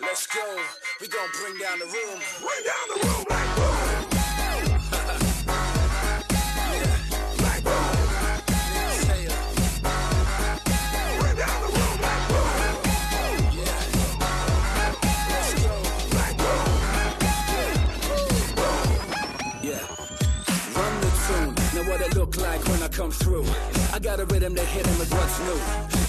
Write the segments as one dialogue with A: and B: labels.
A: Let's go. We gonna bring down the room.
B: Bring down the room like boom. Like boom. Bring down the room like boom. Like boom.
A: Yeah. Run the tune. Now what it look like when I come through? I got a rhythm that hit 'em with what's new.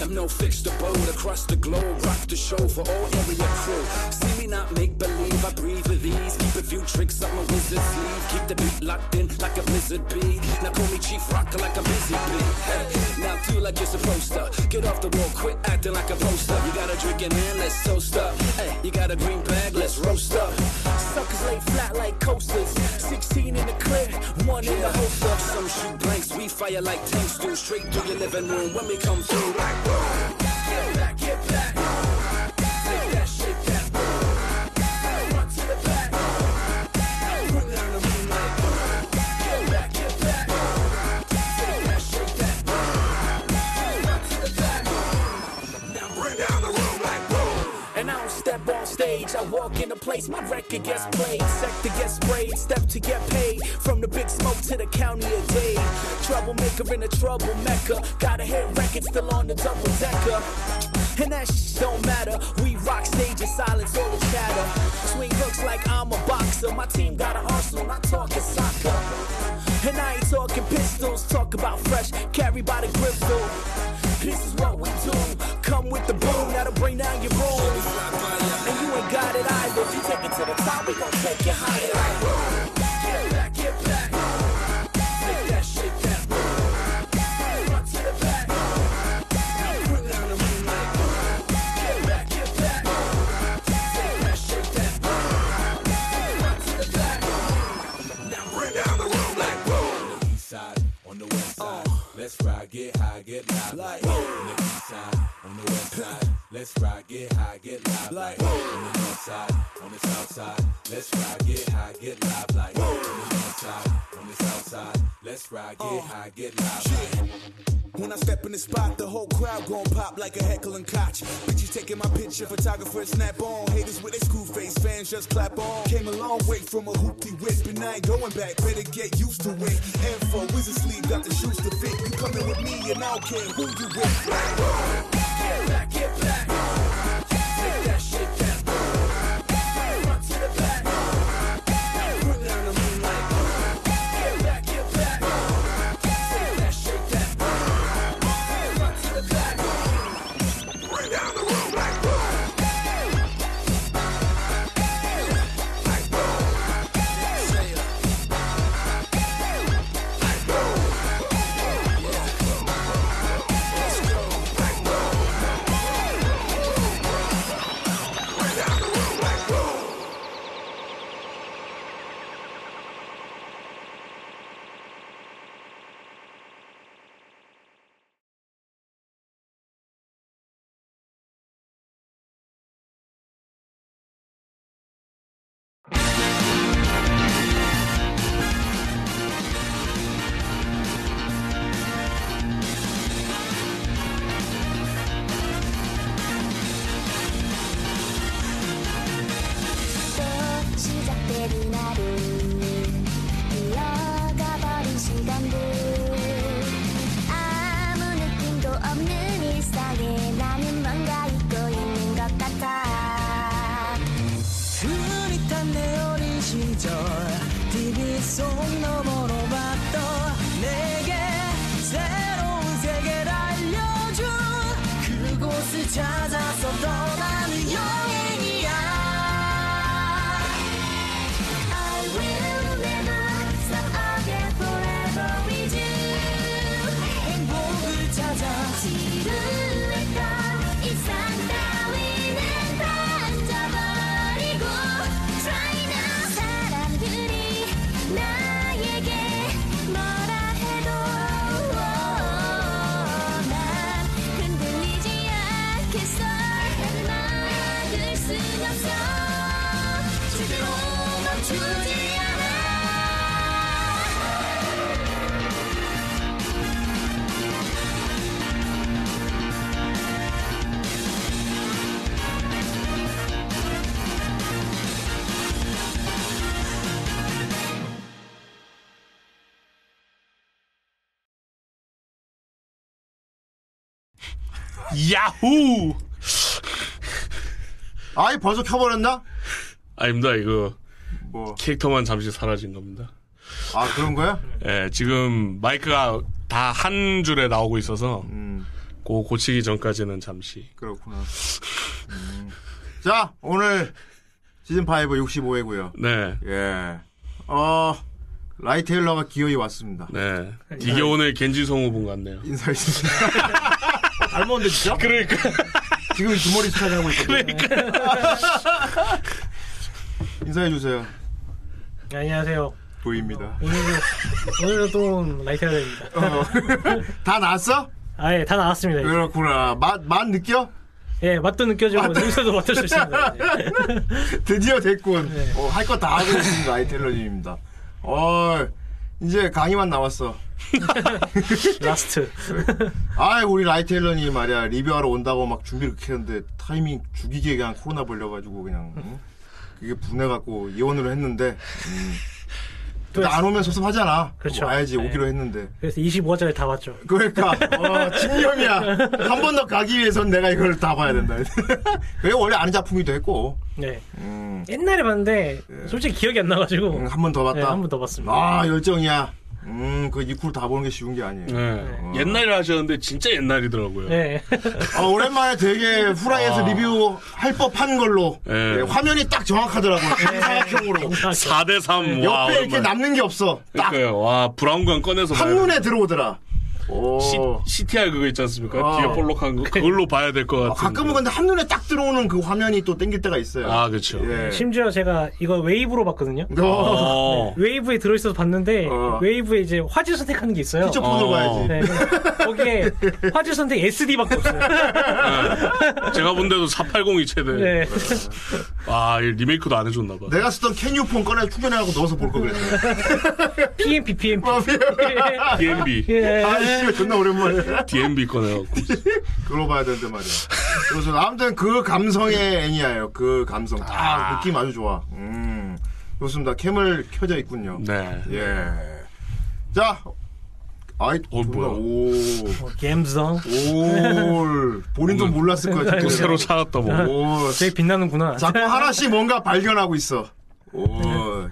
A: I'm no fixed abode across the globe. Rock the show for all area crew. See me not make believe. I breathe with ease. Keep a few tricks up my wizard sleeve. Keep the beat locked in like a blizzard bee. Now call me Chief Rocker like a busy bee. Hey, now do like you're supposed to. Get off the wall, quit acting like a poster. You got a drinking man, let's toast up. Hey, you got a green bag, let's roast up. Suckers lay flat like coasters. 16 in the clear, one in the holster. Some shoot blanks, we fire like tanks do. Straight through your living room when we come through. Like Get back, get back. Take that, shake that. Front to the back. Bring down the room like. Get back, get back. Take that, shake that. Front to the back. Now
B: Bring down the room like boom.
A: and I don't step on stage. I walk into place, my record gets played, sector gets sprayed, step to get paid. From the big smoke to the county of day. Troublemaker in a trouble mecca. Got a hit record still on the double decker. And that sh don't matter. We rock stages, silence all the chatter. Swing hooks like I'm a boxer. My team got an arsenal, not talking soccer. And I ain't talking pistols, talk about fresh, carry by the grip though. This is what we do. Come with the boom, that'll bring
B: Right now you roll. And you ain't got it either. If you take it to the top, we gon' take you higher. Get back, get back. Shake that, shake that. Front to the back. Now put down the ring light. Get back, get back. Shake that, shake that. Front to the back. Now bring down the room like boom.
C: east side, on the west side. Let's ride, get high, get loud. Like on the east side, on the west side. Let's ride, get high, get loud. Like on the north side, on the south side. Let's ride, get high, get loud. Like on the north side, on the south side. Let's ride, get high, get loud. Like,
D: When I step in the spot, the whole crowd gon' pop like a heckling cotch. Bitches taking my picture, photographer snap on. Haters with their screw face, fans just clap on. Came a long way from a hoopty whip, and I ain't going back. Better get used to it. Info, is sleep, got the shoes to fit. You coming with me, and I don't care who you with.
B: Get back, get back. Shake that, shake that. Front to the back. Now put down the ring light. Get back, get back. Shake that, shake that. Front to the back.
E: Bring down the room like boom.
A: 또 시작되는 하루 흘러가버린 시간들 아무 느낌도 없는 일상에 나는 뭔가 잊고 있는 것 같아
F: 흐릿한 내 어린 시절 TV 속 너머로 봤던 내게 새로운 세계를 알려준 그곳을 찾아서 떠나는 여행이야
A: I will never stop again forever with you
F: 행복을 찾아
A: 지루했던 일상 따위는 던져버리고 Try now 사람들이 나에게 뭐라 해도 난 흔들리지 않겠어 막을 순 없어 절대로 멈추지 않아
G: 야호!
H: 아이 벌써 켜버렸나?
G: 아닙니다, 이거.
H: 뭐.
G: 캐릭터만 잠시 사라진 겁니다.
H: 아 그런 거야?
G: 예, 지금 마이크가 다 한 줄에 나오고 있어서,
H: 음
G: 고 고치기 전까지는 잠시.
H: 그렇구나. 음. 자 오늘 시즌 5 65회고요.
G: 네.
H: 예. 어 라이테일러가 기어이 왔습니다.
G: 네. 이게 오늘 겐지 성우분 같네요.
H: 인사해 주세요.
I: 알몬드 진짜?
G: 그러니까.
H: 지금 주머니 스타일 하고 있거든요. 그러니까. 인사해 주세요.
I: 네, 안녕하세요.
H: 보입니다. 어.
I: 오늘도 오늘도 또 라이트라입니다.
H: 다 나왔어?
I: 아예 다 나왔습니다. 이제.
H: 그렇구나. 맛, 맛 느껴?
I: 예 맛도 느껴지고 냄새도 맡을 수 있습니다. 예.
H: 드디어 됐군.
I: 네.
H: 할 거 다 하고 있는 라이텔러님입니다. 어, 이제 강의만 남았어.
I: 라스트.
H: 아, 우리 라이텔러님 말이야 리뷰하러 온다고 막 준비를 그렇게 했는데 타이밍 죽이게 그냥 코로나 벌려가지고 그냥 응? 그게 분해갖고 이혼으로 했는데. 음. 근데 안 오면 섭섭하잖아.
I: 그렇죠.
H: 와야지
I: 네.
H: 오기로 했는데.
I: 그래서 25화짜리 다 봤죠.
H: 그러니까 어, 집념이야. 한 번 더 가기 위해선 내가 이걸 다 봐야 된다. 그게 원래 아는 작품이기도 했고
I: 네
H: 음, 예.
I: 옛날에 봤는데 솔직히 기억이 안 나가지고
H: 한 번 더 봤다.
I: 네, 한번더 봤습니다.
H: 아 열정이야. 음. 음, 그 이쿨 다 보는 게 쉬운 게 아니에요.
G: 네. 옛날이라 하셨는데 진짜 옛날이더라고요.
I: 네.
H: 아, 오랜만에 되게 후라이에서
G: 아.
H: 리뷰 할 법한 걸로
G: 네.
H: 네, 화면이 딱 정확하더라고요. 정사각형으로.
G: 4대 3. 예. 와,
H: 네. 옆에 이렇게
G: 오랜만에.
H: 남는 게 없어. 딱
G: 그러니까요. 예. 와, 브라운관 꺼내서 봐야
H: 한눈에 어. 들어오더라. 오.
G: 돼. 시, CTR 그거 있지 않습니까?
H: 아.
G: 뒤에 볼록한 거. 그걸로 봐야 될 것
H: 아,
G: 같은데.
H: 가끔은 근데 한눈에 딱 들어오는 그 화면이 또 땡길 때가 있어요.
G: 아, 그쵸.
H: 예.
I: 심지어 제가 이거 웨이브로 봤거든요.
H: 어,
G: 어.
I: 웨이브에 들어있어서 봤는데
H: 어.
I: 웨이브에 이제 화질 선택하는 게 있어요.
H: 직접
G: 어.
H: 보러 가야지.
I: 네, 근데 거기에 화질 선택 SD밖에 없어요.
G: 네. 제가 본데도 480이 최대.
I: 네.
G: 아, 이 리메이크도 안 해줬나 봐.
H: 내가 쓰던 캐뉴폰 꺼내 충전해갖고 넣어서 볼 걸 그랬어.
I: PMP, PMP.
G: 음. DMB.
I: 예.
H: 아이씨, 존나 오랜만에.
G: DMB 꺼내갖고.
H: 그걸로 봐야 되는데 말이야. 그래서 아무튼 그 감성의 애니야예요. 그 감성. 다 느낌 아주 좋아. 음. 좋습니다. 캠을 켜져 있군요.
G: 네.
H: 예. 자. 아이,
G: 어,
H: 존나
G: 뭐야.
H: 오.
I: 갬성.
H: 올. 본인도
G: 오늘
H: 몰랐을 거야.
G: 또
H: 지금.
G: 새로 찾았다, 뭐.
H: 오.
I: 되게 빛나는구나.
H: 자꾸 하나씩 뭔가 발견하고 있어. 오,
G: 네.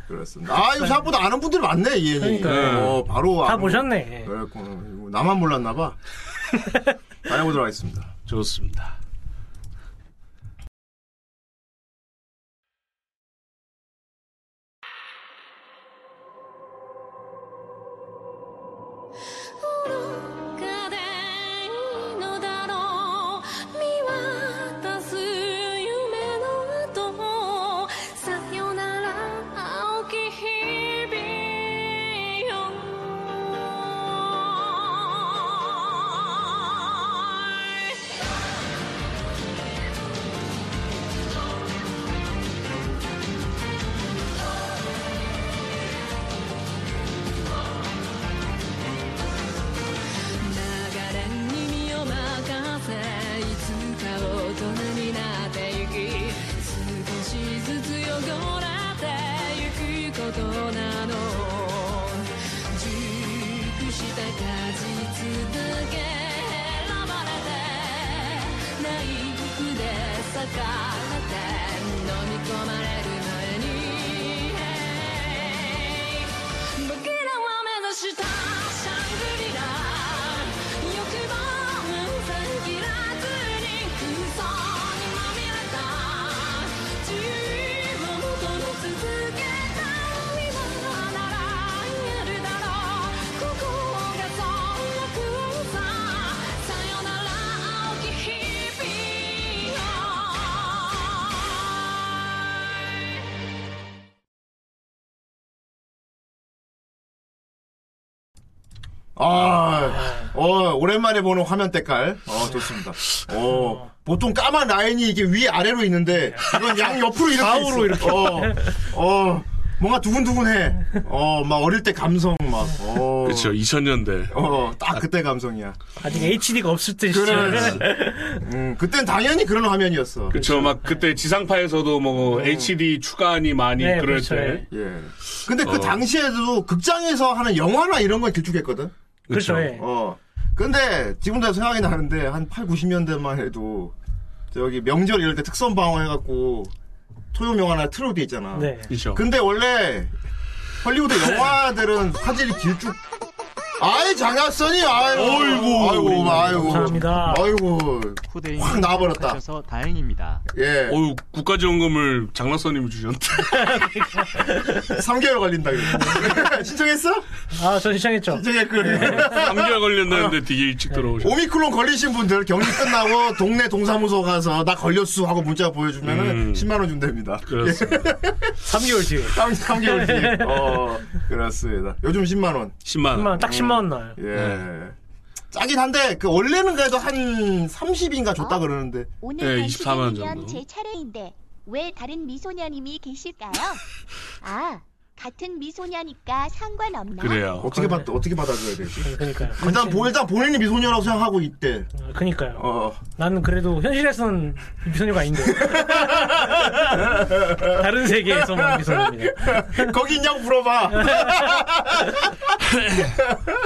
H: 그렇습니다. 아, 이거 생각보다 아는 분들이 많네, 이 애니.
I: 그러니까요.
H: 어, 바로.
I: 다
H: 아는
I: 보셨네.
H: 분. 그랬구나. 이거 나만 몰랐나봐. 다녀보도록 하겠습니다.
G: 좋습니다.
J: 「かでいいのだろう」「見渡す夢の後」「さよなら青き日々よ」
A: 流れに身を任せいつか大人になってゆき少しずつ汚れてゆくことなの熟した果実だけ選ばれてナイフで裂かれて飲み込まれる前に僕らは目指したシャングリラ欲望無線切らずに空想にまみれた自分との続けた海はならやるだろうここがそんな空ささよなら青き日々よ
H: 아, 어, 오랜만에 보는 화면 때깔. 어, 좋습니다. 어, 보통 까만 라인이 이게 위 아래로 있는데, 이건 양 옆으로 이렇게.
I: 좌우로
H: 있어. 어, 어, 뭔가 두근두근해. 어, 막 어릴 때 감성 막. 어,
G: 그쵸, 2000년대.
H: 어, 딱 그때 감성이야.
I: 아직 HD가 없을 네. 때
H: 그래. 음, 그땐 당연히 그런 화면이었어.
G: 그쵸, 막 그때 지상파에서도 뭐 HD 추가하니 많이
I: 네,
G: 그럴
I: 그렇죠.
G: 때.
H: 예. 근데
G: 어.
H: 그 당시에도 극장에서 하는 영화나 이런 건 길쭉했거든?
I: 그렇죠. 예.
H: 어. 근데 지금도 생각이 나는데 한 8, 90년대만 해도 저기 명절 이럴 때 특선 방어 해갖고 토요 영화나 틀어돼 있잖아.
I: 네.
G: 그쵸.
H: 근데 원래 헐리우드 영화들은 화질이 길쭉. 아이 장학선이 아이고
G: 어이구,
H: 아이고 아이고
I: 감사합니다.
H: 아이고
K: 코데인
H: 확 나와버렸다.
K: 하셔서 다행입니다.
H: 예
G: 어유 국가지원금을 장락선님이 주셨는데.
H: 3개월 걸린다 그래 신청했어?
I: 아, 저 시청했죠. 네.
H: 신청했군
G: 3개월 걸렸는데 되게 일찍 들어오셨어요.
H: 그 오미크론 걸리신 분들 격리 끝나고 동네 동사무소 가서 나 걸렸수 하고 문자 보여주면은
G: 음.
H: 10만 원 준답니다
G: 그렇습니다.
I: 3개월 뒤에.
H: 3, 개월 뒤. 어, 그렇습니다. 요즘 10만 원.
G: 10만 원.
I: 딱 10만 원 나와요.
H: 예.
G: 네.
H: 짜긴 한데 그 원래는 그래도 한 30인가 줬다 그러는데
J: 오늘
G: 네, 24만 원
J: 간식이면
G: 정도.
J: 제 차례인데 왜 다른 미소녀님이 계실까요? 아, 같은 미소녀니까 상관없나?
G: 그래요.
H: 어떻게 받 어떻게 받아줘야 되지?
I: 그러니까요.
H: 일단 보 일단 본인이 미소녀라고 생각하고 있대.
I: 아, 그러니까요.
H: 어.
I: 나는 그래도 현실에선 미소녀가 아닌데. 다른 세계에서만 미소녀입니다.
H: 거기 있냐고 물어봐.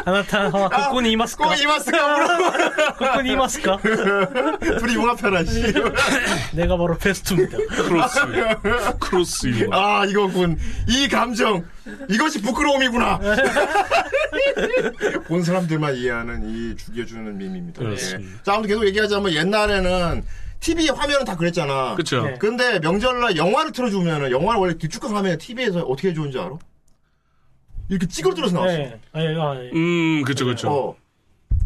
I: 아나타, 어, 국군 이마스카.
H: 꼭 이마스카 물어봐.
I: 국군 이마스카.
H: 둘이 융합해라 씨.
I: 내가 바로 베스트입니다.
G: 크로스. 크로스 이거.
H: 아 이거군. 이 감정. 감정 이것이 부끄러움이구나. 본 사람들만 이해하는 이 죽여주는 밈입니다.
G: 그렇습니다.
H: 예. 자 아무튼 계속 얘기하자면 옛날에는 TV 화면은 다 그랬잖아.
G: 그쵸.
I: 네.
H: 근데 명절날 영화를 틀어주면은 영화를 원래 길쭉한 화면에 TV에서 어떻게 해주는지 알아? 이렇게 찌그러뜨려서 나왔어.
I: 예. 예. 아, 예.
G: 음, 네. 그쵸, 그쵸.
H: 어.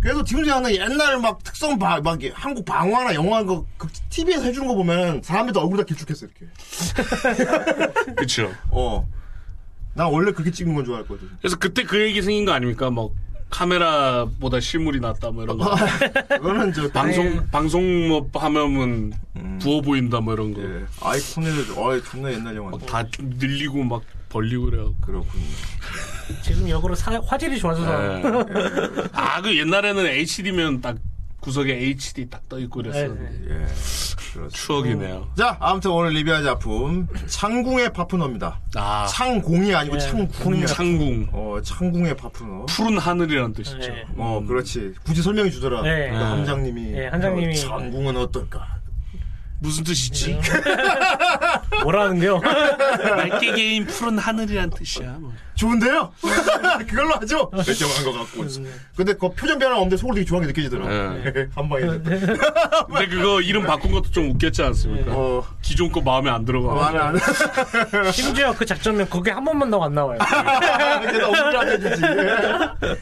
H: 그래서 지금 생각하는 옛날 막 특성 바, 막 이- 한국 방화나 영화 그, 그 TV에서 해주는 거 보면 사람들 얼굴 다 길쭉했어 이렇게.
G: 그쵸.
H: 어. 나 원래 그렇게 찍는 건 좋아했거든.
G: 그래서 그때 그 얘기 생긴 거 아닙니까? 뭐, 카메라보다 실물이 낫다, 뭐 이런 거.
H: 그거는 저
G: 방송, 방송업 뭐 하면은 부어 보인다, 뭐 이런 거.
H: 음. 예. 아이콘을 어이 존나 옛날 영화.
G: 막 다 늘리고 막 벌리고 그래요.
H: 그렇군요.
I: 지금 역으로 사- 화질이 좋아서 네.
G: 아, 그 옛날에는 HD면 딱 구석에 HD 딱 떠 있고 그랬었는데.
I: 네.
H: 예. 그렇습니다.
G: 추억이네요.
H: 자, 아무튼 오늘 리뷰할 작품 창궁의 파푸너입니다.
G: 아,
H: 창공이 아니고
I: 예.
H: 창궁이야.
G: 창궁.
H: 어, 창궁의 파푸너.
G: 푸른 하늘이라는 뜻이죠.
I: 네.
H: 어, 그렇지. 굳이 설명해 주더라.
I: 네.
H: 그 함장님이.
I: 네, 함장님이.
H: 어, 창궁은 어떨까?
G: 무슨 뜻이지?
I: 뭐라는 게요?
H: 네.
G: 맑게 개인 푸른 하늘이란 뜻이야. 뭐.
H: 좋은데요? 그걸로 하죠. 결정한 것 같고. 근데 그 표정 변화 없는데 속으로 되게 좋아하게 느껴지더라.
G: 예.
H: 한 방에. 됐다.
G: 근데 그거 이름 바꾼 것도 좀 웃겼지 않습니까?
H: 어,
G: 기존 거 마음에 안 들어가.
H: 말을 안 해.
I: 심지어 그 작전면 거기 한 번만 나고 안 나와요.
H: 그래서 억지로 안 해주지.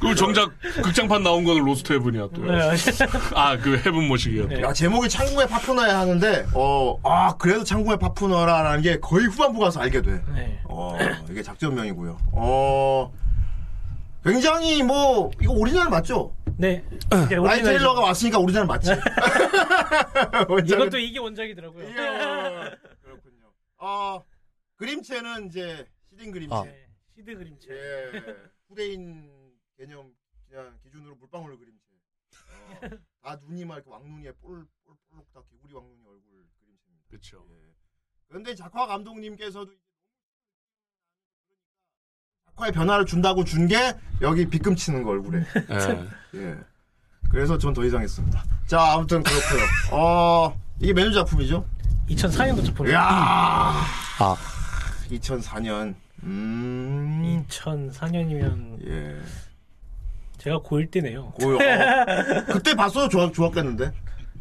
G: 그리고 정작 극장판 나온 거는 로스트 헤븐이야 또.
I: 네.
G: 아, 그 헤븐 모식이야 또.
I: 네.
H: 야, 제목이 창궁의 파푸너야 하는데, 어, 아, 그래도 창궁의 파푸너라는 게 거의 후반부 가서 알게 돼.
I: 네.
H: 어, 이게 작전명이고요. 어, 굉장히 뭐, 이거 오리지널 맞죠?
I: 네. 네,
H: 라이
I: 오리지널이죠.
H: 테일러가 왔으니까 오리지널 맞지? 원작은-
I: 이것도 이게 원작이더라고요.
H: 이야, 그렇군요. 어, 그림체는 이제, 시딩 그림체.
I: 네, 시드 그림체.
H: 예, 후대인 개념 그냥 기준으로 물방울 그림체. 어, 다 눈이 막 이렇게 왕눈이에 볼볼볼록 다 개구리 왕눈이 얼굴 그림체입니다.
G: 그쵸.
H: 예. 그런데 작화 감독님께서도 그러니까 작화의 변화를 준다고 준 게 여기 빗금치는 거 얼굴에.
G: 예.
H: 예. 그래서 전 더 이상 했습니다. 자, 아무튼 그렇고요. 어, 이게 메뉴 작품이죠?
I: 2004년도 작품.
H: 이야. 아. 2004년. 음.
I: 2004년이면
H: 예.
I: 제가 고1 때네요.
H: 고요. 어. 그때 봤어도 좋았, 좋았겠는데.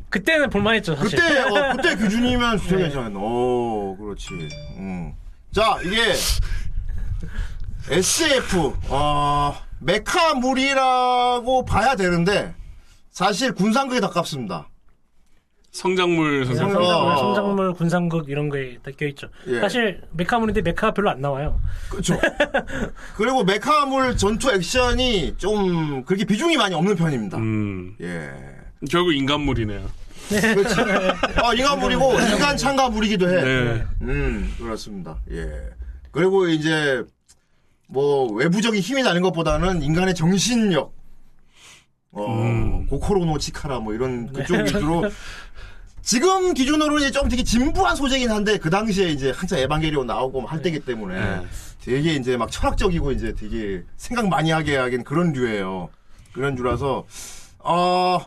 I: 그때는 볼만했죠, 사실.
H: 그때 어, 그때 기준이면 진짜 괜찮았네. 오, 그렇지. 음. 자, 이게 SF 어, 메카물이라고 봐야 되는데 사실 군상극에 가깝습니다.
G: 성장물
I: 성
G: 선생.
H: 성-
I: 성장물,
H: 어.
I: 성장물, 군상극 이런 거에 다 껴있죠.
H: 예.
I: 사실 메카물인데 메카가 별로 안 나와요.
H: 그렇죠. 그리고 메카물 전투 액션이 좀 그렇게 비중이 많이 없는 편입니다.
G: 음.
H: 예.
G: 결국 인간물이네요.
H: 그렇지. 어, 인간물이고 인간 창가물이기도 해.
G: 네.
H: 음, 그렇습니다. 예. 그리고 이제 뭐 외부적인 힘이 나는 것보다는 인간의 정신력. 어,
G: 음.
H: 고코로노 치카라 뭐 이런
G: 네.
H: 그쪽 위주로 지금 기준으로 이제 좀 되게 진부한 소재긴 한데 그 당시에 이제 한창 에반게리온 나오고 할 때기 때문에
G: 네.
H: 되게 이제 막 철학적이고 이제 되게 생각 많이 하게 하긴 그런 류예요. 그런 류라서 아,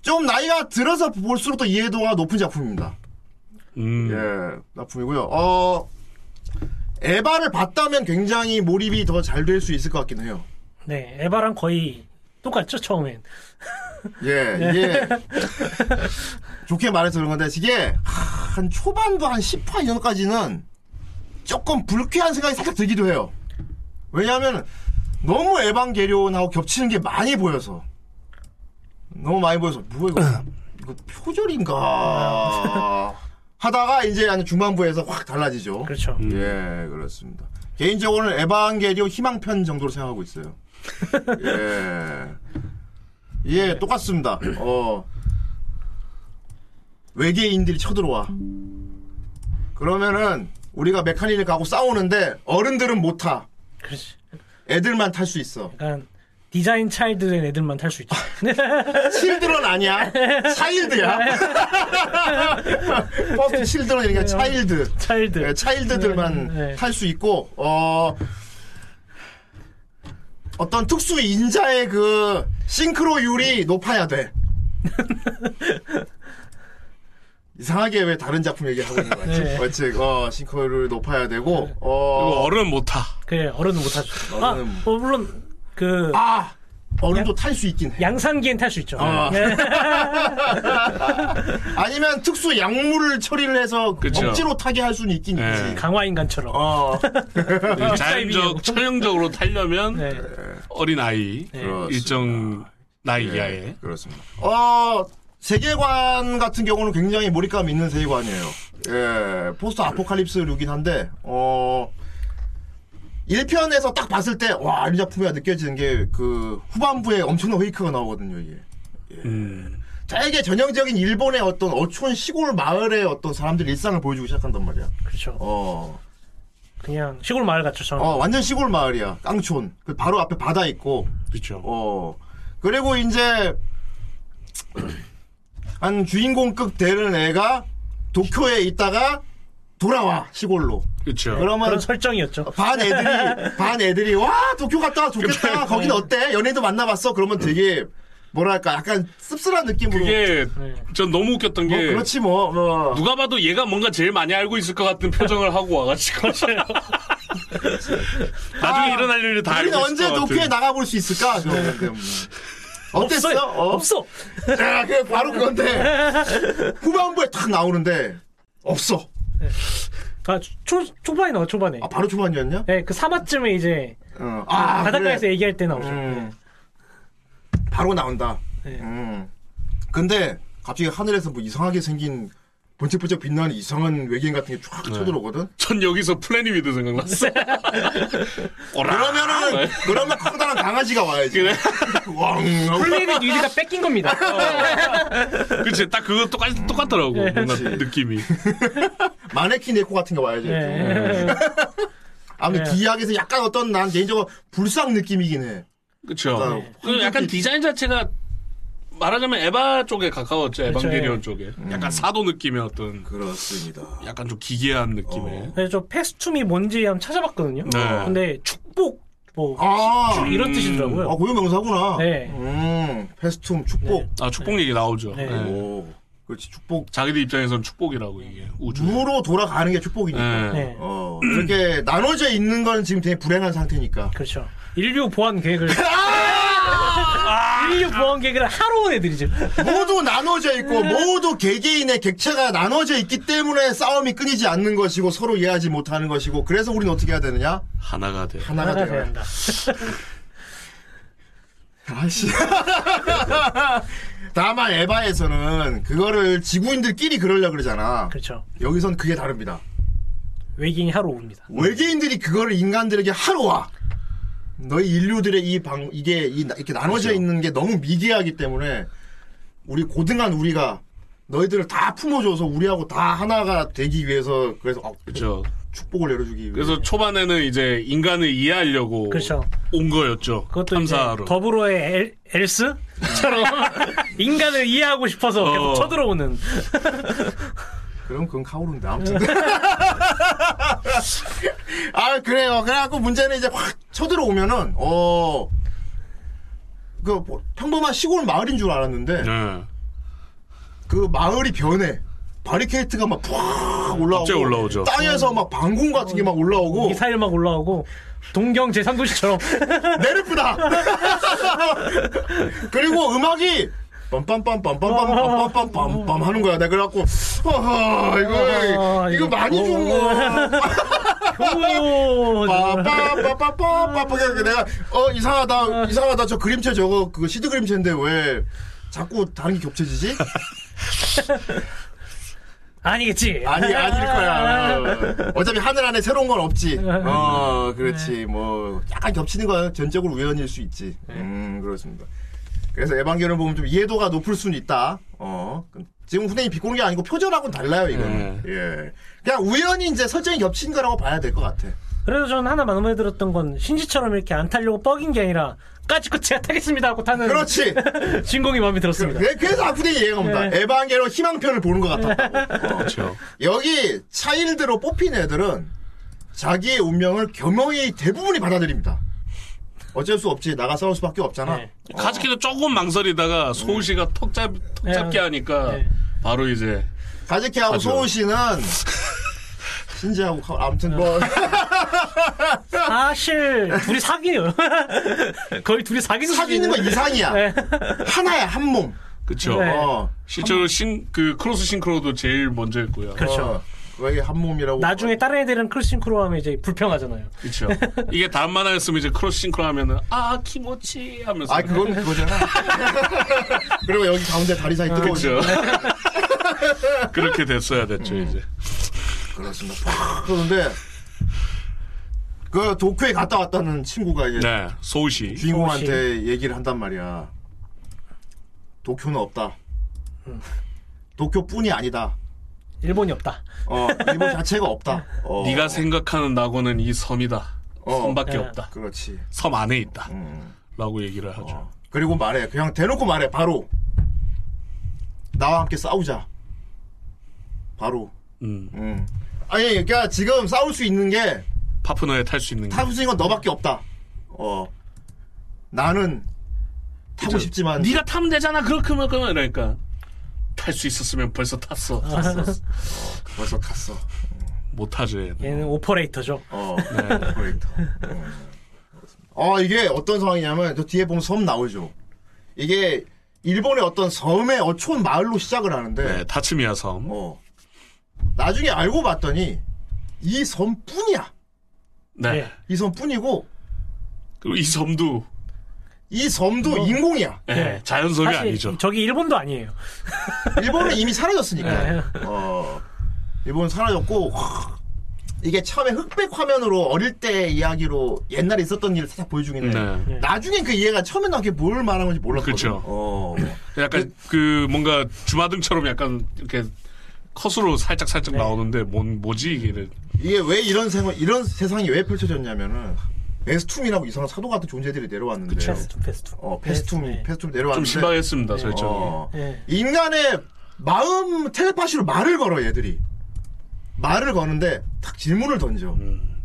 H: 어좀 나이가 들어서 볼수록 더 이해도가 높은 작품입니다.
G: 음.
H: 예, 납품이고요. 어, 에바를 봤다면 굉장히 몰입이 더 잘 될 수 있을 것 같긴 해요.
I: 네, 에바랑 거의 똑같죠, 처음엔.
H: 예, 이게 좋게 말해서 그런 건데 이게 한 초반부 한 10화 이전까지는 조금 불쾌한 생각이 살짝 들기도 해요. 왜냐하면 너무 에반게리온하고 겹치는 게 많이 보여서 너무 많이 보여서 뭐야 이거 이거 표절인가 하다가 이제 한 중반부에서 확 달라지죠.
I: 그렇죠.
H: 예, 그렇습니다. 개인적으로는 에반게리온 희망편 정도로 생각하고 있어요. 예. 예, 똑같습니다. 어. 외계인들이 쳐들어와. 그러면은 우리가 메카니를 가고 싸우는데 어른들은 못 타.
I: 그렇지.
H: 애들만 탈 수 있어.
I: 약간 디자인 차일드된 애들만 탈 수 있죠.
H: 칠드런 아니야. 차일드야. 퍼스트 칠드런 이니까 차일드.
I: 차일드.
H: 예, 차일드들만
I: 네, 네.
H: 탈 수 있고 어 어떤 특수 인자의 그 싱크로율이 높아야 돼. 이상하게 왜 다른 작품 얘기하고 있는 거지?
I: 네.
H: 어쨌든 어, 싱크홀을 높아야 되고
G: 그리고
H: 어,
G: 얼음 못타
I: 그래 어른은 못하죠. 아,
H: 어른은-
I: 어, 물론 그
H: 아 얼음도 탈 수 있긴 해.
I: 양산기엔 탈 수 있죠.
H: 아.
I: 네.
H: 아니면 특수 약물을 처리를 해서
G: 그쵸.
H: 억지로 타게 할 수는 있긴
G: 네.
H: 있지.
I: 강화인간처럼.
H: 어,
G: 자연적 천연적으로 타려면
I: 네.
G: 어린 아이
H: 그렇습니다.
G: 일정 나이
H: 예,
G: 이하에
H: 그렇습니다. 어 세계관 같은 경우는 굉장히 몰입감 있는 세계관이에요. 예, 포스트 아포칼립스류긴 한데 어 1편에서 딱 봤을 때 와, 이 작품이야 느껴지는 게 그 후반부에 엄청난 웨이크가 나오거든요, 이게.
G: 음.
H: 되게 전형적인 일본의 어떤 어촌 시골 마을의 어떤 사람들 일상을 보여주고 시작한단 말이야.
I: 그렇죠.
H: 어.
I: 그냥 시골 마을 같죠. 저는.
H: 어, 완전 시골 마을이야. 깡촌. 그 바로 앞에 바다 있고
G: 그렇죠.
H: 어. 그리고 이제 한 주인공급 되는 애가 도쿄에 있다가 돌아와 시골로.
G: 그렇죠.
H: 그러면
I: 그런 설정이었죠.
H: 반 애들이 반 애들이 와 도쿄 갔다 와 좋겠다. 거긴 어때? 연예인도 만나봤어. 그러면 되게 뭐랄까 약간 씁쓸한 느낌으로.
G: 이게
I: 네.
G: 전 너무 웃겼던
H: 뭐
G: 게
H: 그렇지 뭐. 뭐.
G: 누가 봐도 얘가 뭔가 제일 많이 알고 있을 것 같은 표정을 하고 와가지고 나중에 일어날 일을 다
H: 아, 우리는
G: 알고
H: 언제
G: 있을 것
H: 도쿄에
G: 같은.
H: 나가볼 수 있을까? 그런 건데 뭐. 어땠어?
I: 없어요.
H: 어?
I: 없어.
H: 야, 그 바로 그건데 후반부에 탁 나오는데 없어.
I: 아, 초, 초반에 나와, 초반에.
H: 아 바로 초반이었냐?
I: 네, 그 3화쯤에 이제
H: 어. 아,
I: 바닷가에서
H: 그래.
I: 얘기할 때 나오죠.
H: 음. 바로 나온다.
I: 네.
H: 음. 근데 갑자기 하늘에서 뭐 이상하게 생긴 번쩍번쩍 빛나는 이상한 외계인 같은 게 쫙
I: 네.
H: 쳐들어오거든.
G: 전 여기서 플래닛위드 생각났어. 어라.
I: 아, 네.
H: 그러면은 그러면 커다란 강아지가 와야지.
G: 그래.
H: 왕. 하고
I: 플레이는 유지가 뺏긴 겁니다.
G: 그치 딱 그거 똑같 똑같더라고
I: 예,
G: 뭔가 느낌이.
H: 마네킹 네코 같은 게 와야지.
I: 네.
H: 아무튼
I: 네.
H: 기악에서 약간 어떤 난 개인적으로 불상 느낌이긴 해.
G: 그렇죠.
H: 네.
G: 그 약간 디자인 자체가 말하자면 에바 쪽에 가까웠죠. 에반게리온 쪽에.
I: 음.
G: 약간 사도 느낌의 어떤
H: 그렇습니다.
G: 약간 좀 기괴한 느낌의.
I: 그래서 저 패스툼이 뭔지 한번 찾아봤거든요.
G: 네.
I: 근데 축복, 뭐,
H: 아,
I: 축 이런
G: 음.
I: 뜻이더라고요.
H: 아 고유 명사구나.
I: 네.
H: 음, 페스툼 축복.
G: 아 축복 얘기 나오죠.
I: 네.
G: 네.
H: 오, 그렇지 축복.
G: 자기들 입장에선 축복이라고 이게 우주.
H: 무로 돌아가는 게
G: 네.
H: 축복이니까.
I: 네.
H: 어, 이렇게 나눠져 있는 건 지금 되게 불행한 상태니까.
I: 그렇죠. 인류 보안 계획을. 인류 보안 계획을 하러 온 애들이죠.
H: 모두 나눠져 있고 모두 개개인의 객체가 나눠져 있기 때문에 싸움이 끊이지 않는 것이고 서로 이해하지 못하는 것이고 그래서 우리는 어떻게 해야 되느냐?
G: 하나가 돼.
H: 하나가
I: 하나
H: 되어야
I: 돼야 한다.
H: 아씨. 다만 에바에서는 그거를 지구인들끼리 그러려 그러잖아.
I: 그렇죠.
H: 여기선 그게 다릅니다.
I: 외계인이 하러 옵니다.
H: 외계인들이 그거를 인간들에게 하러 와. 너희 인류들의 이 방 이게 이, 나- 이렇게
G: 그렇죠.
H: 나눠져 있는 게 너무 미개하기 때문에 우리 고등한 우리가 너희들을 다 품어줘서 우리하고 다 하나가 되기 위해서 그래서 어,
G: 그렇죠.
H: 축복을 내려주기 위해
G: 그래서 초반에는 이제 인간을 이해하려고
I: 그렇죠.
G: 온 거였죠.
I: 그것도 이제
G: 탐사하러.
I: 더불어의 엘, 엘스처럼 인간을 이해하고 싶어서 계속
G: 어.
I: 쳐들어오는.
H: 그럼 그건 카오루인데 아무튼 아 그래요 그래갖고 문제는 이제 확 쳐들어오면은 어그 뭐, 평범한 시골 마을인 줄 알았는데
G: 네.
H: 그 마을이 변해. 바리케이트가 막 푹 올라오고
G: 갑자기 올라오죠.
H: 땅에서 막 방공 같은 게 막 올라오고
I: 미사일 막 올라오고 동경 제3도시처럼
H: 내르프다. 그리고 음악이 빰빰빰빰빰빰빰빰빰빰 하는 거야. 내가 그래갖고 허허 이거
I: 아,
H: 이거 뭐.
I: 이거
H: 많이 준
I: 어.
H: 거.
I: 오,
H: 아. 빠빠빠빠빠빠 그래서 내가 어 이상하다 이상하다 저 그림체 저거 그 시드 그림체인데 왜 자꾸 다른 게 겹쳐지지?
I: 아니겠지
H: 아니 아닐 거야. 어. 어차피 하늘 안에 새로운 건 없지. 어 그렇지 뭐 약간 겹치는 건 전적으로 우연일 수 있지. 음 그렇습니다. 그래서 에반게리온 보면 좀 이해도가 높을 수는 있다. 어 지금 후대이 비꼬는 게 아니고 표절하고는 달라요 이거는. 예 그냥 우연히 이제 설정이 겹친 거라고 봐야 될 것 같아.
I: 그래서 저는 하나 마음에 들었던 건 신지처럼 이렇게 안 타려고 뻐긴 게 아니라 까짓거 제가 타겠습니다 하고 타는
H: 그렇지.
I: 주인공이 마음에 들었습니다
H: 그렇죠. 그- 그래서 아쿠데이 얘기한 겁니다.
I: 네.
H: 에반게리온 희망편을 보는 것 같았다고. 어.
G: 그렇죠.
H: 여기 차일드로 뽑힌 애들은 자기의 운명을 겸허히 대부분이 받아들입니다. 어쩔 수 없지. 나가 싸울 수밖에 없잖아.
I: 네.
G: 가즈키도 조금 망설이다가 소우씨가 턱, 잡, 턱
I: 네.
G: 잡게 하니까
I: 네.
G: 바로 이제
H: 가재키하고
G: 아주.
H: 소은 씨는 신지하고 가- 아무튼 뭐
I: 네. 아, 사실 둘이 사귀요. 거의 둘이 사귀는
H: 사귀는 거 이상이야.
I: 네.
H: 하나야 한 몸.
G: 그쵸.
I: 네.
H: 어.
G: 실제로 신, 그 크로스 싱크로도 제일 먼저 했고요.
H: 어.
I: 그렇죠.
H: 왜 한 몸이라고?
I: 나중에 다른 애들은 크로싱크로 하면 이제 불평하잖아요.
G: 그렇죠. 이게 다음 만화였으면 이제 크로스 싱크로 하면은 아 키모치 하면서
H: 아 그건 그거잖아. 그리고 여기 가운데 다리 사이 뜨거워져.
G: 그렇죠. 그렇게 됐어야 됐죠
I: 음.
G: 이제.
H: 그렇습니다. 그런데 그 도쿄에 갔다 왔다는 친구가 이제
G: 네, 소우시.
H: 주인공한테 얘기를 한단 말이야. 도쿄는 없다. 도쿄뿐이 아니다.
I: 일본이 없다.
H: 어, 일본 자체가 없다. 어,
G: 네가 생각하는 낙원은 이 섬이다.
H: 어.
G: 섬밖에
I: 네.
G: 없다.
H: 그렇지.
G: 섬 안에 있다.
H: 음.
G: 라고 얘기를
I: 어.
G: 하죠.
H: 그리고 말해. 그냥 대놓고 말해. 바로 나와 함께 싸우자. 바로.
G: 음.
H: 음. 아니, 그러니까 지금 싸울 수 있는 게
G: 파프너에 탈 수 있는 게.
H: 타고 있는 건 너밖에 없다. 어. 나는 타고
G: 그쵸.
H: 싶지만
G: 네가 타면 되잖아. 그렇게 면 그러면 이러니까 탈 수 있었으면 벌써 탔어.
H: 벌써 갔어.
G: 못 타지.
I: 얘는 오퍼레이터죠.
H: 어, 오퍼레이터. 어. 어, 이게 어떤 상황이냐면, 저 뒤에 보면 섬 나오죠. 이게, 일본의 어떤 섬의 어촌 마을로 시작을 하는데,
G: 네, 다츠미야 섬.
H: 어. 나중에 알고 봤더니, 이 섬뿐이야.
G: 네.
I: 네.
H: 이 섬뿐이고,
G: 그리고 이 섬도
H: 이 섬도 인공이야.
G: 예,
I: 네.
G: 자연섬이
I: 사실
G: 아니죠.
I: 저기 일본도 아니에요. 네.
H: 일본은 이미
G: 네.
H: 사라졌으니까. 어, 일본은 사라졌고, 하, 이게 처음에 흑백 화면으로 어릴 때 이야기로 옛날에 있었던 일을 살짝 보여주긴 해.
G: 네.
H: 나중엔 그 이해가 처음에 나게 뭘 말하는 건지 몰랐거든.
G: 그쵸.
H: 어.
G: 약간 그, 뭔가 주마등처럼 약간 이렇게 컷으로 살짝 살짝
I: 네.
G: 나오는데 뭔 뭐지 이게
H: 이게 왜 이런 생 이런 세상이 왜 펼쳐졌냐면은 베스툼이라고 이상한 사도 같은 존재들이 내려왔는데.
I: 페스툼, 페스툼.
H: 어, 베스툼,
I: 네.
H: 베스툼
G: 좀
H: 내려왔는데.
G: 심하겠습니다 설정이.
H: 아, 어.
I: 네.
H: 인간의 마음 텔레파시로 말을 걸어 얘들이 말을 거는데 딱 질문을 던져.
G: 음.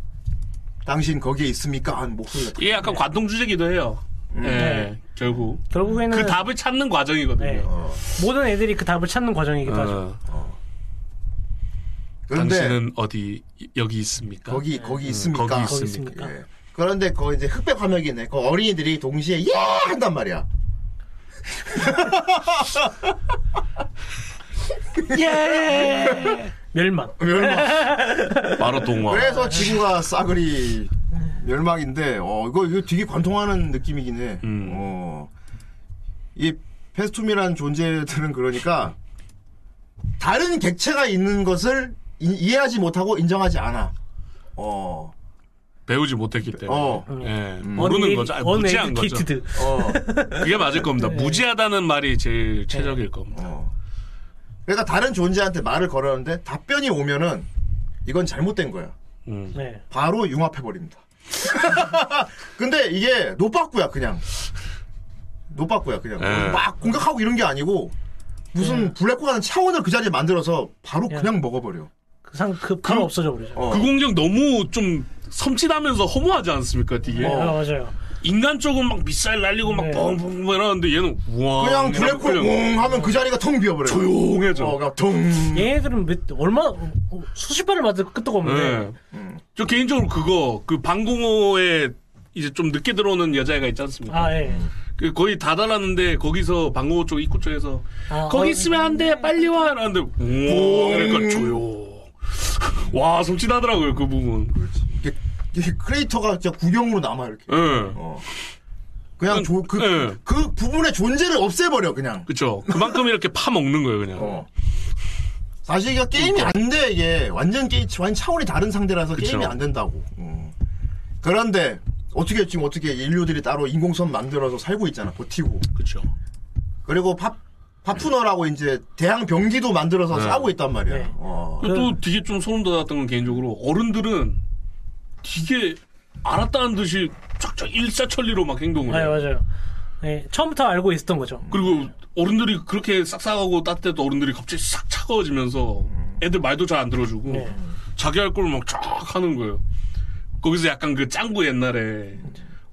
H: 당신 거기에 있습니까? 한 목소리가 딱.
G: 이게 약간 관통 주제기도 해요. 예,
H: 음.
G: 결국
I: 결국에는
G: 그 답을 찾는 과정이거든요.
I: 네.
H: 어.
I: 모든 애들이 그 답을 찾는 과정이기도 하죠.
G: 어,
H: 그런데
G: 당신은 어디 이- 여기 있습니까?
H: 거기 거기 있습니까?
G: 거기
I: 거기
G: 있습니까?
I: 있습니까?
H: 예. 그런데 거 이제 흑백 화면이네. 그 어린이들이 동시에 예 한단 말이야.
I: 예! 멸망.
G: 네.
H: 멸망.
G: 바로 동화.
H: 그래서 지구가
G: 네.
H: 싸그리 멸망인데 어 이거 이거 되게 관통하는 느낌이긴 해.
G: 음.
H: 어. 이 페스툼이라는 존재들은 그러니까 다른 객체가 있는 것을 이, 이해하지 못하고 인정하지 않아. 어.
G: 배우지 못했기 때문에
H: 어.
I: 음.
G: 예, 모르는 거죠. 아니, 무지한 거죠.
I: 언에듀케이티드. 네.
H: 어.
G: 네. 그게 맞을 겁니다. 무지하다는 말이 제일 최적일 겁니다.
H: 어. 그러니까 다른 존재한테 말을 걸었는데 답변이 오면은 이건 잘못된 거야.
G: 음.
I: 네.
H: 바로 융합해버립니다. 근데 이게 노빠꾸야 그냥. 노빠꾸야 그냥.
G: 네.
H: 막 공격하고 이런 게 아니고 무슨 블랙호라는 차원을 그 자리에 만들어서 바로 그냥 먹어버려.
I: 그 상, 그, 바로 없어져 버리죠.
H: 어.
G: 그 공격 너무 좀 섬찟하면서 허무하지 않습니까? 되게
I: 네, 맞아요.
G: 인간 쪽은 막 미사일 날리고 막
I: 네.
G: 뻥뻥 이러는데 얘는 우와
H: 그냥 블랙홀
G: 아, 그냥
H: 웅 하면 그 자리가 텅 비어버려.
G: 조용해져.
H: 어, 그냥 텅.
I: 얘네들은 몇, 얼마, 어, 어, 수십 발을 맞을 끝도
H: 음.
I: 없는데.
G: 네. 저 개인적으로 그거 그 방공호에 이제 좀 늦게 들어오는 여자애가 있지 않습니까?
I: 아, 예.
G: 그 거의 다 달았는데 거기서 방공호 쪽 입구 쪽에서
I: 아,
G: 거기
I: 어,
G: 있으면 안 돼 빨리 와 이러는데 우와
H: 음.
G: 그러니까 조용. 와 섬찟하더라고요 그 부분.
H: 이게, 이게 크레이터가 진짜 구경으로 남아 이렇게.
G: 예.
H: 어. 그냥
G: 그-
H: 조- 그,
G: 네.
H: 그 부분의 존재를 없애버려 그냥.
G: 그쵸. 그만큼 이렇게 파먹는 거예요, 그냥.
H: 어. 사실 이게 게임이 안 돼, 이게. 완전 게임, 완전 차원이 다른 상대라서
G: 그쵸.
H: 게임이 안 된다고. 음. 그런데, 어떻게, 지금 어떻게 인류들이 따로 인공섬 만들어서 살고 있잖아, 버티고.
G: 그쵸.
H: 그리고 파, 파푸너라고 이제 대항 병기도 만들어서 싸우고 있단 말이야.
I: 네.
H: 어.
G: 그리고 또 되게 좀 소름 돋았던 건 개인적으로 어른들은 되게 알았다는 듯이 쫙쫙 일사천리로 막 행동을
I: 네,
G: 해요.
I: 맞아요. 네, 처음부터 알고 있었던 거죠.
G: 그리고 어른들이 그렇게 싹싹하고 따뜻해도 어른들이 갑자기 싹 차가워지면서 애들 말도 잘 안 들어주고
I: 네.
G: 자기 할 걸 막 쫙 하는 거예요. 거기서 약간 그 짱구 옛날에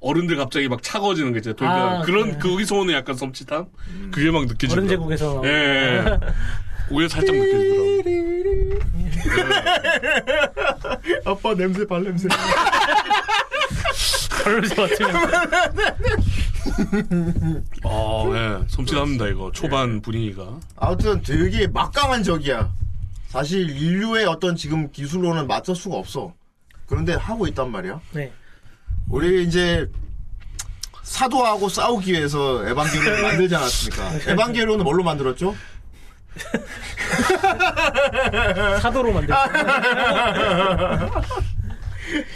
G: 어른들 갑자기 막 차가워지는 게 있잖아요. 그러니까
I: 아,
G: 그런
I: 네.
G: 거기서 오는 약간 섬찟함 그게 막 느껴지더라고요.
I: 어른 제국에서
G: 예. 예. 그게 살짝 느껴지더라고요.
H: 아빠 냄새 발냄새.
L: 그러면서 같으면
G: 아,
H: 음.
G: 예. 섬찟합니다, 이거.
H: 예.
G: 초반 분위기가. 어,
H: 아무튼 되게 막강한 적이야. 사실 인류의 어떤 지금 기술로는 맞설 수가 없어. 그런데 하고 있단 말이야.
I: 네.
H: 우리 이제 사도하고 싸우기 위해서 에반게리온을 만들지 않았습니까? 에반게리온은 뭘로 만들었죠?
I: 사도로 만들.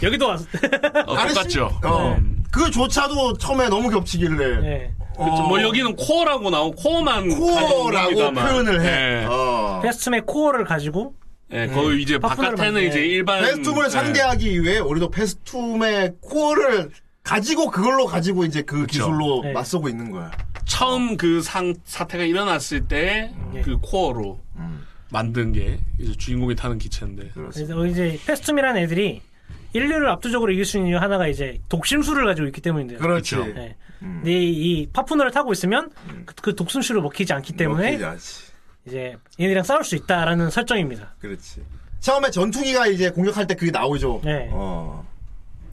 I: 여기도 왔어.
G: 어, 똑같죠. 네. 음.
H: 아르신- 어. 그조차도 처음에 너무 겹치길래
I: 네.
G: 그쵸, 뭐 여기는 코어라고 나오고 코어만 가는
H: 코어라고
G: 겁니다만.
H: 표현을 해.
G: 예.
H: 어.
I: 페스툼의 코어를 가지고
G: 예, 거의 이제
I: 파푸나를
G: 바깥에는
I: 만드네.
G: 이제 일반
H: 페스툼을
G: 예.
H: 상대하기 위해 우리도 페스툼의 코어를 가지고 그걸로 가지고 이제 그 기술로
I: 네.
H: 맞서고 있는 거야.
G: 처음 그 상 사태가 일어났을 때
H: 예.
G: 그 코어로
H: 음.
G: 만든 게 이제 주인공이 타는 기체인데
I: 그래서 이제 페스툼이라는 애들이 인류를 압도적으로 이길 수 있는 이유 하나가 이제 독심술을 가지고 있기 때문인데요.
H: 그렇지.
G: 그쵸.
I: 네.
G: 음.
I: 근데 이 파푸너를 타고 있으면 그, 그 독순수를 먹히지 않기 때문에
H: 먹히지 않지.
I: 이제 얘네랑 싸울 수 있다라는 설정입니다.
H: 그렇지. 처음에 전투기가 이제 공격할 때 그게 나오죠.
I: 네.
H: 어.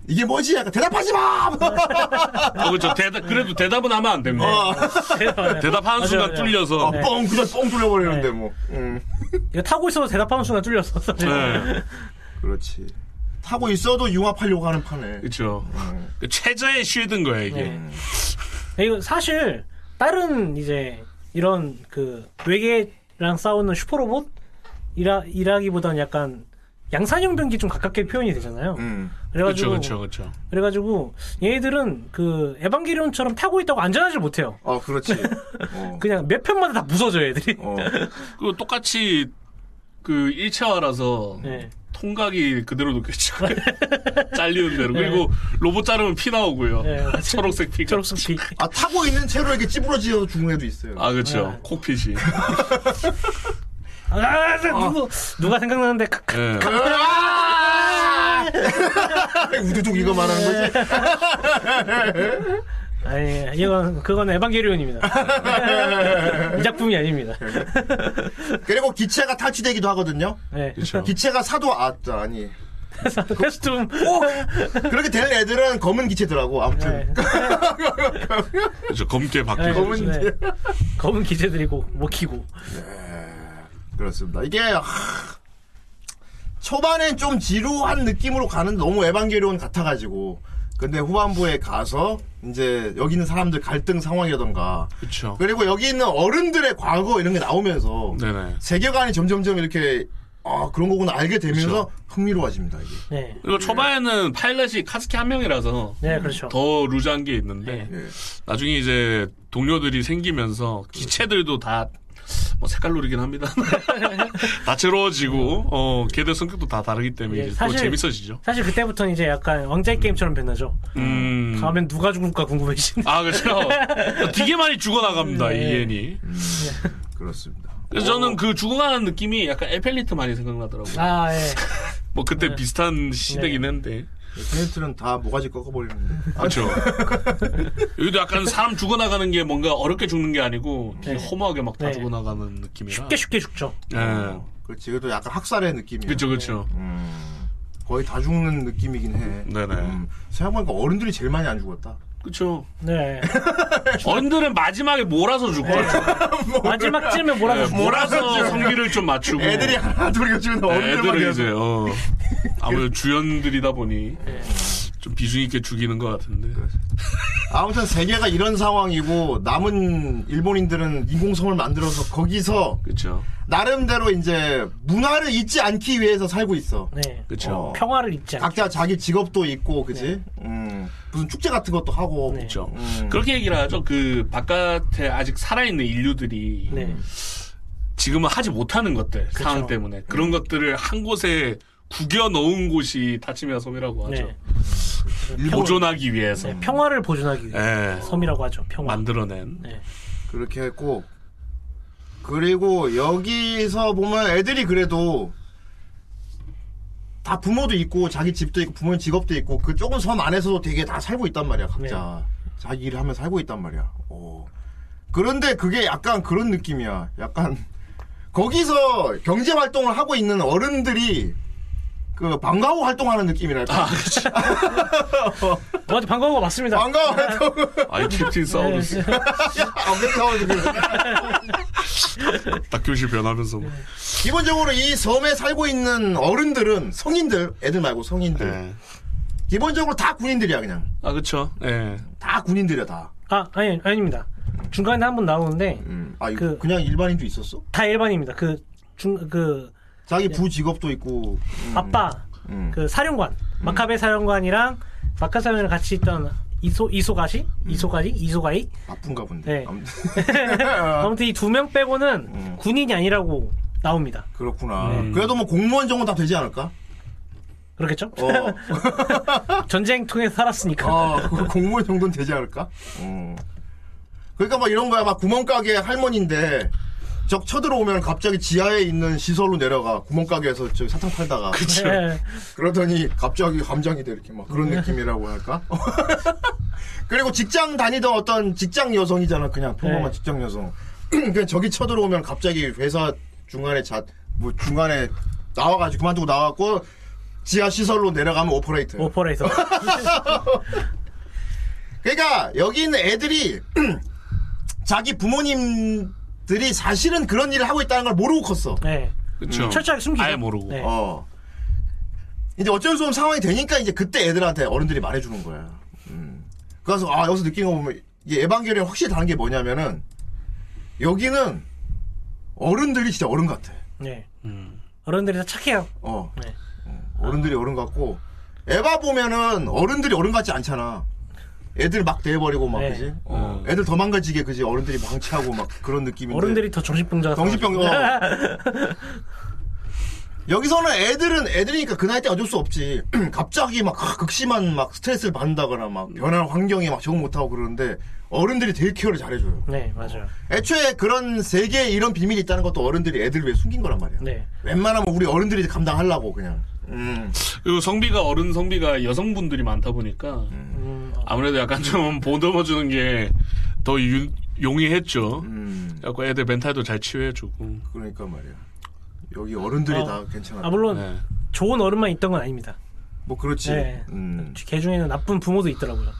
H: 이게 뭐지? 약간 대답하지 마!
G: 아, 그렇죠. 대답, 그래도 대답은 하면 안 됩니다.
H: 어.
G: 대답하는 순간
I: 맞아요. 어,
G: 뚫려서.
H: 아, 뻥, 그냥 뻥 뚫려버리는데 뭐. 음.
I: 이거 타고 있어도 대답하는 순간 뚫렸어. 사실.
G: 네.
H: 그렇지. 타고 있어도 융합하려고 하는 판에.
G: 그렇죠. 그 최저의 쉴드인 거야, 이게.
I: 네. 이거 사실 다른 이제 이런 그 외계랑 싸우는 슈퍼로봇 이라 이라기보다는 약간 양산형 병기 좀 가깝게 표현이 되잖아요.
H: 음.
G: 그렇죠,
I: 그래가지고
G: 그렇죠, 그렇죠.
I: 래가지고 얘네들은 그 에반게리온처럼 타고 있다고 안전하지 못해요.
H: 아, 그렇지. 어.
I: 그냥 몇 편마다 다 부서져요 애들이.
H: 어.
G: 그리고 똑같이 그 일체화라서
I: 네.
G: 통각이 그대로 놓겠죠. 잘리는 대로. 그리고 로봇 자르면 피 나오고요.
I: 네.
G: 초록색 피가.
I: 초록색 피.
H: 아, 타고 있는 채로 이렇게 찌부러지어서 죽는 애도 있어요.
G: 아, 그렇죠.
I: 네.
G: 콕핏이.
I: 아, 누구 누가 생각나는데 칵, 칵.
G: 예.
H: 아. 우두둑 이거 말하는 거지?
I: 아니 이건 그건 에반게리온입니다. 이 작품이 아닙니다.
H: 그리고 기체가 탈취되기도 하거든요.
I: 네.
G: 그렇죠.
H: 기체가 사도, 아, 아니.
I: 페스툼.
H: 그렇게 된 애들은 검은 기체더라고, 아무튼.
I: 네.
G: 그렇죠. 검게
I: 네,
G: 바뀌고.
H: 검은
I: 네. 검은 기재들이고 먹히고
H: 그렇습니다. 이게 하... 초반엔 좀 지루한 느낌으로 가는 너무 에반게리온 같아가지고 근데 후반부에 가서 이제 여기 있는 사람들 갈등 상황이라던가
G: 그렇죠.
H: 그리고 여기 있는 어른들의 과거 이런 게 나오면서
G: 네네.
H: 세계관이 점점점 이렇게 아 그런 거구나 알게 되면서
G: 그렇죠.
H: 흥미로워집니다 이게
I: 네,
G: 그리고 초반에는 파일럿이 카스키 한 명이라서
I: 네 그렇죠
G: 더 루즈한 게
I: 네.
G: 있는데
H: 예.
G: 나중에 이제 동료들이 생기면서 기체들도 다 뭐 색깔 노리긴 합니다. 다채로워지고 어 걔들 성격도 다 다르기 때문에
I: 예,
G: 이제
I: 사실-
G: 더 재밌어지죠.
I: 사실 그때부터는 이제 약간 왕자의 게임처럼 변하죠
G: 음.
I: 다음엔 누가 죽을까 궁금해지는
G: 아 그렇죠. 되게 많이 죽어나갑니다
I: 네.
G: 이 얘니.
H: 그렇습니다
G: 그래서 저는 그 죽어가는 느낌이 약간 에펠리트 많이 생각나더라고요.
I: 아 네. 예.
G: 뭐 그때 비슷한 시대긴 했는데.
H: 페인트는 다 모가지 꺾어버리는데
G: 그렇죠. 여기도 약간 사람 죽어나가는 게 뭔가 어렵게 죽는 게 아니고 되게
I: 네.
G: 허무하게 막 다
I: 네.
G: 죽어나가는 느낌이라.
I: 쉽게 쉽게 죽죠 어.
G: 예.
H: 그렇지 그래도 약간 학살의 느낌이야
G: 그렇죠, 그렇죠.
H: 거의 다 죽는 느낌이긴 해
G: 네네.
H: 음, 생각해보니까 어른들이 제일 많이 안 죽었다
G: 그렇죠.
I: 네
G: 언들은 마지막에 몰아서 죽고
I: 마지막 쯤에 뭐라고 죽-
G: 네. 예, 몰아서 성비를 좀 맞추고
H: 애들이 하나 둘이 지금 어른들만
G: 네. 애들은
H: 계속
G: 이제 어, 아무래도 주연들이다 보니 좀 비중 있게 죽이는 것 같은데
H: 아무튼 세계가 이런 상황이고 남은 일본인들은 인공섬을 만들어서 거기서
G: 그렇죠
H: 나름대로 이제 문화를 잊지 않기 위해서 살고 있어.
I: 네
G: 그렇죠
H: 어.
I: 평화를 잊지 않
H: 각자 자기 직업도 있고 그지?
G: 네.
H: 음, 무슨 축제 같은 것도 하고
I: 네.
G: 그렇죠
H: 음.
G: 그렇게 얘기를 하죠 그 바깥에 아직 살아있는 인류들이
I: 네
G: 지금은 하지 못하는 것들 상황 때문에 그런 것들을 한 곳에 구겨 넣은 곳이 타치미야 섬이라고 하죠
I: 네.
G: 보존하기 위해서
I: 네, 평화를 보존하기 위해
G: 예.
I: 섬이라고 하죠 평화
G: 만들어낸
H: 그렇게 했고 그리고 여기서 보면 애들이 그래도 다 부모도 있고 자기 집도 있고 부모님 직업도 있고 그 조금 섬 안에서도 되게 다 살고 있단 말이야 각자 자기 일을 하면서 살고 있단 말이야 오. 그런데 그게 약간 그런 느낌이야 약간 거기서 경제 활동을 하고 있는 어른들이 그 방과후 활동하는 느낌이랄까.
I: 맞아 방광호가 맞습니다.
H: 방과후 활동.
G: 아이 캡틴 사우루스
I: 네.
G: 학교실 변하면서 뭐.
H: 기본적으로 이 섬에 살고 있는 어른들은 성인들, 애들 말고 성인들.
I: 네.
G: 예.
H: 기본적으로 다 군인들이야 그냥.
G: 아 그쵸 예.
H: 다 군인들이야 다.
I: 아 아니 아닙니다. 중간에 한 번 나오는데
H: 음. 아 이거
I: 그-
H: 그... 냥 일반인도 있었어?
I: 다 일반입니다. 그 중 그
H: 자기 부 직업도 있고. 음,
I: 아빠
H: 음.
I: 네. 그 사령관 마카베 사령관이랑 마카 사령관 같이 있던 이소 이소가시 이소가시 이소가이
H: 바쁜가 본데.
I: 네.
H: 아무튼
I: 아무튼 이 두 명 빼고는 군인이 아니라고 나옵니다.
H: 그렇구나.
I: 네.
H: 그래도 뭐 공무원 정도 다 되지 않을까?
I: 그렇겠죠?
H: 어,
I: 전쟁 통해 서 살았으니까.
H: 어, 그 공무원 정도는 되지 않을까? 음. 그러니까 막 이런 거야. 막 구멍가게 할머니인데 적 쳐들어오면 갑자기 지하에 있는 시설로 내려가 구멍가게에서 저기 사탕 팔다가
G: 그쵸
I: 예.
H: 그러더니 갑자기 감정이 돼 이렇게 막 그런 느낌이라고 할까? 그리고 직장 다니던 어떤 직장 여성이잖아 그냥 평범한
I: 네.
H: 직장 여성. 그냥 저기 쳐들어오면 갑자기 회사 중간에 자 뭐 중간에 나와가지고 그만두고 나왔고 지하 시설로 내려가면 오퍼레이터.
I: 오퍼레이터.
H: 그러니까 여기 있는 애들이 자기 부모님들이 사실은 그런 일을 하고 있다는 걸 모르고 컸어.
I: 네.
G: 그쵸
I: 철저하게 숨기죠.
G: 아예 모르고
I: 네.
H: 어. 이제 어쩔 수 없는 상황이 되니까 이제 그때 애들한테 어른들이 말해주는 거야. 음. 그래서 아 여기서 느낀 거 보면 이게 에반게리온 확실히 다른 게 뭐냐면은 여기는 어른들이 진짜 어른 같아.
I: 네. 어른들이 다 착해요.
H: 어.
I: 네.
H: 어, 어른들이 어른 같고 에바 보면은 어른들이 어른 같지 않잖아. 애들 막 대버리고 막
I: 네.
H: 그지. 어. 애들 더 망가지게 그지. 어른들이 망치하고 막 그런 느낌인데.
I: 어른들이 더 정신병자.
H: 네. 정신병, 여기서는 애들은 애들이니까 그 나이 때 어쩔 수 없지. 갑자기 막 아, 극심한 막 스트레스를 받는다거나 막 변한 환경에 막 적응 못하고 그러는데 어른들이 되게 케어를 잘해줘요.
I: 네 맞아요.
H: 애초에 그런 세계에 이런 비밀이 있다는 것도 어른들이 애들 위해 숨긴 거란 말이야.
I: 네.
H: 웬만하면 우리 어른들이 감당하려고 그냥. 음.
G: 그리고 성비가 어른 성비가 여성분들이 많다 보니까
I: 음.
G: 아무래도 약간 좀 보듬어주는 게 더 용이했죠
H: 음.
G: 그래갖고 애들 멘탈도 잘 치유해주고
I: 음.
H: 그러니까 말이야. 여기 어른들이
I: 어.
H: 다 괜찮아.
I: 아 물론
G: 네.
I: 좋은 어른만 있던 건 아닙니다.
H: 뭐 그렇지.
I: 네.
H: 음.
I: 개 중에는 나쁜 부모도 있더라고요.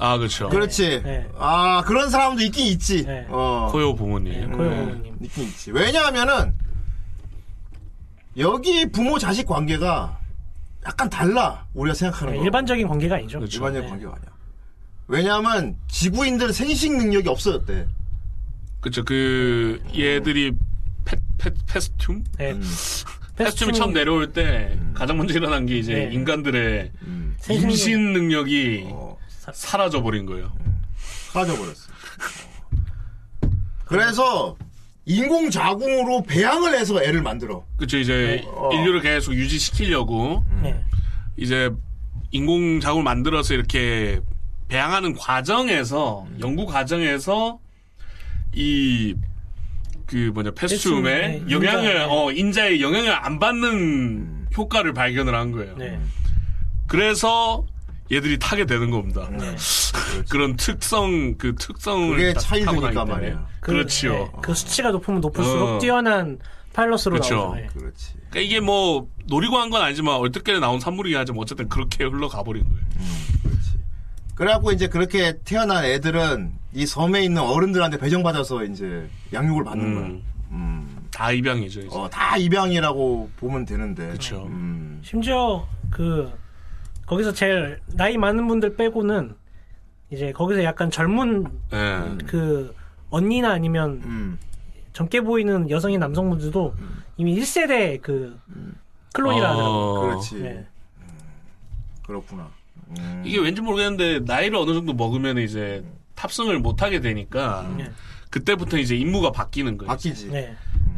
G: 아 그쵸
H: 그렇지.
I: 네.
H: 아 그런 사람도 있긴 있지.
I: 네.
H: 어.
G: 코요
I: 네,
G: 부모님
I: 고요
H: 네,
I: 부모님.
H: 느낌 있지. 왜냐하면은 여기 부모 자식 관계가 약간 달라 우리가 생각하는
I: 네,
H: 거.
I: 일반적인 관계가 아니죠.
G: 그렇죠.
H: 일반적인
I: 네.
H: 관계가 아니야. 왜냐하면 지구인들은 생식 능력이 없어졌대.
G: 그쵸 그 얘들이 페, 페, 페스툼?
I: 네.
G: 페스툼이
I: 페스툼이-
G: 처음 내려올 때 가장 먼저 일어난 게 이제
I: 네.
G: 인간들의
H: 음,
I: 생식
G: 임신 능력이
H: 어,
G: 사라져버린 거예요
I: 음.
H: 사라져버렸어. 어. 그래서 인공 자궁으로 배양을 해서 애를 만들어.
G: 그쵸 이제
H: 어.
G: 인류를 계속 유지시키려고
I: 네.
G: 이제 인공 자궁을 만들어서 이렇게 배양하는 과정에서 연구 과정에서 이 그 뭐냐
I: 패스툼에,
G: 패스툼에
I: 네,
G: 영향을
I: 인자, 네.
G: 어 인자의 영향을 안 받는 효과를 발견을 한 거예요.
I: 네.
G: 그래서 얘들이 타게 되는 겁니다.
I: 네.
G: 그런 특성 그 특성을
H: 음. 그게
G: 다
H: 차일드니까
G: 타고나기 때문에.
H: 말이야.
I: 그,
G: 그렇지요.
I: 네, 그 수치가 높으면 높을수록
G: 어.
I: 뛰어난 파일럿으로
G: 그쵸.
I: 나오죠. 네.
H: 그렇지.
G: 그러니까 이게 뭐 노리고 한 건 아니지만 얼뜻결에 나온 산물이긴 하지만 어쨌든 그렇게 흘러가 버린 거예요.
H: 그렇지. 그래갖고 이제 그렇게 태어난 애들은 이 섬에 있는 어른들한테 배정받아서 이제 양육을 받는 거야.
G: 음. 다 입양이죠. 이제.
H: 어, 다 입양이라고 보면 되는데.
G: 그쵸.
H: 음.
I: 심지어 그 거기서 제일 나이 많은 분들 빼고는 이제 거기서 약간 젊은
G: 예.
I: 그 언니나 아니면
H: 음.
I: 젊게 보이는 여성인 남성분들도 이미 1세대 그 클론이라 하더라고요.
G: 어.
H: 그렇지.
I: 네.
H: 그렇구나. 음.
G: 이게 왠지 모르겠는데 나이를 어느 정도 먹으면 이제 탑승을 못 하게 되니까
I: 네.
G: 그때부터 이제 임무가 바뀌는 거예요.
H: 바뀌지.
I: 네.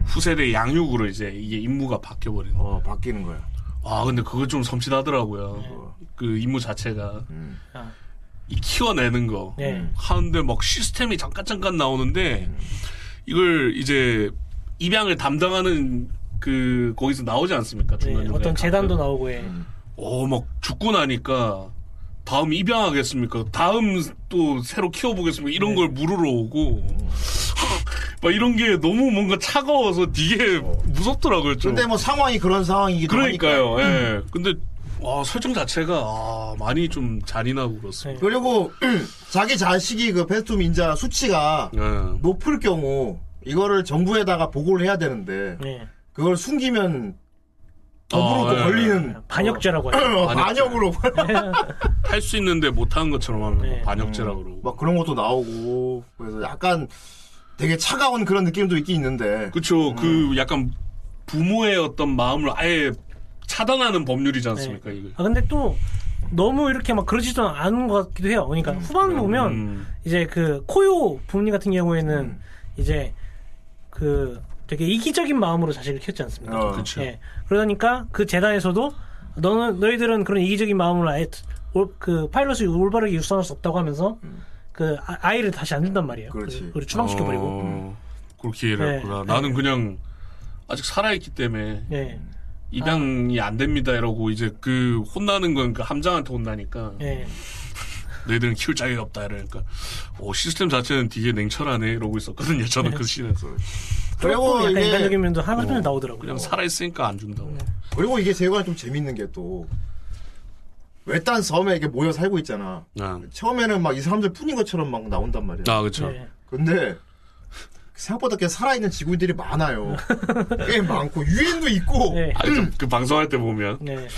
G: 후세대 양육으로 이제 이게 임무가 바뀌어 버리는.
H: 어, 바뀌는 거야.
G: 와 근데 그거 좀 섬찟하더라고요.
I: 예.
G: 그 임무 자체가
H: 음.
I: 아.
G: 이 키워내는 거
I: 네.
G: 하는데 막 시스템이 잠깐 잠깐 나오는데 이걸 이제 입양을 담당하는 그 거기서 나오지 않습니까
I: 네,
G: 중간 중간
I: 어떤 재단도 나오고 해.
G: 음. 어막 죽고 나니까 다음
H: 네.
G: 입양하겠습니까? 다음 또 새로 키워보겠습니까? 이런 걸 물으러 오고 막 이런 게 너무 뭔가 차가워서 되게 무섭더라고요. 좀.
H: 어. 근데 뭐 상황이 그런 상황이기도
G: 그러니까요.
H: 하니까. 음.
G: 예. 근데 와, 설정 자체가 아, 많이 좀 잔인하고
I: 네,
G: 그렇습니다.
H: 그리고 자기 자식이 그 패스툼 인자 수치가
G: 예.
H: 높을 경우 이거를 정부에다가 보고를 해야 되는데
I: 예. 그
H: 걸 숨기면 더불어
G: 예.
H: 또 걸리는
I: 반역죄라고 하죠.
H: 어,
G: 반역죄.
H: 반역으로
G: 할 수 있는데 못한 것처럼 하는
I: 네.
G: 반역죄라고 그러고.
H: 음. 막 그런 것도 나오고 그래서 약간 되게 차가운 그런 느낌도 있긴 있는데
G: 그쵸. 그 약간 부모의 어떤 마음을 아예 차단하는 법률이지 않습니까,
I: 네.
G: 이거.
I: 아 근데 또 너무 이렇게 막 그러지도 않은 것 같기도 해요. 그러니까 후반 보면
G: 음.
I: 이제 그 코요 부모님 같은 경우에는
H: 음.
I: 이제 그 되게 이기적인 마음으로 자식을 키웠지 않습니까?
H: 어.
G: 그쵸.
I: 예. 그러니까 그 재단에서도 너는 너희들은 그런 이기적인 마음으로 아예 올- 그 파일럿을 올바르게 육성할 수 없다고 하면서 그 아- 아이를 다시 안 준단 말이에요.
H: 음. 그렇지.
I: 그- 그리고 추방시켜버리고. 음.
G: 어, 그렇게 이해를
I: 네.
G: 했구나.
I: 네.
G: 나는 그냥 아직 살아있기 때문에
I: 예.
G: 입양이 안 됩니다 이러고 이제 그 혼나는 건 그 함장한테 혼나니까
I: 예.
G: 너희들은 키울 자격이 없다 이러니까 오, 시스템 자체는 되게 냉철하네 이러고 있었거든요. 저는
I: 네.
G: 그 씬에서
H: 그리고
I: 조금 약간
H: 이게- 어.
I: 인간적인 면도 하루종일 나오더라고요. 네.
G: 그냥 살아있으니까 안 준다고.
H: 그리고 이게 세계관이 좀 재밌는 게 또 외딴 섬에 이렇게 모여 살고 있잖아
G: 아,
H: 처음에는 막 이 사람들 뿐인 것처럼 막 나온단 말이야
G: 아 그렇죠.
I: 예.
H: 근데 생각보다 꽤 살아있는 지구인들이 많아요 꽤 많고 유엔도 있고
I: 예.
G: 아니 좀그 방송할 때 보면
I: 네. 어.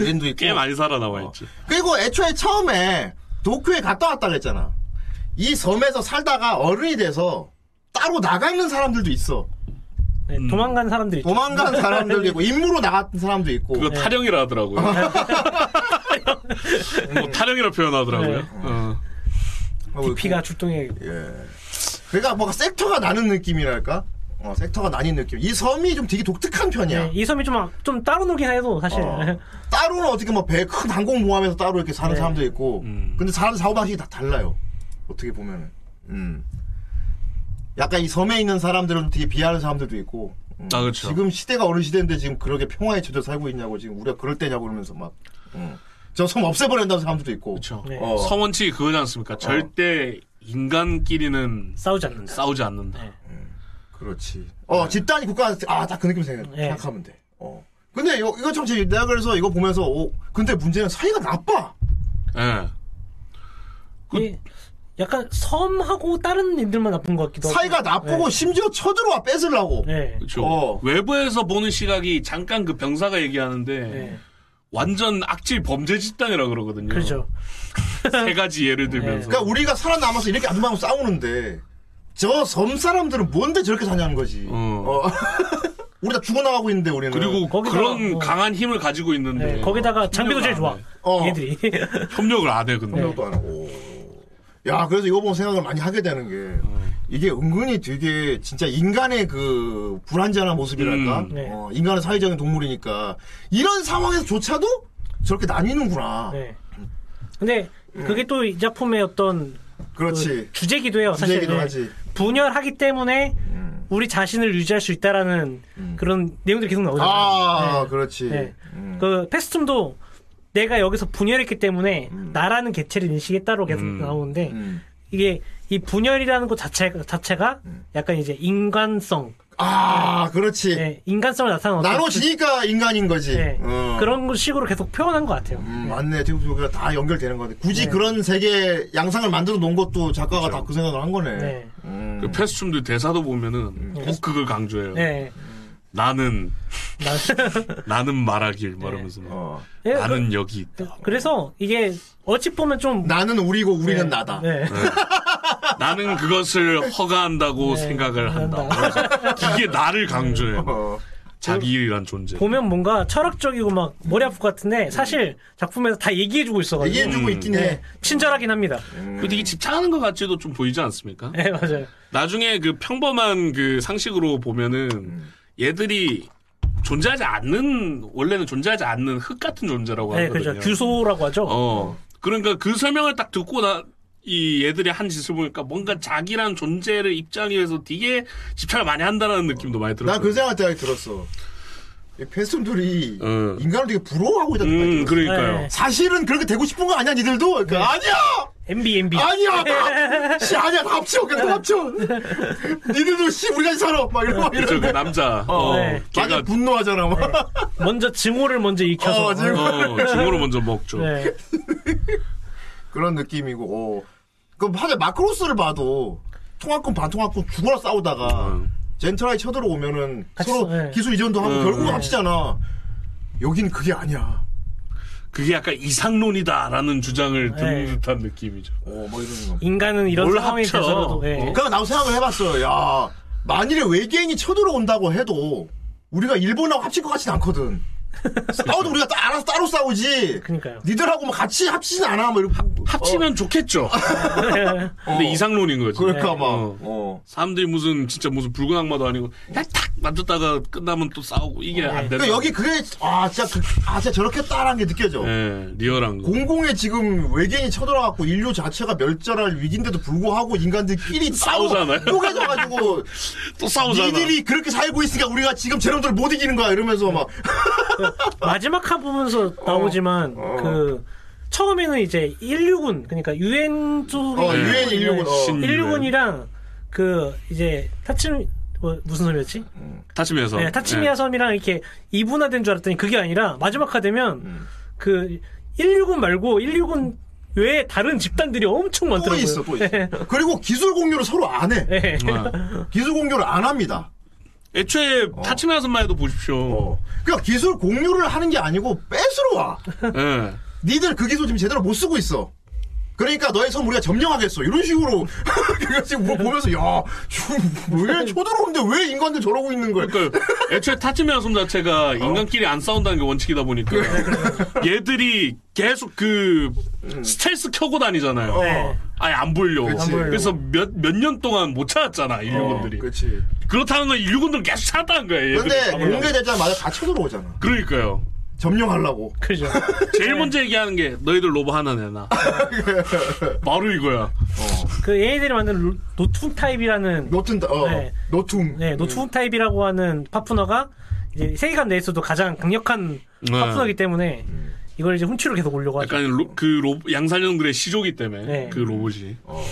H: 유엔도 있고
G: 꽤 많이 살아남아 있지.
H: 그리고 애초에 처음에 도쿄에 갔다 왔다 그랬잖아. 이 섬에서 살다가 어른이 돼서 따로 나가 있는 사람들도 있어.
I: 네,
H: 음.
I: 도망간 사람들이 있죠.
H: 도망간 사람들도 있고 임무로 나갔던 사람도 있고.
I: 네.
G: 그거 타령이라 하더라고요. 뭐 타령이라 표현하더라고요.
I: 네.
G: 어.
H: 그리고
I: 피가 출동해.
H: 그러니까 뭔가 섹터가 나는 느낌이랄까? 어, 섹터가 나뉜 느낌. 이 섬이 좀 되게 독특한 편이야.
I: 네, 이 섬이 좀, 아- 좀 따로 놀긴 해도 사실.
H: 어. 따로는 어떻게 뭐배큰 항공 모함에서 따로 이렇게 사는
I: 네.
H: 사람도 있고.
G: 음.
H: 근데 사람 사고 방식이 다 달라요. 어떻게 보면은. 음. 약간 이 섬에 있는 사람들은 되게 비하하는 사람들도 있고. 음.
G: 아, 그쵸.
H: 지금 시대가 어느 시대인데 지금 그렇게 평화에 처져 살고 있냐고 지금 우리가 그럴 때냐고 그러면서 막. 음. 저섬 없애버린다는 사람들도 있고.
G: 그렇죠.
I: 네.
H: 어.
G: 성원칙이 그거지 않습니까? 절대 인간끼리는
I: 싸우지 않는다.
G: 싸우지 않는다.
I: 네.
H: 그렇지.
G: 네.
H: 어, 집단이 국가, 아, 딱 그 느낌 생각,
I: 네.
H: 생각하면 돼. 어. 근데 이거, 이거 참 재밌, 내가 그래서 이거 보면서, 어, 근데 문제는 사이가 나빠.
G: 예. 그-
I: 이- 약간 섬하고 다른 일들만 나쁜 것 같기도 하고.
H: 사이가
G: 네.
H: 나쁘고 심지어 쳐들어와 뺏으려고.
I: 네.
G: 그렇죠.
H: 어.
G: 외부에서 보는 시각이 잠깐 그 병사가 얘기하는데
I: 네.
G: 완전 악질 범죄 집단이라 그러거든요.
I: 그렇죠. 네.
G: 세 가지 예를 들면서.
H: 그러니까 우리가 살아남아서 이렇게 아줌마하고 싸우는데 저 섬 사람들은 뭔데 저렇게 사냐는 거지.
G: 어.
H: 어. 우리 다 죽어나가고 있는데 우리는.
G: 그리고
I: 거기다가,
G: 그런
I: 어.
G: 강한 힘을 가지고 있는데
I: 네, 거기다가
G: 협력을
I: 장비도 제일
G: 안
I: 좋아.
G: 해.
H: 음. 어.
I: 얘들이.
G: 협력을 안 해 근데.
H: 생각도 안 하고. 어. 야, 그래서 이거 보면 생각을 많이 하게 되는 게
G: 어.
H: 이게 은근히 되게 진짜 인간의 그 불안전한 모습이랄까.
G: 음.
I: 네.
H: 어, 인간은 사회적인 동물이니까 이런 상황에서조차도 저렇게 나뉘는구나.
I: 네. 근데 그게 또 이 작품의 어떤 그
H: 그렇지.
I: 주제기도 해요. 사실.
H: 주제기도
I: 네.
H: 하지. 음.
I: 분열하기 때문에 우리 자신을 유지할 수 있다라는 그런 내용들이 계속 나오잖아요.
H: 아,
I: 네.
H: 그렇지.
I: 네.
H: 음.
I: 그 패스툼도 내가 여기서 분열했기 때문에 나라는 개체를 인식했다로 계속 나오는데
H: 음.
I: 이게 이 분열이라는 것 자체, 자체가 약간 이제 인간성,
H: 아, 그렇지.
I: 예, 인간성을 나타내는 어떤
H: 나눠지니까 인간인 거지.
I: 예,
H: 어.
I: 그런 식으로 계속 표현한 것 같아요.
H: 음, 맞네. 지금 우리가 다 연결되는 거네. 굳이 그런 세계 양상을 만들어 놓은 것도 작가가 다 그 생각을 한 거네.
I: 네.
H: 음.
G: 그 패스춤들 대사도 보면은 꼭 그걸 강조해요.
I: 네.
G: 나는
I: 나-
G: 나는 말하길 말하면서 막,
H: 어.
I: 예,
G: 나는 여기 있다.
I: 그래서 이게 어찌 보면 좀
H: 나는 우리고 우리는
I: 네,
H: 나다.
I: 네.
G: 나는 그것을
I: 네,
G: 허가한다고 생각을 한다. 그래서 이게 나를 강조해. 요
H: 어.
G: 자기란 존재.
I: 보면 뭔가 철학적이고 막 머리 아플 것 같은데 사실 작품에서 다 얘기해주고 있어가지고
G: 음.
I: 네.
H: 얘기해주고 있긴 해.
I: 친절하긴 합니다.
H: 음.
G: 그 되게 집착하는 것 같지도 좀 보이지 않습니까?
I: 네 맞아요.
G: 나중에 그 평범한 그 상식으로 보면은
H: 음.
G: 얘들이 존재하지 않는 원래는 존재하지 않는 흙 같은 존재라고
I: 네
G: 하거든요.
I: 그렇죠. 규소라고 하죠.
G: 어. 그러니까 그 설명을 딱 듣고 나 이 얘들이 한 짓을 보니까 뭔가 자기란 존재를 입장에서 되게 집착을 많이 한다는 느낌도 많이 들었어요.
H: 난 그 생각 되게 들었어. 이 패스톤들이
G: 어.
H: 인간을 되게 부러워하고 있다는
G: 음,
H: 그 생각이 들었어.
G: 그러니까요.
I: 네.
H: 사실은 그렇게 되고 싶은 거 아니야, 니들도? 그러니까 아니야!
I: MB MB.
H: 아니야 나! 씨 아니야 다 합쳐 그냥 다 합쳐 니들도 씨 우리같이 살아 막 이러고
G: 그쵸, 그
H: 이러는데
G: 남자.
H: 어,
G: 어,
I: 네.
H: 나중에
G: 걔가
H: 분노하잖아 막
I: 먼저 증오를 먼저 익혀서.
H: 어, 증오.
G: 어, 증오를 먼저 먹죠.
I: 네.
H: 그런 느낌이고 어. 그 사실 마크로스를 봐도 통합군 반통합군 죽어라 싸우다가 젠틀하게 쳐들어오면은
I: 같이
H: 서로
I: 써, 예.
H: 기수 이전도 하고
G: 음,
H: 결국은
G: 네.
H: 합치잖아 여긴 그게 아니야
G: 그게 약간 이상론이다라는 주장을 듣는
I: 네.
G: 듯한 느낌이죠.
H: 어뭐 이러는 거
I: 인간은 이런
G: 뭘
I: 상황이
G: 합쳐.
I: 돼서라도. 예.
H: 그러니까 나도 생각을 해봤어요. 야 만일에 외계인이 쳐들어온다고 해도 우리가 일본하고 합칠 것 같진 않거든. 싸워도 우리가 따, 알아서 따로 싸우지.
I: 그러니까요.
H: 니들하고 막 같이 합치진 않아. 뭐 이렇게.
G: 합치면 좋겠죠. 근데 이상론인 거지.
H: 어. 그럴까 봐.
G: 어.
H: 어.
G: 사람들이 무슨 진짜 무슨 붉은 악마도 아니고 그냥 탁 만졌다가 끝나면 또 싸우고 이게 안 되는.
H: 그러니까 여기 그게 아 진짜 그, 아 진짜 저렇게 따라한 게 느껴져.
G: 예, 리얼한 거.
H: 공공에 지금 외계인이 쳐들어갖고 인류 자체가 멸절할 위기인데도 불구하고 인간들끼리
G: 싸우잖아요.
H: 싸우고 쪼개져가지고
G: 또 싸우잖아.
H: 니들이 그렇게 살고 있으니까 우리가 지금 쟤놈들 못 이기는 거야 이러면서 막
I: 마지막 한 부분에서
H: 어.
I: 나오지만 그 처음에는 이제 169군 그러니까 UN 쪽에
H: 어, 유엔 인류군 어.
G: 신-
I: 169이랑 그 이제 타츠 뭐, 무슨 소리였지?
G: 타치미에서.
I: 네, 타츠미야 섬이랑 이렇게 이분화된 줄 알았더니 그게 아니라 마지막 화 되면 그 169 말고 169 외에 다른 집단들이 엄청
H: 또
I: 많더라고요.
H: 있어, 또 있어. 그리고 기술 공유를 서로 안 해.
I: 네.
G: 예. 어.
H: 기술 공유를 안 합니다.
G: 예. 애초에
H: 어.
G: 타치미야 섬만 해도 보십시오.
H: 그러니까 기술 공유를 하는 게 아니고 뺏으러 와.
G: 예.
H: 니들 그 기술 지금 제대로 못 쓰고 있어. 그러니까 너의 섬 우리가 점령하겠어. 이런 식으로. 그러니까 지금 뭐 보면서 야, 왜 쳐들어오는데 왜 인간들 저러고 있는 거야.
G: 그러니까 애초에 타치미야 섬 자체가 인간끼리 안 싸운다는 게 원칙이다 보니까
H: 네, 그렇죠.
G: 얘들이 계속 그 스텔스 켜고 다니잖아요.
I: 네.
H: 어.
G: 아예 안 보려고.
H: 그치. 어,
G: 그래서 몇 몇 년 동안 못 찾았잖아 인류군들이.
H: 그렇지.
G: 그렇다는 건 인류군들 계속 찾았다는 거야. 얘들이
H: 근데
G: 잡으려고.
H: 공개되자마자 다 쳐들어오잖아.
G: 그러니까요.
H: 점령하려고.
I: 그죠.
H: 네.
G: 제일 먼저 얘기하는 게 너희들 로봇 하나 내놔. 바로 이거야.
I: 그 얘네들이 만든 로- 노툰 타입이라는
H: 노튼 음. 어.
I: 네.
H: 노툼.
I: 네, 노트북 타입이라고 하는 파푸너가 이제 세계관 내에서도 가장 강력한
G: 네.
H: 음.
I: 파푸너이기 때문에 이걸 이제 훔치로 계속 올려고 하죠.
G: 약간 로, 그 로, 양산형들의 시조기 때문에
I: 네.
G: 그 로봇이
H: 어.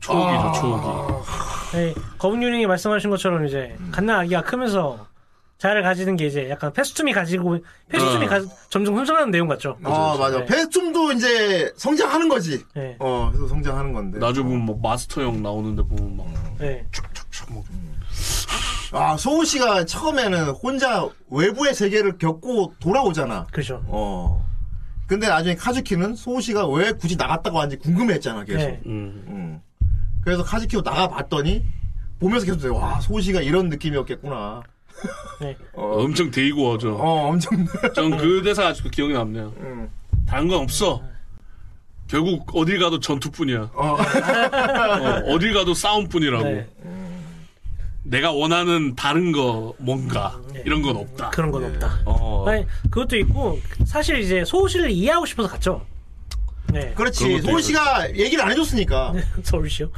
G: 초기죠
H: 아.
G: 초기.
I: 네, 거북유령이 말씀하신 것처럼 이제
H: 음.
I: 갓난 아기가 크면서 자아를 가지는 게 이제 약간 페스툼이 가지고 페스툼이
G: 어.
I: 가- 점점 훼손하는 내용 같죠.
H: 음. 아, 맞아.
I: 네.
H: 배툼도 이제 성장하는 거지.
I: 네.
H: 어, 그래서 성장하는 건데.
G: 나중에 보면 뭐 마스터형 나오는데 보면 막
I: 네.
G: 촥촥촥 막
H: 아, 소우 씨가 처음에는 혼자 외부의 세계를 겪고 돌아오잖아.
I: 그죠.
H: 어. 근데 나중에 카즈키는 소우 씨가 왜 굳이 나갔다고 하는지 궁금해했잖아, 계속.
I: 네.
G: 음.
H: 음. 그래서 카즈키도 나가봤더니 보면서 계속 와, 소우 씨가 이런 느낌이었겠구나.
I: 네.
G: 엄청 데이고 와죠.
H: 어, 엄청.
G: 전 그 대사 아직도 기억이 남네요.
H: 음.
G: 다른 건 없어. 결국 어딜 가도 전투뿐이야.
H: 어.
G: 어, 딜 가도 싸움뿐이라고.
I: 네.
G: 내가 원하는 다른 거 뭔가
H: 음. 네.
G: 이런 건 없다.
I: 그런 건 없다.
H: 예.
G: 어.
I: 아니, 그것도 있고 사실 이제 소우 씨를 이해하고 싶어서 갔죠. 네.
H: 그렇지.
G: 것도
H: 소우 씨가 얘기를 안 해줬으니까.
I: 서울시요.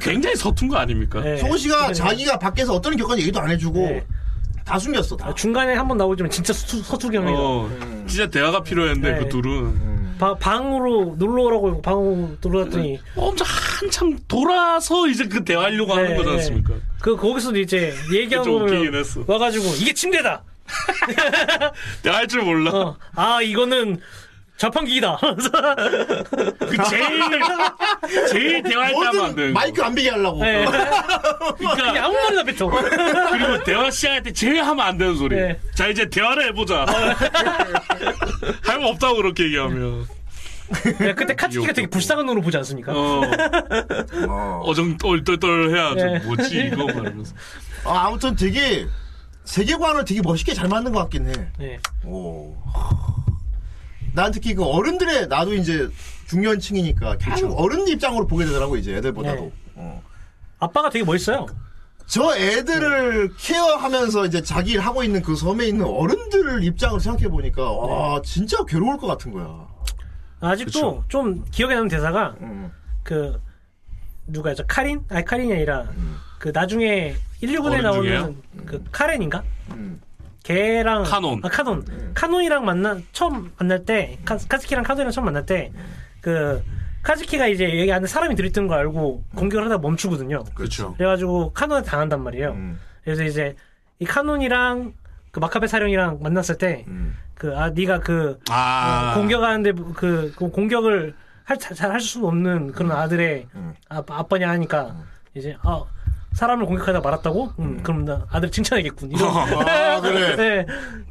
G: 굉장히 서툰 거 아닙니까?
I: 그 네.
H: 음. 소우 씨가
I: 그러니까
H: 자기가 밖에서 어떤 겪었는지 얘기도 안 해주고
I: 네.
H: 다 숨겼어, 다.
I: 아, 중간에 한 번 나오지만 진짜 서투- 서투경이에요.
G: 어,
H: 음.
G: 진짜 대화가 필요했는데
I: 네.
G: 그 둘은
I: 바- 방으로 놀러 오라고 하고 방으로 들어갔더니
G: 엄청 한참 돌아서 이제 그 대화하려고 하는
I: 네,
G: 거지
I: 네.
G: 않습니까?
I: 그 거기서도 이제 얘기하고
G: 좀 웃기긴
I: 보면
G: 했어.
I: 와가지고 이게 침대다.
G: 대화할 줄 몰라.
I: 어, 아 이거는 자판기다. 하면서
G: 그 제일 제일 대화할 때 하면 안
H: 뭐든
G: 돼.
H: 마이크 안 비게 하려고.
I: 네. 그러니까 그냥
G: 그러니까
I: 아무 말이나 뱉어.
G: 그리고 대화 시작할 때 제일 하면 안 되는 소리.
I: 네. 어.
G: 자 이제 대화를 해보자. 할 말 없다고 그렇게 얘기하면
I: 야, 네, 그때 카츠키가 되게 불쌍한 눈으로 보지 않습니까?
G: 어 어정 똘똘똘 해야죠.
I: 네.
G: 뭐지 이거 말면서
H: 아, 아무튼 되게 세계관을 되게 멋있게 잘 만든 것 같긴 해.
I: 네.
H: 오. 난 특히 그 어른들의 나도 이제 중년층이니까 계속 어른 입장으로 보게 되더라고 이제 애들보다도.
I: 그렇죠. 네.
H: 어.
I: 아빠가 되게 멋있어요.
H: 저 애들을 케어하면서 이제 자기 일 하고 있는 그 섬에 있는 어른들 입장을 생각해 보니까
I: 네.
H: 와 진짜 괴로울 것 같은 거야.
I: 아직도 좀 기억에 남는 대사가
H: 음.
I: 그 누가죠? 카린? 아니 카린이 아니라 그 나중에 119에
G: 어른
I: 나오는 그 카렌인가?
H: 음.
I: 걔랑
G: 카논.
I: 아, 카논. 카논이랑 만나 처음 만날 때 카, 카스키랑 카논이랑 처음 만날 때 그 카즈키가 이제 여기 안에 사람이 들이뜬 걸 알고 공격을 하다 멈추거든요.
G: 그렇죠.
I: 그래가지고 카논한테 당한단 말이에요.
H: 음.
I: 그래서 이제 이 카논이랑 그 마카베 사령이랑 만났을
H: 음.
I: 때 그 아 네가 그
G: 아
I: 공격하는데 그, 그 공격을 잘할 수 없는 그런 아들의
H: 음.
I: 아, 아빠냐 하니까 이제 아 사람을 공격하다 말았다고? 음, 그럼 나 아들 칭찬하겠군. 이런,
H: 아, 그래.
I: 네,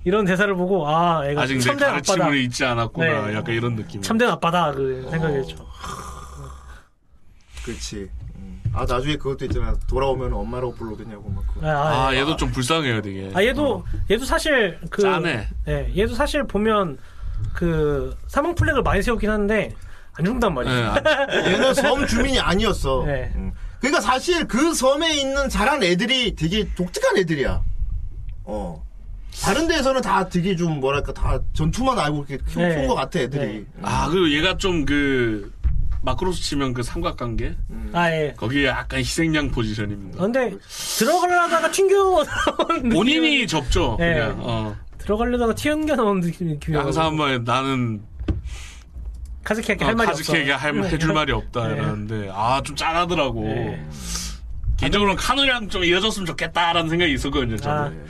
I: 이런 대사를 보고 아 애가
G: 아직 내
I: 참된 아빠다.
G: 가르침을 잊지 않았구나.
I: 네.
G: 약간 이런 느낌.
I: 참된 아빠다 그 생각했죠.
H: 그렇지. 음. 아 나중에 그것도 있잖아. 돌아오면 엄마라고 불러대냐고 막 그.
I: 아, 아,
G: 아 얘도 좀 불쌍해요 되게.
I: 아, 얘도 얘도 사실 그
G: 짠해.
I: 예, 얘도 사실 보면 그 사망 플렉을 많이 세우긴 하는데 안 죽는단 말이에요.
G: 네, 아,
H: 얘는 섬 주민이 아니었어.
I: 네.
H: 음. 그러니까 사실 그 섬에 있는 자란 애들이 되게 독특한 애들이야. 어. 다른 데에서는 다 되게 좀 뭐랄까 다 전투만 알고 이렇게 키운
I: 네.
H: 것 같아 애들이. 음,
G: 아 그리고 얘가 좀 그 마크로스 치면 그 삼각관계
I: 아 예. 아,
G: 거기에 약간 희생양 포지션입니다.
I: 근데 들어가려다가 튕겨 나온
G: 본인이 접죠
I: 네. 그
G: 그냥. 어.
I: 들어가려다가 튕겨 나온 느낌이 기억
G: 항상 한 번에 나는
I: 카즈키한테 할
G: 어,
I: 말이 없어.
G: 카즈키에게 할, 해줄 말이 없다
I: 네.
G: 이러는데 아 좀 짠하더라고.
I: 네.
G: 개인적으로는 카누랑 좀 이어졌으면 좋겠다라는 생각이 있었거든요.
I: 아, 뭐
G: 저는.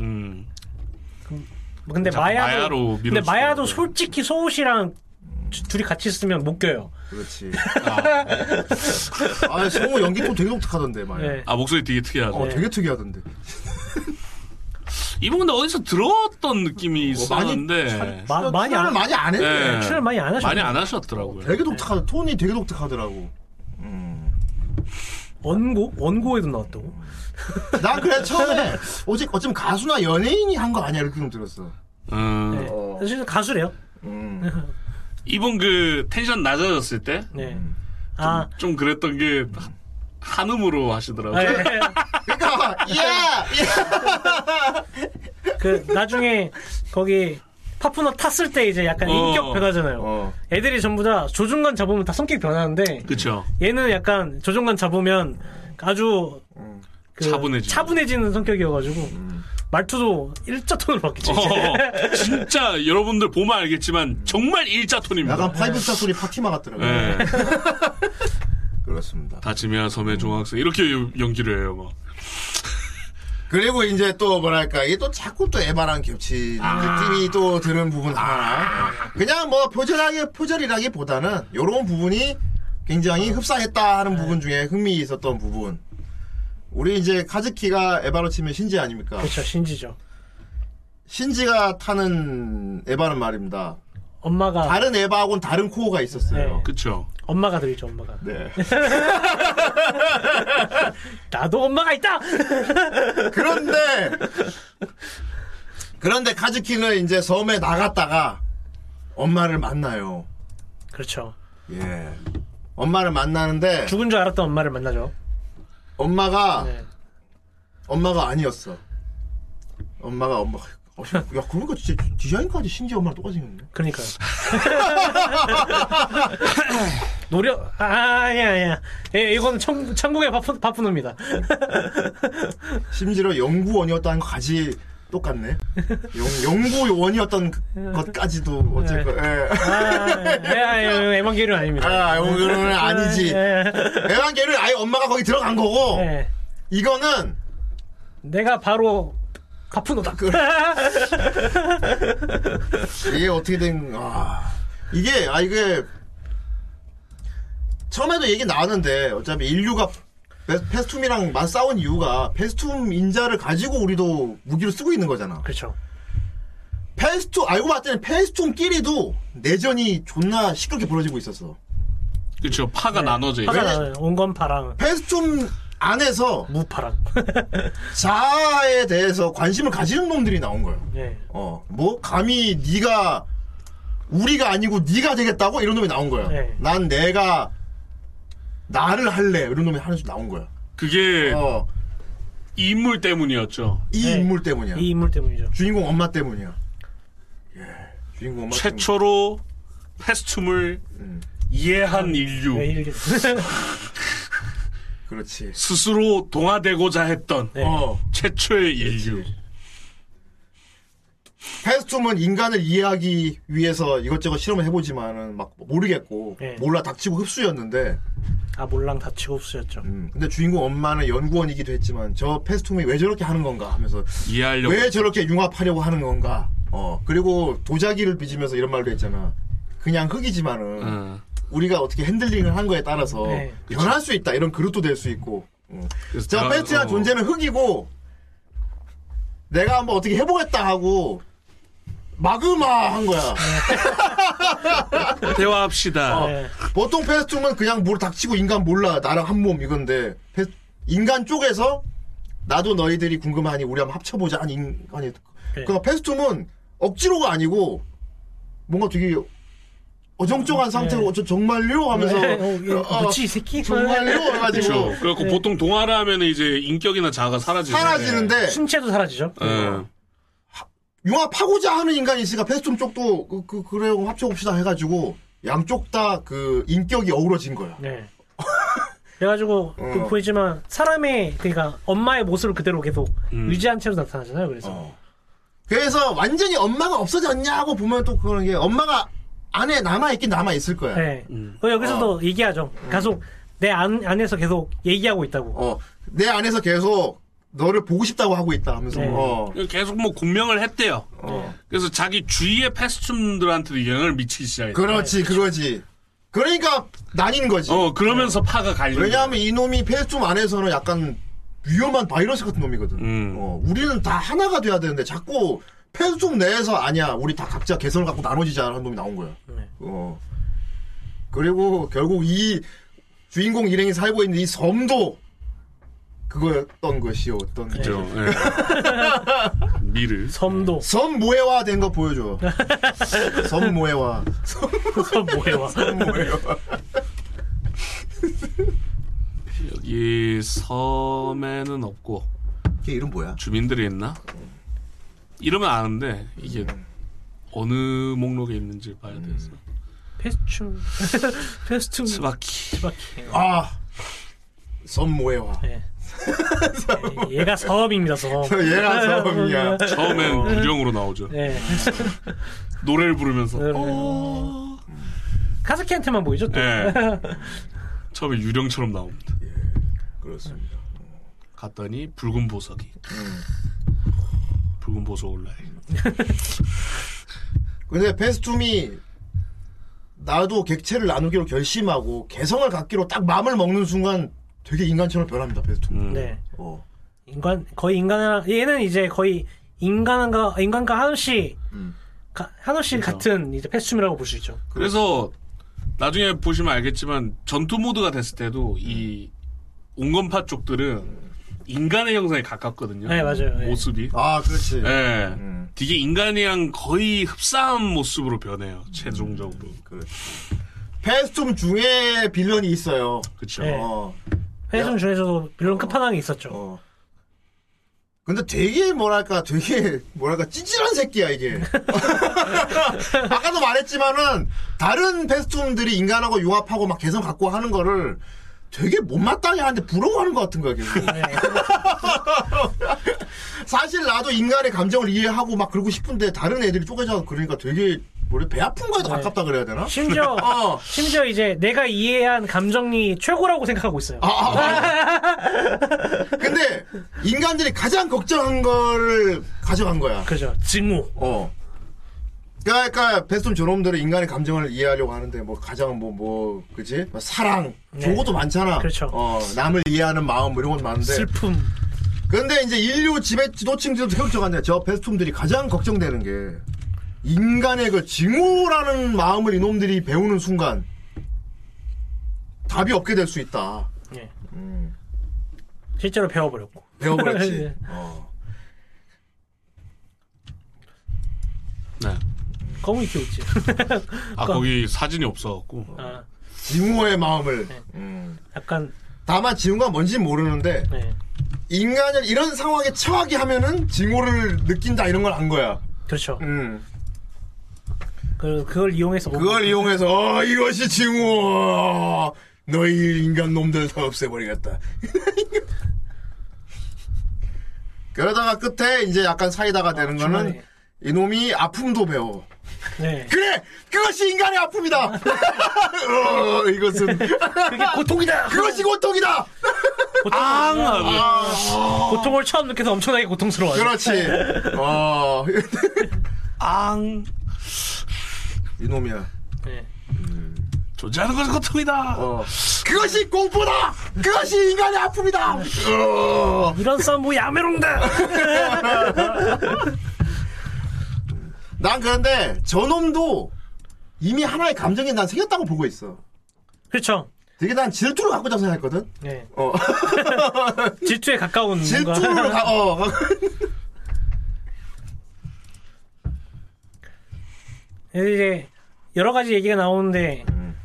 G: 음.
I: 근데
G: 자꾸
I: 마야도
G: 마야로
I: 근데
G: 밀어주는
I: 마야도
G: 거예요.
I: 솔직히 소옷이랑 주- 둘이 같이 있으면 못 껴요.
H: 그렇지. 네. 아, 성우 연기 또 되게 독특하던데 말이야.
I: 네.
G: 아 목소리 되게 특이하죠.
H: 어,
I: 네.
H: 되게 특이하던데.
G: 이분 근데 어디서 들어왔던 느낌이 있었는데
I: 마- 많이
H: 출연을
I: 안-
H: 많이 안 했네.
G: 네.
I: 출연 많이 안 하셨네.
G: 많이 안 하셨더라고요.
H: 되게 독특하다. 톤이 되게 독특하더라고.
I: 원고 원고에도 나왔다고.
H: 난 그래 처음에 어째 어쩜 가수나 연예인이 한 거 아니야 이렇게 좀 들었어.
G: 음.
I: 네. 사실 가수래요.
G: 이분 그 텐션 낮아졌을 때 좀
I: 네. 아,
G: 그랬던 게 하- 한음으로 하시더라고요.
I: 아, 예, 예.
H: 그러니까 예.
I: 그 나중에 거기 파푸너 탔을 때 이제 약간
G: 어.
I: 인격 변하잖아요.
H: 어.
I: 애들이 전부 다 조종관 잡으면 다 성격 변하는데
G: 그쵸.
I: 얘는 약간 조종관 잡으면 아주 그
G: 차분해지죠.
I: 차분해지는 성격이어가지고 말투도 일자 톤으로 바뀌죠. 이제.
G: 어, 진짜 여러분들 보면 알겠지만 정말 일자 톤입니다.
H: 약간 파이브 스타 소리 파티마 같더라고. 요
G: 예.
H: 그렇습니다.
G: 다치미야 섬의 종학생 이렇게 요- 연기를 해요 뭐. 막.
H: 그리고 이제 또 뭐랄까 이게 또 자꾸 또 에바랑 겹친
I: 아.
H: 느낌이 또 드는 부분 하나. 그냥 뭐 표절하기 표절이라기보다는 이런 부분이
I: 어.
H: 굉장히 흡사했다
I: 네.
H: 하는 부분 중에 흥미 있었던 부분. 우리 이제 카즈키가 에바로 치면 신지 아닙니까?
I: 그렇죠, 신지죠.
H: 신지가 타는 에바는 말입니다.
I: 엄마가
H: 다른 에바하고는 다른 코어가 있었어요.
G: 그쵸.
I: 엄마가 들죠, 엄마가.
H: 네.
I: 나도 엄마가 있다. 네.
H: 그런데 그런데 카즈키는 이제 섬에 나갔다가 엄마를 만나요.
I: 그렇죠.
H: 예. 엄마를 만나는데
I: 죽은 줄 알았던 엄마를 만나죠.
H: 엄마가
I: 네.
H: 엄마가 아니었어. 엄마가 엄마. 어, 야 그러니까 진짜 디자인까지 신지 엄마랑 똑같이 생겼네.
I: 그러니까요. 노력, 아, 아니야, 아니야. 예, 이건 천, 천국의 바쁜, 바쁜 놈이다.
H: 심지어 연구원이었다는 것까지 똑같네. 연, 연구원이었던 그- 것까지도 어쨌건. 예.
I: 아, 예, 예, 예, 에반게리온 아닙니다.
H: 아, 이거는 아니지.
I: 예,
H: 에반게리온 아예 엄마가 거기 들어간 거고
I: 예.
H: 이거는
I: 내가 바로 바쁜 놈다.
H: 이게 어떻게 된 아. 이게 아 이게 처음에도 얘기 나왔는데 어차피 인류가 베- 페스툼이랑 맞싸운 이유가 페스툼 인자를 가지고 우리도 무기로 쓰고 있는 거잖아.
I: 그렇죠.
H: 페스툼 알고 봤더니 페스툼끼리도 내전이 존나 시끄럽게 벌어지고 있었어.
G: 그쵸. 파가 나눠져 있어요.
I: 파가 온건파랑
H: 페스툼 안에서
I: 무파랑.
H: 자아에 대해서 관심을 가지는 놈들이 나온 거예요.
I: 예.
H: 어, 뭐 감히 네가 우리가 아니고 네가 되겠다고 이런 놈이 나온 거야.
I: 네.
H: 난 내가 나를 할래 이런 놈이 하는 줄 나온 거야.
G: 그게
H: 어,
G: 이 인물 때문이었죠.
H: 이
I: 네.
H: 인물 때문이야.
I: 이 인물 때문이죠.
H: 주인공 엄마 때문이야. 예, 주인공 엄마
G: 최초로 패스툼을 이해한 인류.
I: 예, 이렇게.
H: 때문. 그렇지.
G: 스스로 어, 동화되고자 했던
I: 네.
G: 어, 최초의 인류.
H: 헤스톰은 인간을 이해하기 위해서 이것저것 실험을 해보지만은 막 모르겠고
I: 예.
H: 몰라 닥치고 흡수였는데
I: 아 몰랑 다치고 없으셨죠.
H: 음, 근데 주인공 엄마는 연구원이기도 했지만 저 페스톰이 왜 저렇게 하는 건가 하면서
G: 이해하려고.
H: 왜 저렇게 융합하려고 하는 건가 어 그리고 도자기를 빚으면서 이런 말도 했잖아 그냥 흙이지만은
G: 어.
H: 우리가 어떻게 핸들링을 한 거에 따라서
I: 네.
H: 변할 수 있다 이런 그릇도 될 수 있고 음.
G: 그래서
H: 자
G: 나-
H: 페스트란
G: 어.
H: 존재는 흙이고 내가 한번 어떻게 해보겠다 하고 마그마 한 거야
G: 대화합시다.
I: 네.
H: 보통 페스툼은 그냥 물 닥치고 인간 몰라 나랑 한 몸 이건데 페- 인간 쪽에서 나도 너희들이 궁금하니 우리 한번 합쳐보자 한 인간이
I: 네.
H: 그러니까 페스툼은 억지로가 아니고 뭔가 되게 어정쩡한 상태로 저 정말요 하면서
I: 음, 네, 어, 이거
H: 어,
I: 뭐지 이 새끼?
H: 정말요 해가지고
G: 그렇죠. 그래갖고 보통 동화를 하면 이제 인격이나 자아가 사라지죠.
H: 네. 사라지는데 어.
I: 신체도 사라지죠.
G: 예. 예.
H: 융합하고자 하는 인간이 있으니까 페스툼 쪽도 그, 그 그래 그럼 합쳐봅시다 해가지고 양쪽 다 그 인격이 어우러진 거야.
I: 네. 그래가지고 그
H: 어.
I: 보이지만 사람의 그러니까 엄마의 모습을 그대로 계속
H: 음.
I: 유지한 채로 나타나잖아요. 그래서
H: 어. 그래서 완전히 엄마가 없어졌냐고 보면 또 그런 게 엄마가 안에 남아 있긴 남아 있을 거야.
I: 네. 그 여기서도
H: 어.
I: 얘기하죠. 계속 내 안, 안에서 계속 얘기하고 있다고.
H: 음. 어, 내 안에서 계속 너를 보고 싶다고 하고 있다 하면서.
I: 네.
H: 어,
G: 계속 뭐 군명을 했대요.
H: 어.
G: 그래서 자기 주위의 패스툼들한테도 영향을 미치기 시작했어.
I: 네.
H: 그렇지, 그거지. 그러니까 나뉜 거지.
G: 어, 그러면서 파가 갈리는
H: 왜냐하면 이 놈이 페스툼 안에서는 약간 위험한 바이러스 같은 놈이거든.
G: 음.
H: 어, 우리는 다 하나가 돼야 되는데 자꾸 페스툼 내에서 아니야. 우리 다 각자 개성을 갖고 나눠지자 하는 놈이 나온 거야.
I: 네.
H: 어. 그리고 결국 이 주인공 일행이 살고 있는 이 섬도 그거였던 것이요. 어떤
G: 거죠. 예. 미를.
I: 섬도
H: 섬 모해화 된 거 보여줘. 섬 모해화.
I: 섬 뭐예요?
H: 섬 모해화.
G: 여기 섬에는 없고
H: 걔 이름 뭐야?
G: 주민들이 있나? 이름은 아는데 이게 어느 목록에 있는지 봐야 돼서.
I: 페스춤 페스춤
G: 스바키.
H: 아, 섬 모해화.
I: 네. 예, 얘가 섬입니다 섬.
H: 얘가 섬이야.
G: 처음엔 유령으로 나오죠.
I: 네.
G: 노래를 부르면서.
I: 네. 카즈키한테만 보이죠
H: 네.
I: 또.
G: 예. 처음에 유령처럼 나옵니다.
H: 그렇습니다.
G: 갔더니 붉은 보석이. 붉은 보석 올라요.
H: 근데 베스툼이 나도 객체를 나누기로 결심하고 개성을 갖기로 딱 마음을 먹는 순간 되게 인간처럼 변합니다 베스툼.
G: 음.
I: 네.
H: 어.
I: 인간 거의 인간이랑 얘는 이제 거의 인간과 인간과 한우 씨
H: 음.
I: 가- 한우 씨
H: 그렇죠.
I: 같은 이제 패스춤이라고 볼 수 있죠.
G: 그래서 나중에 보시면 알겠지만 전투 모드가 됐을 때도 이 온건파 쪽들은 인간의 형상에 가깝거든요.
I: 네, 맞아요. 네.
G: 모습이.
H: 아 그렇지.
G: 예. 되게 인간이랑 거의 흡사한 모습으로 변해요. 최종적으로.
H: 그렇지. 베스툼 중에 빌런이 있어요.
G: 그렇죠.
I: 네.
H: 어.
I: 패스춤 중에서도 물론 끝판왕이 있었죠.
H: 어. 근데 되게 뭐랄까 되게 뭐랄까 찌질한 새끼야 이게. 아까도 말했지만은 다른 베스툼들이 인간하고 융합하고 막 개성 갖고 하는 거를 되게 못마땅해 하는데 부러워하는 것 같은 거야 계속.
I: 네.
H: 사실 나도 인간의 감정을 이해하고 막 그러고 싶은데 다른 애들이 쪼개져서 그러니까 되게 뭐래 배 아픈 거에도 가깝다 그래야 되나?
I: 심지어
H: 어.
I: 심지어 이제 내가 이해한 감정이 최고라고 생각하고 있어요.
H: 아, 아, 맞아. 근데 인간들이 가장 걱정한 거를 가져간 거야.
I: 그죠. 증오.
H: 어. 그러니까 베스톰 저놈들은 인간의 감정을 이해하려고 하는데 뭐 가장 뭐 뭐 그지 뭐 사랑
I: 네.
H: 좋은 것도 많잖아.
I: 그렇죠.
H: 어 남을 이해하는 마음 뭐 이런 건 많은데.
I: 슬픔.
H: 근데 이제 인류 지배 지도층들도 태극적한데 저 베스톰들이 가장 걱정되는 게 인간의 그 증오라는 마음을 이놈들이 배우는 순간 답이 없게 될 수 있다.
I: 예. 실제로 배워버렸고.
H: 음. 배워버렸지.
I: 네.
H: 어.
G: 네.
I: 거문이 키웠지.
G: 아 거기 사진이 없어갖고.
I: 그러니까 아,
H: 증오의 마음을.
I: 네.
H: 음.
I: 약간
H: 다만 증오가 뭔지 모르는데
I: 네.
H: 인간을 이런 상황에 처하게 하면은 징후를 느낀다 이런 걸 안 거야.
I: 그렇죠.
H: 음.
I: 그 그걸 이용해서 뭔가-
H: 그걸 이용해서 어, 이것이 징후. 너희 인간 놈들 다 없애버리겠다. 그러다가 끝에 이제 약간 사이다가 되는 거는
I: 아, 중간에.
H: 이놈이 아픔도 배워.
I: 네.
H: 그래! 그것이 인간의 아픔이다! 어, 이것은.
I: 그게 고통이다.
H: 그것이 고통이다!
I: 고통, 고통을 처음 느껴서 엄청나게 고통스러워요.
H: 그렇지. 어,
G: 앙
H: 이놈이야.
I: 네.
G: 존재하는 것은 고통이다.
H: 어. 그것이 공포다! 그것이 인간의 아픔이다! 어.
I: 이런 싸움 뭐 야메롱다.
H: 난 그런데 저놈도 이미 하나의 감정이 난 생겼다고 보고 있어.
I: 그렇죠.
H: 되게 난 질투를 갖고 잡 생각했거든?
I: 네.
H: 어.
I: 질투에 가까운
H: 질투를
I: 뭔가.
H: 가, 어.
I: 그래서 네, 이제 여러 가지 얘기가 나오는데
H: 음.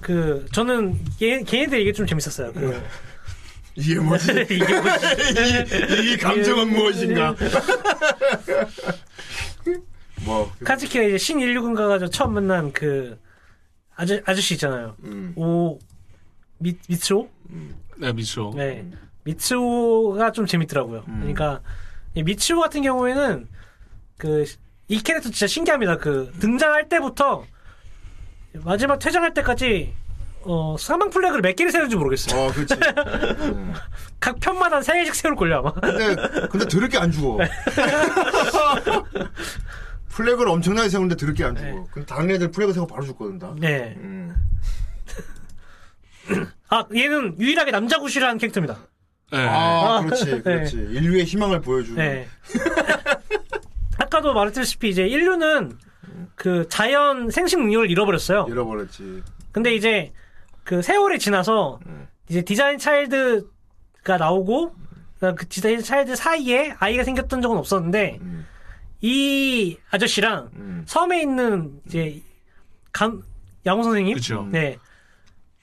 I: 그 저는 얘, 걔네들 얘기 좀 재밌었어요. 그
H: 이게 뭐지?
I: 이게 뭐
H: 이, 이 감정은 무엇인가? 뭐,
I: 카즈키가 이제 신 169인가 가지고 처음 만난 그 아저 아저씨 있잖아요.
H: 음.
I: 오 미, 미츠오?
G: 네, 미쳐.
I: 네. 미츠오가 좀 재밌더라고요. 그러니까 이 미츠오 같은 경우에는 그 이 캐릭터 진짜 신기합니다. 그 등장할 때부터 마지막 퇴장할 때까지 어 사망 플래그를 몇 개를 세는지 모르겠어요.
H: 어, 그렇지. 음.
I: 각 편마다 세 개씩 세울 걸요 아마.
H: 근데, 근데 더럽게 안 죽어. 플래그를 엄청나게 세우는데 더럽게 안 죽어. 근데 다른 애들 플래그 세고 바로 죽거든, 다.
I: 네.
H: 네. 음.
I: 아 얘는 유일하게 남자 구실하는 캐릭터입니다.
G: 네.
H: 아,
I: 아,
H: 그렇지, 그렇지. 인류의 희망을 보여주는.
I: 네. 아까도 말했다시피 이제 인류는 그 자연 생식 능력을 잃어버렸어요.
H: 잃어버렸지.
I: 근데 이제 그 세월이 지나서
H: 음.
I: 이제 디자인 차일드가 나오고 그다음 그 디자인 차일드 사이에 아이가 생겼던 적은 없었는데
H: 음.
I: 이 아저씨랑
H: 음.
I: 섬에 있는 이제 감 양호 선생님,
G: 그쵸.
I: 네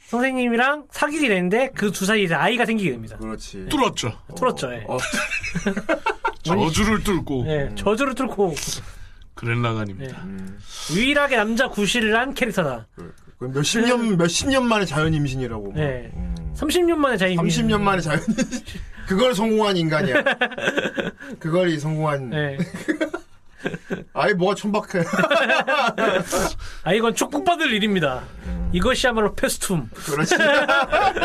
I: 선생님이랑 사귀게 되는데 그 두 사이에 이제 아이가 생기게 됩니다.
H: 그렇지.
I: 네.
G: 뚫었죠.
I: 뚫었죠. 예.
H: 어, 음.
G: 저주를 뚫고
I: 예, 저주를 뚫고
G: 그랜라간입니다.
I: 네. 유일하게 남자 구실을 한 캐릭터다.
H: 그 몇십 년, 몇십 년 만에 자연 임신이라고.
I: 네.
H: 음.
I: 30년 만에 자기
H: 30년 만에 자연 임신. 그걸 성공한 인간이야. 그걸 이 성공한.
I: 네.
H: 아이, 뭐가 천박해.
I: 아 이건 축복받을 일입니다.
G: 음.
I: 이것이야말로 페스툼.
H: 그렇지.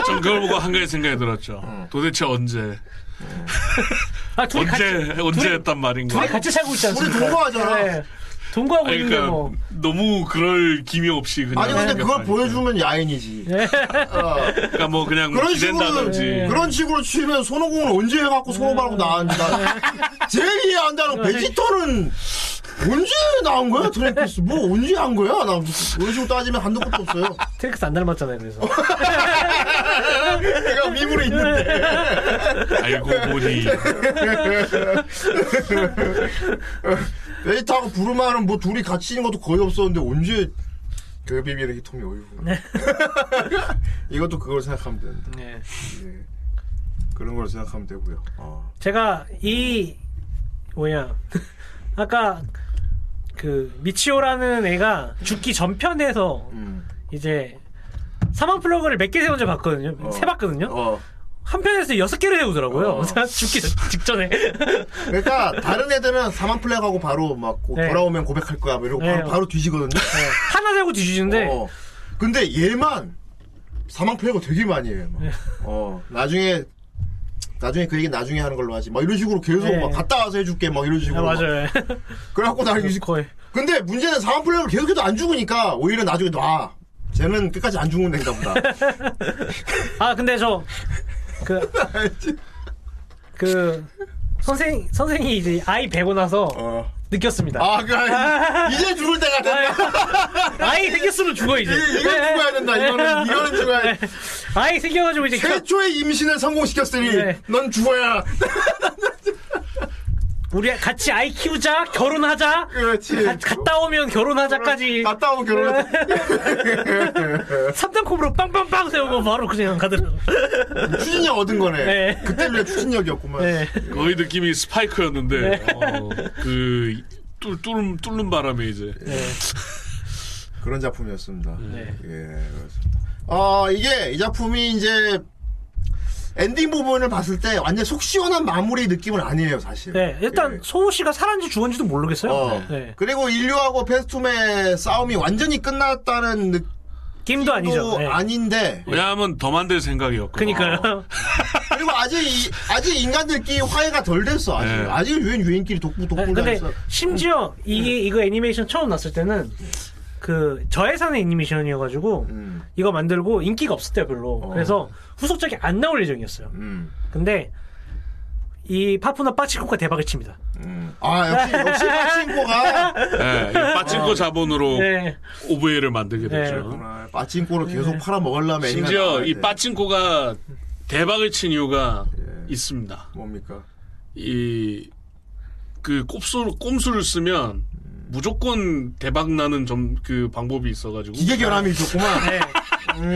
G: 전 그걸 보고 한 가지 생각이 들었죠. 도대체 언제
I: 아 둘이
G: 언제
I: 같이
G: 언제
I: 둘이-
G: 했단 말인가?
I: 둘이 같이 살고 있지
H: 우리
I: 않습니까? 네.
H: 동거하잖아.
I: 동거하고
G: 아니,
I: 있는데
G: 그러니까
I: 뭐
G: 너무 그럴 기미 없이 그냥
H: 아니, 근데 그걸
G: 생각하니까.
H: 보여주면 야인이지.
I: 네.
H: 어.
G: 그러니까 뭐 그냥 뭐
H: 그런
G: 기댄다든지
H: 식으로 네. 그런 식으로 치면 손오공은 언제 해갖고
I: 네.
H: 손오바라고 나왔는다. 제일 이해 안 되는 건 베지터는 언제 나온 거야 트랭크스? 뭐 언제 한 거야? 나 그런 식으로 따지면 한도 끝도 없어요.
I: 트릭스 안 닮았잖아요. 그래서
G: 어?
H: 내가 미물에
I: 네.
H: 있는데.
G: 알고 보니
H: 네. 베지터하고 부르마는 뭐 둘이 같이 있는 것도 거의 없었는데 언제 결비비의 히통이 어이구. 이것도 그걸 생각하면 된다.
I: 네.
H: 예. 그런 걸 생각하면 되고요. 어.
I: 제가 이 뭐야 아까 그 미치오라는 애가 죽기 전편에서
H: 음.
I: 이제 사망 플러그를 몇 개 세운지 봤거든요. 세봤거든요.
H: 어.
I: 한 편에서 여섯 개를 세우더라고요.
H: 어.
I: 죽기 직전에.
H: 그러니까 다른 애들은 사망 플레이하고 바로 막 고-
I: 네.
H: 돌아오면 고백할 거야 뭐 이러고
I: 네.
H: 바로, 바로 뒤지거든요.
I: 하나 세고 뒤지는데
H: 어. 근데 얘만 사망 플레이하고 되게 많이 해요.
I: 네.
H: 막. 어. 나중에 나중에 그 얘기 나중에 하는 걸로 하지. 막 이런 식으로 계속
I: 네.
H: 막 갔다 와서 해줄게 막 이런 식으로. 막.
I: 아, 맞아요.
H: 그래갖고
G: 아,
H: 나 이제
I: 거의.
H: 근데 문제는 사망 플레이를 계속해도 안 죽으니까 오히려 나중에 놔. 쟤는 끝까지 안 죽는 애인가 보다.
I: 아 근데 저 그 그 선생 선생이 이제 아이 배고 나서
H: 어.
I: 느꼈습니다.
H: 아, 그, 아이- 이제 죽을 때가 됐다.
I: 아이 생겼으면 죽어 이제. 네.
H: 이- 이건 죽어야 된다. 이거는, 이거는 죽어야 돼.
I: 아이 생겨가지고 이제 겨-
H: 최초의 임신을 성공시켰으니
I: 네.
H: 넌 죽어야
I: 우리 같이 아이 키우자 결혼하자.
H: 그렇지
I: 가- 갔다 오면 결혼하자까지
H: 갔다 오면 결혼해
I: 삼단콤으로 빵빵빵 세우고 바로 그냥 가더라고.
H: 추진력 얻은 거네
I: 네.
H: 그때 왜 추진력이었구만
I: 네.
G: 거의 느낌이 스파이크였는데 어, 그 뚫, 뚫, 뚫는 바람에 이제
I: 네.
H: 그런 작품이었습니다 아,
I: 네.
H: 예 그렇습니다 어 이게 이 작품이 이제 엔딩 부분을 봤을 때 완전 속 시원한 마무리 느낌은 아니에요 사실.
I: 네, 일단
H: 예.
I: 소우 씨가 살았는지 죽었는지도 모르겠어요.
H: 어.
I: 네.
H: 그리고 인류하고 페스툼의 싸움이 완전히 끝났다는 느낌도
I: 게임도 아니죠. 네.
H: 아닌데
G: 왜냐하면 더 만들 생각이었고.
H: 어.
I: 그니까요.
H: 그리고 아직 이- 아직 인간들끼리 화해가 덜 됐어 아직
G: 네.
H: 아직 유엔 유엔끼리 독부
I: 네,
H: 독부가
I: 근데
H: 있어.
I: 심지어 이게 이거 애니메이션 처음 났을 때는 그 저예산의 애니메이션이어가지고
H: 음,
I: 이거 만들고 인기가 없을 때 별로. 그래서 후속작이 안 나올 예정이었어요.
H: 음,
I: 근데 이 파푸나 빠치코가 대박을 칩니다.
H: 음. 아 역시 역시 빠친코가
G: 예, 이 빠친코 자본으로
I: 네.
G: 오브웨를 만들게
I: 네.
G: 됐죠.
H: 아, 빠친코를 계속 팔아 먹으려면
G: 심지어 이 빠친코가 대박을 친 이유가
H: 네.
G: 있습니다.
H: 뭡니까?
G: 이, 그 꼼수, 꼼수를 쓰면 무조건 대박 나는 점, 그 방법이 있어가지고.
H: 기계 결함이 있었구만.
I: 네.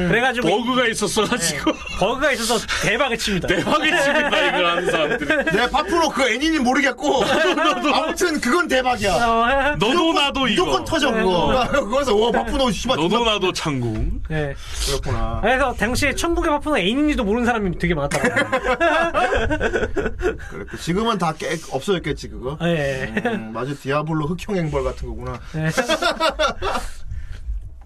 I: 그래가지고
G: 버그가 있었어가지고.
H: 네.
I: 버그가 있어서 대박을 칩니다.
G: 어. 대박이 칩니다, 이걸 하는 사람들이.
H: 내 파프로 그 애니는 모르겠고 아무튼 그건 대박이야.
I: 어,
G: 너도 나도 이거.
H: 무조건 터져 그거. 그거서 와 파프노 씨발
G: 너도
H: 존나
G: 나도 창궁.
I: 네.
H: 그렇구나.
I: 그래서 당시에 천국의 파푸나 애인인지도 모르는 사람이 되게 많았다고.
H: 그래, 지금은 다 깨, 없어졌겠지 그거.
I: 예.
H: 음, 맞아 디아블로 흑형 행벌 같은 거구나.
I: 네.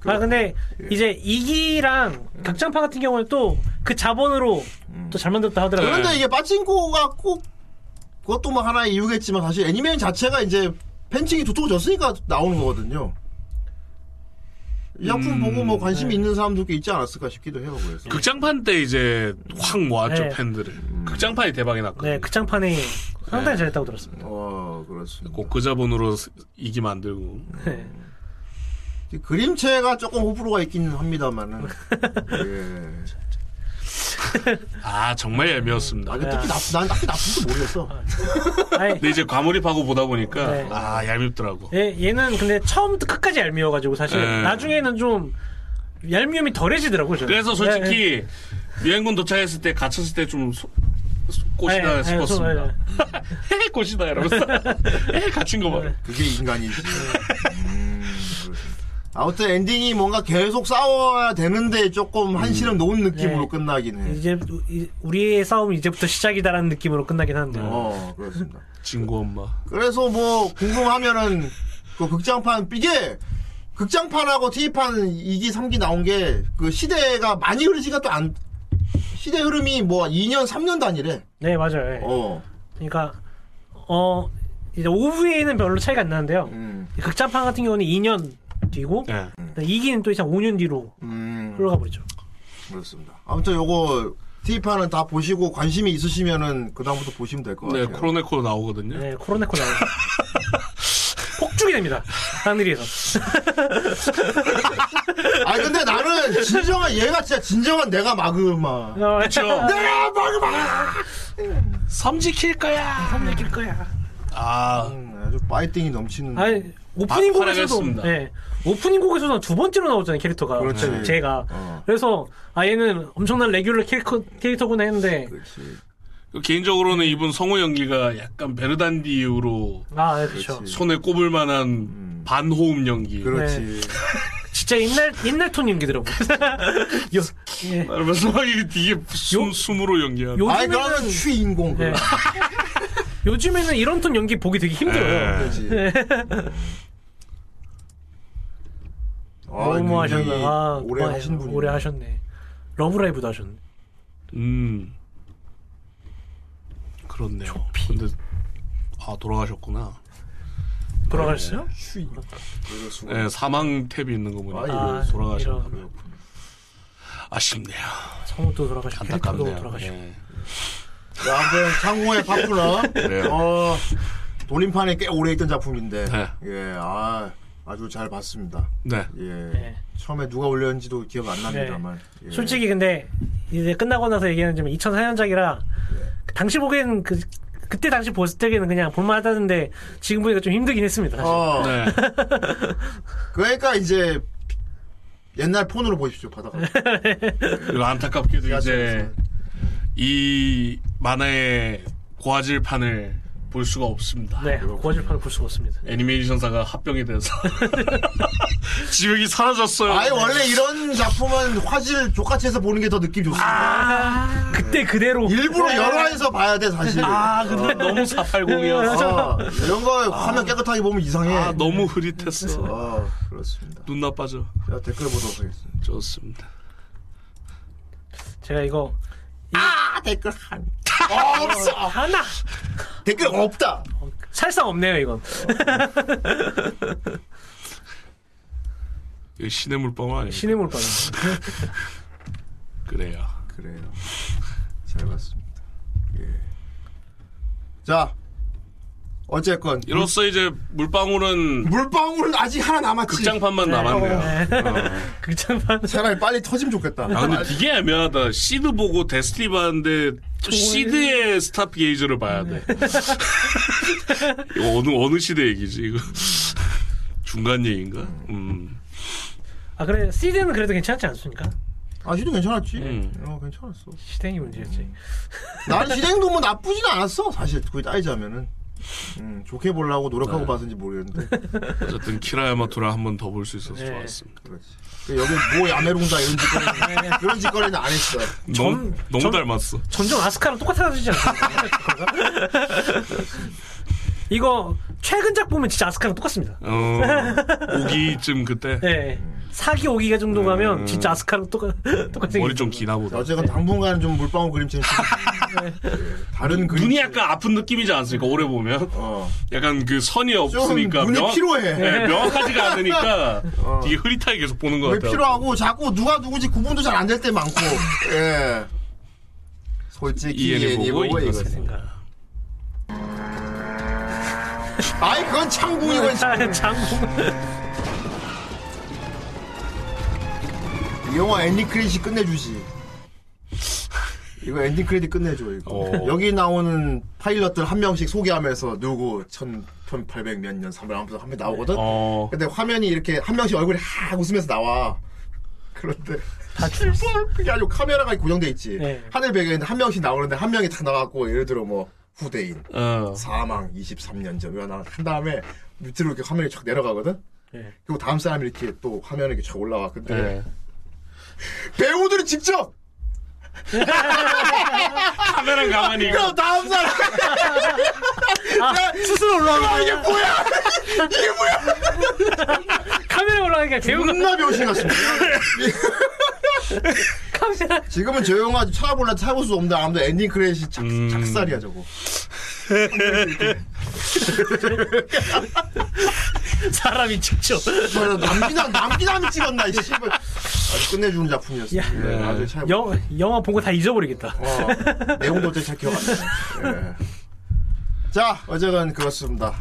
I: 아 근데 이제 2기랑 극장판 같은 경우는 또 그 자본으로 또 잘 만들었다
G: 네.
I: 하더라고요.
H: 그런데 그러니까 이게 빠친코가 꼭 그것도 뭐 하나의 이유겠지만 사실 애니메이션 자체가 이제 팬층이 두터워졌으니까 나오는 거거든요. 이 작품 보고 뭐 관심이 있는 사람도 꽤 있지 않았을까 싶기도 해요. 그래서
G: 극장판 때 이제 확 모았죠,
I: 네.
G: 팬들을.
H: 음.
G: 극장판이 대박이 났거든요.
I: 네 극장판이 상당히 잘했다고 들었습니다.
H: 어 그렇습니다.
G: 꼭 그 자본으로 이기 만들고.
I: 네.
H: 이 그림체가 조금 호불호가 있기는 합니다만은 예.
G: 아, 정말 얄미웠습니다.
H: 아, 근데
I: 네.
H: 특히 나, 난 딱히 나쁜지 모르겠어.
I: 아니,
G: 근데 이제 과몰입하고 보다 보니까,
I: 네.
G: 아, 얄밉더라고.
I: 얘, 얘는 근데 처음부터 끝까지 얄미워가지고 사실
G: 네.
I: 나중에는 좀 얄미움이 덜해지더라고요. 저는.
G: 그래서
I: 네,
G: 솔직히 유행군 도착했을 때 갇혔을 때 좀
I: 네.
G: 꽃이다
I: 네, 네,
G: 싶었습니다.
I: 좀, 네.
G: 헤 꽃이다 이러면서 헤 갇힌 거 봐요.
H: 그게 인간이지. 음, 그렇습니다. 아무튼 엔딩이 뭔가 계속 싸워야 되는데 조금 한시름 놓은 느낌으로
I: 네.
H: 끝나긴 해.
I: 이제 우- 이- 우리의 싸움이 이제부터 시작이다라는 느낌으로 끝나긴 한데요.
H: 어 그렇습니다.
G: 진구 엄마.
H: 그래서 뭐 궁금하면은 그 극장판 이게 극장판하고 TV판 2기 3기 나온 게 그 시대가 많이 흐르지가 또 안 시대 흐름이 뭐 2년 3년 단위래.
I: 네 맞아요. 예.
H: 어.
I: 그러니까 어 이제 OVA는 별로 차이가 안 나는데요.
H: 음.
I: 극장판 같은 경우는 2년 뒤고
G: 예.
I: 이기는또 이상 5년 뒤로
H: 음.
I: 흘러가 버리죠.
H: 그렇습니다. 아무튼 요거 TV판은 다 보시고 관심이 있으시면은 그다음부터 보시면 될 것
G: 네
H: 같아요.
G: 코로네코 나오거든요.
I: 네, 코로네코 나오고 폭죽이 됩니다. 하늘에서.
H: 아 근데 나는 진정한 얘가 진짜 진정한 내가 마그마.
I: 어.
G: 그렇죠.
H: 내가 마그마.
G: 섬지킬 거야.
I: 삼일 거야.
G: 아
H: 음, 아주 파이팅이 넘치는.
I: 아 오프닝
G: 바-
I: 곡에서도
G: 활약했습니다.
I: 네, 오프닝 곡에서도 두 번째로 나오잖아요 캐릭터가.
H: 그렇지.
I: 네, 제가
H: 어.
I: 그래서 아 얘는 엄청난 레귤러 캐릭터 캐릭터구나 했는데
H: 그렇지.
G: 개인적으로는 이분 성우 연기가 약간 베르단디 이후로
I: 아 네, 그렇죠. 네.
H: 그렇지.
G: 손에 꼽을 만한 반호음 연기.
H: 그렇지.
I: 진짜 옛날 옛날 톤 연기더라고. 요, 예.
G: 그러면서 막 이게 숨,
I: 요-
G: 숨으로 연기하는.
H: 아이
I: 요즘에는
H: 그러면 추인공
I: 네.
H: 그렇지.
I: 요즘에는 이런 톤 연기 보기 되게 힘들어요.
G: 예.
I: 네.
H: 아, 굉장히
I: 너무 하셨나. 아,
H: 오래
I: 고마워요.
H: 하신 분이
I: 오래 하셨네. 러브라이브도 하셨네.
G: 음. 그렇네요. 근데 아 돌아가셨구나.
I: 돌아가셨어요?
H: 예.
G: 네, 사망 탭이 있는 거 보니까
I: 아,
G: 돌아가셨나
I: 이런.
G: 봐요. 아쉽네요.
I: 성우도 돌아가시고 캐릭터도
G: 안타깝네요.
I: 돌아가시고
G: 예.
H: 야, 아무튼 창호의 파쿠나.
G: 그래요.
H: 어, 돌림판에 꽤 오래 있던 작품인데.
G: 네.
H: 예, 아, 아주 잘 봤습니다.
G: 네.
H: 예.
I: 네.
H: 처음에 누가 올렸는지도 기억 안 납니다만. 예.
I: 솔직히 근데 이제 끝나고 나서 얘기하는 좀 2004년작이라
H: 예.
I: 당시 보기에는 그 그때 당시 봤을 때는 그냥 볼만하다는데 지금 보니까 좀 힘들긴 했습니다. 사실.
H: 어,
G: 네.
H: 그러니까 이제 옛날 폰으로 보십시오 바다가.
G: 그리고 안타깝게도
H: 지하철에서.
G: 이제 이 만화의 고화질판을 볼 수가 없습니다.
I: 네, 고화질판을 볼 수가 없습니다.
G: 애니메이션사가 합병에 대해서 지역이 사라졌어요.
H: 아예 원래 이런 작품은 화질 족같이 해서 보는 게 더 느낌 좋습니다.
G: 아,
I: 그때 그대로
H: 일부러 열화해서 봐야 돼 사실.
G: 네. 아, 근데 너무
I: 네,
G: 480이야.
H: 어, 이런 거 화면 깨끗하게 보면 이상해.
G: 아, 너무 흐릿했어.
H: 어, 그렇습니다.
G: 눈 나빠져.
H: 자, 댓글 보도록 하겠습니다.
G: 좋습니다.
I: 제가 이거
H: 아, 댓글 한. 아, 없어. 아,
I: 하나
H: 댓글 없다.
I: 살상 없네요 이건.
G: 이거 시냇 물방울 아니에요?
I: 신의 물방.
G: 그래요.
H: 그래요. 잘 봤습니다. 예. 자, 어쨌건
G: 이로써 이제 물방울은
H: 물방울은 아직 하나 남았지.
G: 극장판만 남았네요.
I: 극장판
H: 차라리 빨리 터지면 좋겠다.
G: 아 근데 되게 애매하다. 시드 보고 데스티 봤는데 또 시드의 스타프 게이저를 봐야 돼. 이거 어느 어느 시대 얘기지 이거 중간 얘기인가? 음.
I: 아 그래 시대는 그래도 괜찮지 않습니까?
H: 아, 시도 괜찮았지.
G: 음.
H: 어, 괜찮았어.
I: 시댕이 문제였지.
H: 나는 진행도 뭐 나쁘진 않았어. 사실 거의 따지자면은. 음, 좋게 보려고 노력하고
G: 네.
H: 봤는지 모르겠는데.
G: 어쨌든 키라야마토라 한 번 더 볼 수 있어서
I: 네.
G: 좋았습니다.
H: 그렇지. 그 여기 뭐 야메롱다 이런 짓거리 이런 짓거리는 안 했어.
G: 너무 너무
I: 전-
G: 닮았어.
I: 전종 아스카랑 똑같아지지 않습니까? 이거 최근 작품은 진짜 아스카랑 똑같습니다.
G: 어, 오기쯤 그때
I: 네. 사기 오기가 정도 가면 진짜 아스카랑 똑같 똑같이
G: 머리 좀 기나 보다.
H: 어쨌건 당분간 좀 물방울 그림체는 좀- 예, 다른 그림.
G: 네. 눈이 약간 아픈 느낌이지 않습니까? 오래 보면
H: 어.
G: 약간 그 선이 없으니까
H: 눈이 피로해.
G: 네, 명확하지가 않으니까 되게 흐릿하게 계속 보는 것
H: 왜
G: 같아요.
H: 필요하고 자꾸 누가 누구지 구분도 잘 안 될 때 많고. 예. 솔직히
G: 이 애니
H: 이 애니
G: E 보고
H: E 보고
G: 이거
H: 이거.
I: 생각.
H: 아이 그건 창궁 이건 창-
I: 아, 장군.
H: 이 영화 엔딩 크레딧이 끝내주지. 이거 엔딩 크레딧 끝내줘 이거.
G: 어.
H: 여기 나오는 파일럿들 한 명씩 소개하면서 누구 1800 몇 년 3월 하면서 한명 나오거든.
G: 어.
H: 근데 화면이 이렇게 한 명씩 얼굴이 하 웃으면서 나와. 그런데 실물 그게 아니고 카메라가 고정돼 있지.
I: 네.
H: 하늘 배경인데 한 명씩 나오는데 한 명이 다 나왔고 예를 들어 뭐 후대인
G: 어.
H: 사망 23년 전 이거 나한 다음에 밑으로 이렇게 화면이 쫙 내려가거든.
I: 네.
H: 그리고 다음 사람이 이렇게 또 화면에 이렇게 쫙 올라와. 근데
G: 네.
H: 배우들이 직접
G: 카메라 가만히 있고
H: 그럼 다음 사람
I: 아,
H: 아,
I: 스스로 아, 올라가.
H: 이게 뭐야?
I: 카메라 올라가니까 배우가
H: 존나 병신 같습니다.
I: 카메라.
H: 지금은 저 영화 찾아볼라 찾아볼 수 없는데 아무튼 엔딩 크레딧이 착,
G: 음.
H: 착살이야 저거.
I: 사람이 직접.
H: 맞아, 뭐, 남기남 남기남이 찍었나 이 씨발. 아주 끝내주는 작품이었어.
I: 야.
H: 예, 아주 참.
I: 영, 영화 본 거 다 잊어버리겠다.
H: 어, 내용도 어떻게 잘 기억 안 나. 예. 자, 어제는 그렇습니다.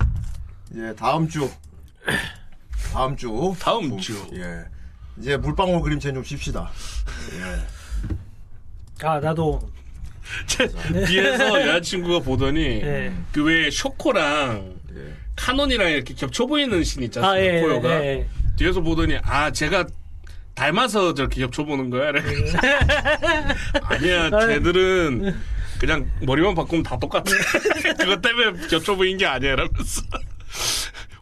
H: 예, 다음 주. 다음 주.
G: 다음 주.
H: 예. 이제 물방울 그림체 좀 씁시다.
I: 아, 나도.
G: 뒤에서 여자친구가 보더니
I: 네.
G: 그 외에 쇼코랑 카논이랑 이렇게 겹쳐 보이는 신 있지
I: 아,
G: 않습니까?
I: 예. 예,
G: 포효가
I: 예.
G: 뒤에서 보더니 아 제가 닮아서 저렇게 겹쳐 보는 거야. 이래. 아니야, 쟤들은 그냥 머리만 바꾸면 다 똑같아. 그것 때문에 겹쳐 보인 게 아니야. 이러면서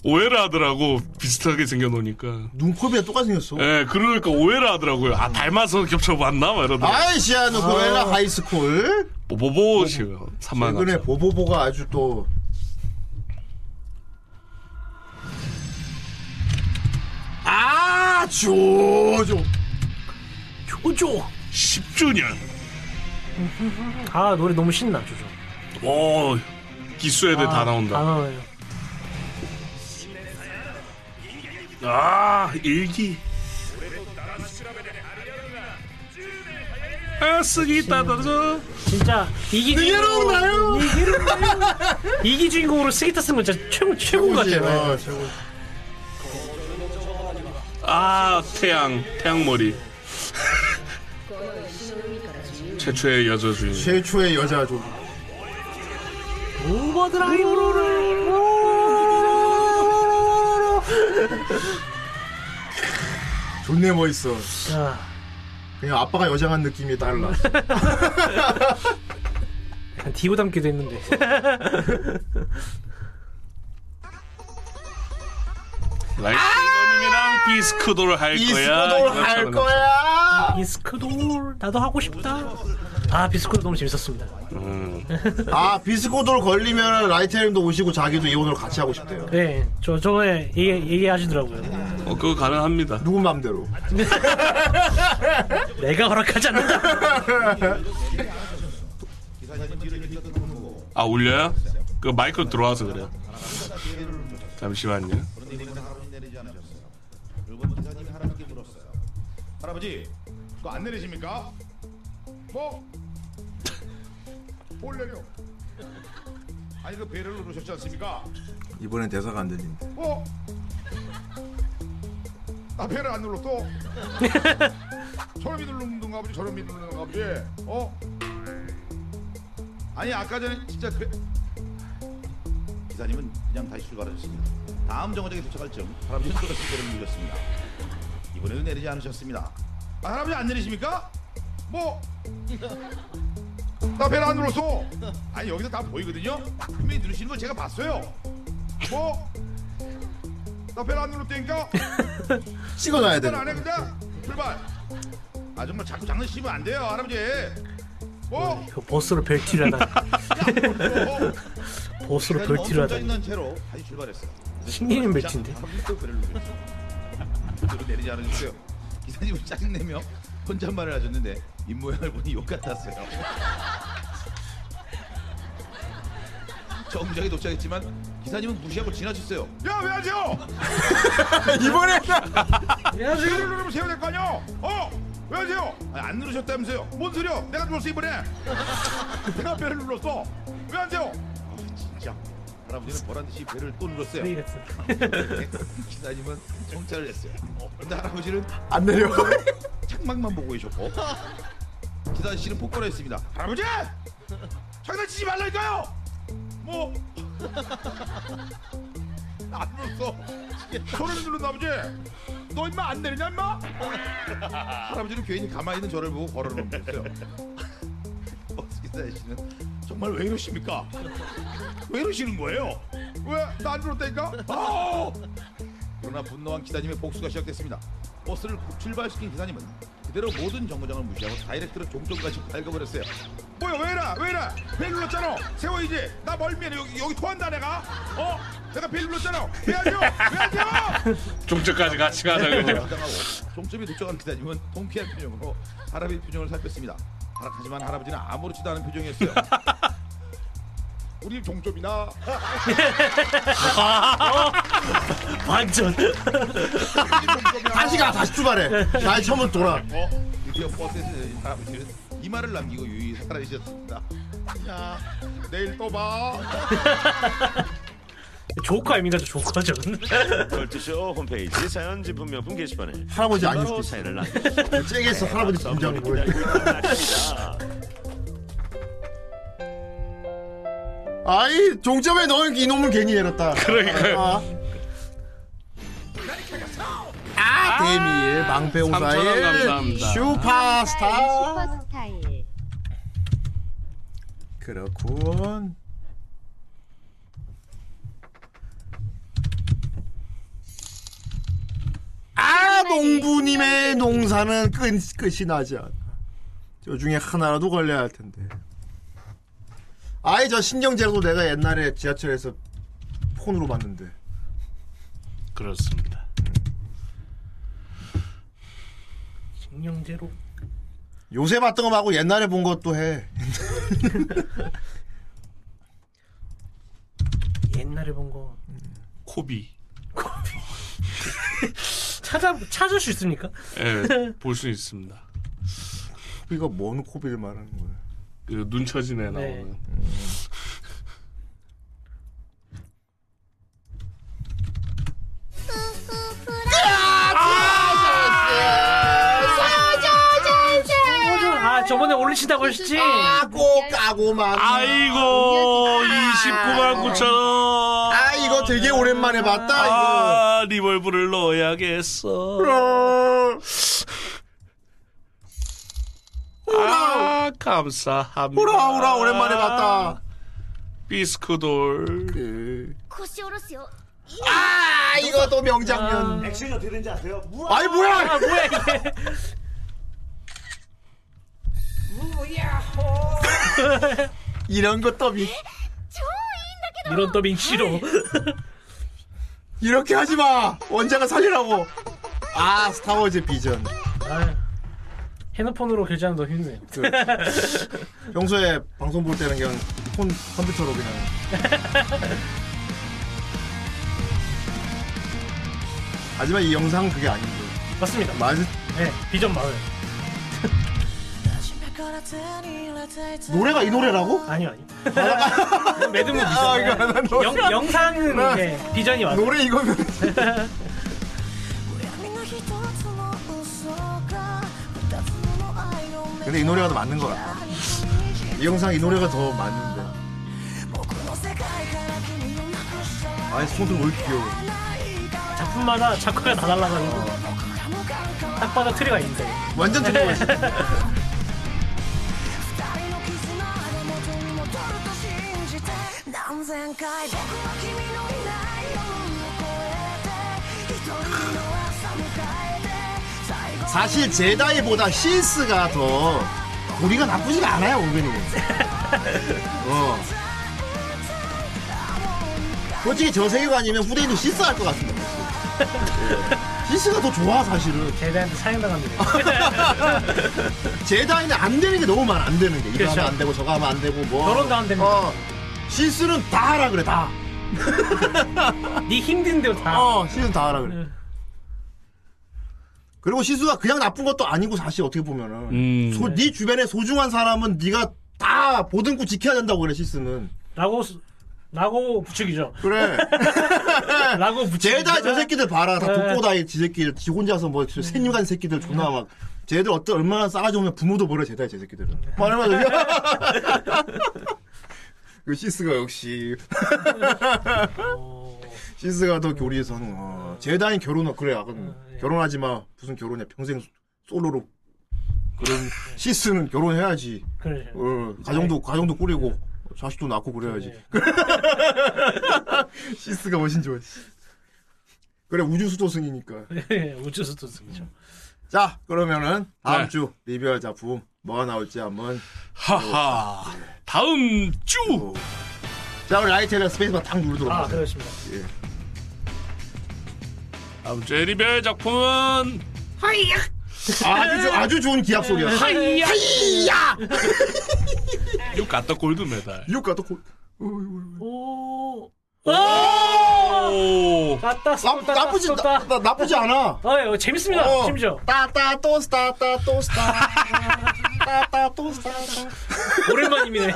G: 오해를 하더라고 비슷하게
I: 뭐?
G: 생겨놓으니까.
H: 눈코비가 똑같이 생겼어.
G: 예, 그러니까 오해를 하더라고요. 아 닮아서 겹쳐 봤나? 막 이러더라고.
H: 아이시아 누코엘라 하이스쿨.
G: 보보보 지금 3만
H: 최근에
G: 원.
H: 보보보가 아주 또. 아, 조조.
I: 조조.
G: 10주년.
I: 아, 노래 너무 신나, 조조.
G: 오 기수 애들 다
I: 다
G: 나온다.
I: 나와요.
G: 아 일기. 아 쓰기 따다서
I: 진짜 이기 주인공 이기 주인공으로 스기타 쓴건 진짜 최고 최고인 것 같아요.
H: 어, 최고.
G: 아 태양 태양 머리. 최초의 여자 주인.
H: 최초의 여자 조조.
I: 아,
H: 존내 멋있어.
I: 자,
H: 그냥 아빠가 여장한 느낌이 달라.
I: 디고 담기도 했는데.
G: 라이트님이랑 디스크도를 할 거야.
H: 이스코돌
G: 이거
H: 할
G: 저런
H: 거야.
I: 비스크돌 나도 하고 싶다. 아 비스크돌 너무 재밌었습니다.
H: 아 비스코돌 걸리면 라이트님도 오시고 자기도 이혼으로 같이 하고 싶대요.
I: 네, 저 저번에 얘기, 얘기하시더라고요.
G: 거. 어, 그거 가능합니다.
H: 누구 맘대로.
I: 내가 허락하지 않는다.
G: 아 울려요? 그 마이크 들어와서 그래요. 잠시만요.
M: 할아버지, 그거 안 내리십니까? 뭐? 뭘 내려? 아니 그 배를 누르셨지 않습니까?
H: 이번엔 대사가 안 들린다.
M: 어? 나 배를 안 눌렀어? 저놈이 누르는가 보지 저놈이 누르는가 보지 어? 아니 아까 전에 진짜 배... 기사님은 그냥 다시 출발하셨습니다 다음 정거장에 도착할 즈음 할아버지는 또다시 배를 눌렸습니다 이번에도 내리지 않으셨습니다 아 할아버지 안 내리십니까? 뭐? 나 배를 안 눌렀어 아니 여기서 다 보이거든요 분명히 누르시는 걸 제가 봤어요 뭐? 나 배를 안 눌렀다니까?
H: 찍어놔야 돼.
M: 출발 안해 근데? 출발 아 정말 자꾸 장난치면 안 돼요 할아버지 어?
I: 그 보스로 별티를 하다. 보스로 별티를 하다.
M: 짜증난 채로 다시 출발했어
I: 신기한 별티인데.
M: 할아버지 또 배를 눌렀어 그대로 내리지 않으셨어요 기사님은 짜증내며 혼잣말을 하셨는데 입모양을 보니 욕 같았어요 정장에 도착했지만 기사님은 무시하고 지나쳤어요 야 왜 하세요
H: 이번에
M: 배를 누르면 세워야 될 거 아니야? 어? 왜 하세요? 아니, 안 누르셨다면서요? 뭔 소리야? 내가 눌렀어 이번에 내가 배를 눌렀어 왜 하세요? 아, 진짜 할아버지는 보란듯이 배를 또 눌렀어요 네, 기사님은 정찰을 했어요 어, 근데 할아버지는
H: 안 내려.
M: 창밖만 보고 계셨고 기사 씨는 폭발을 했습니다 할아버지! 장난치지 말라니까요! 뭐? 안 눌렀어 손을 눌렀나 아버지 너 임마 안 내리냐 임마? 할아버지는 괜히 가만히 있는 저를 보고 걸어놓으셨어요 버스 기사 씨는 정말 왜 이러십니까? 왜 이러시는 거예요? 왜? 나 안 눌렀다니까? 아우! 그러나 분노한 기사님의 복수가 시작됐습니다. 버스를 출발시킨 기사님은 그대로 모든 정거장을 무시하고 다이렉트로 종점까지 밟아버렸어요. 뭐야 왜 이래 왜 이래 벨 눌렀잖아 세워이지 나 멀면 여기 여기 토한다 내가 어 내가 벨 눌렀잖아 왜 하죠 왜 하죠
G: 종점까지 같이 가자 그죠?
M: 당하고 종점이 도착한 기사님은 통쾌한 표정으로 할아버지 표정을 살폈습니다. 하- 하지만 할아버지는 아무렇지도 않은 표정이었어요. 우리 종점이나
I: 완전.
H: 다시 가 다시 출발해. 다시 처음부터 돌아.
M: 어? 드디어 버스에서 내린 할아버지는 이 말을 남기고 유유히 사라지셨습니다. 야, 내일 또 봐.
I: 조커 아닙니까? 저 조커 저건.
N: 걸투쇼 홈페이지 사연 진품 명품 게시판에
H: 할아버지 안
N: 바로
H: 해줄게.
N: 사연을 남겨주세요.
H: 쬐겠어 할아버지 분장을 보여.
N: 기다리고 있는 날입니다.
H: 아이 종점에 넣은 이놈을 괜히 내렸다.
G: 그러니까요.
H: 아. 아 데미의
G: 삼천 원
H: 망배우사의
G: 감사합니다.
H: 아, 슈퍼스타.
J: 슈퍼스타일
H: 그렇군. 아 농부님의 농사는 끝, 끝이 나지 않아. 저 중에 하나라도 걸려야 할 텐데. 아이 저 신경제도 내가 옛날에 지하철에서 폰으로 봤는데.
G: 그렇습니다.
I: 신경제로.
H: 요새 봤던 거 말고 옛날에 본 것도 해.
I: 옛날에 본 거.
G: 코비.
I: 찾아 찾을 수 있습니까?
G: 예, 볼 수 있습니다.
H: 코비가 뭔 코비를 말하는 거야?
G: 그 눈처진에 나오는.
I: 어, 저- 아 저번에 올리신다고 하셨지.
H: 네. 까고 까고만.
G: 아, 아이고 29만 9천 원.
H: 아 이거 되게 오랜만에 봤다. 이거.
G: 아 리볼브를 넣어야겠어.
H: 호라
G: 아, 감사합니다.
H: 호라 호라 오랜만에 봤다.
G: 비스크돌.
H: 예.
A: 腰下ろすよ
H: 아 이거 또 명장면.
O: 액션이 어떻게 되는지 아세요? 우와!
H: 아이 뭐야?
I: 뭐야 이게?
H: 이런 거 더빙
A: 超い
I: 이런 더빙 싫어.
H: 이렇게 하지 마. 원작을 살리라고. 아 스타워즈 비전.
I: 아유, 핸드폰으로 결제하면 더 힘드네요.
H: 그, 평소에 방송 볼 때는 그냥 폰 컴퓨터로 그냥. 하지만 이 영상 은 그게 아니고
I: 맞습니다.
H: 맞
I: 네, 비전 마을.
H: 노래가 이 노래라고?
I: 아니요 아니요. 매듭은 비전.
H: 아 이거 나 노래-
I: 영, 영상은
H: 나-
I: 이제 비전이 맞아요.
H: 노래 이거면 근데 이 노래가 더 맞는 거 같아. 이 영상 이 노래가 더 맞는데. 아이 손들 왜 이렇게 귀여워.
I: 작품마다 작화가 다 달라가지고 딱 봐도 트리가 있는데.
H: 완전 틀린 거지. 사실 제다이보다 신스가 더 우리가 나쁘지가 않아요 은근히. 어. 솔직히 저 세계관이면 후대인도 신스 할 것 같은데. 예. 신스가 더 좋아 사실은.
I: 제대한테 사용당합니다.
H: 제다이는 안 되는 게 너무 많아 안 되는 게 이거
I: 그렇죠.
H: 하면 안 되고 저거 하면 안 되고 뭐.
I: 저런 거안 됩니다.
H: 어. 신스는 다 하라 그래 다.
I: 네 힘든 대로 다.
H: 어, 시즌 다 하라 그래.
I: 네.
H: 그리고 시수가 그냥 나쁜 것도 아니고 사실 어떻게 보면은
G: 음.
H: 소, 네 주변에 소중한 사람은 네가 다 보듬고 지켜야 된다고 그래 시스는
I: 라고 수- 라고 부추기죠.
H: 그래
I: 라고 부추기.
H: 쟤다 저 새끼들 봐라 다
I: 뭐 네.
H: 독고다이 지 새끼들 지 혼자서 뭐 생육한 새끼들 존나 막 쟤들 어떤 얼마나 싸가지 없면 부모도 버려 쟤다 쟤 새끼들은 뭐 말해 맞아 그 시스가 역시
I: 어,
H: 시스가 더 교리에서 하는 거. 제다인 결혼은 그래. 아까
I: 네,
H: 결혼하지 마. 무슨 결혼이야. 평생 솔로로. 그런 시스는 결혼해야지.
I: 그래.
H: 어, 가정도 가정도 꾸리고 자식도 낳고 그래야지.
I: 네.
H: 시스가 훨씬 좋아. 씨. 그래 우주 수도승이니까.
I: 우주수 도승이죠
H: 자 그러면은 다음
G: 네.
H: 주 리뷰할 작품 뭐가 나올지 한번.
G: 하하. 다음 주.
H: 자 우리 라이트랑 스페이스바 딱 누르도록.
I: 아
H: 하자.
I: 그렇습니다.
G: 다음 주에 리뷰할 작품은
H: 아주 좋- 아주 좋은 기합 소리야.
I: 네.
H: 하이야. 하이야.
G: 유가타 골드 메달.
H: 육가 또 고-
I: 오.
G: 아! 오.
I: 맞다.
H: 나,
I: 쏟다,
H: 나쁘지
I: 쏟다.
H: 나, 나, 나쁘지 않아.
I: 어, 이거 재밌습니다.
H: 어.
I: 심지어
H: 따따 또스타 따또스타 따따 또스타
I: 오랜만입니다.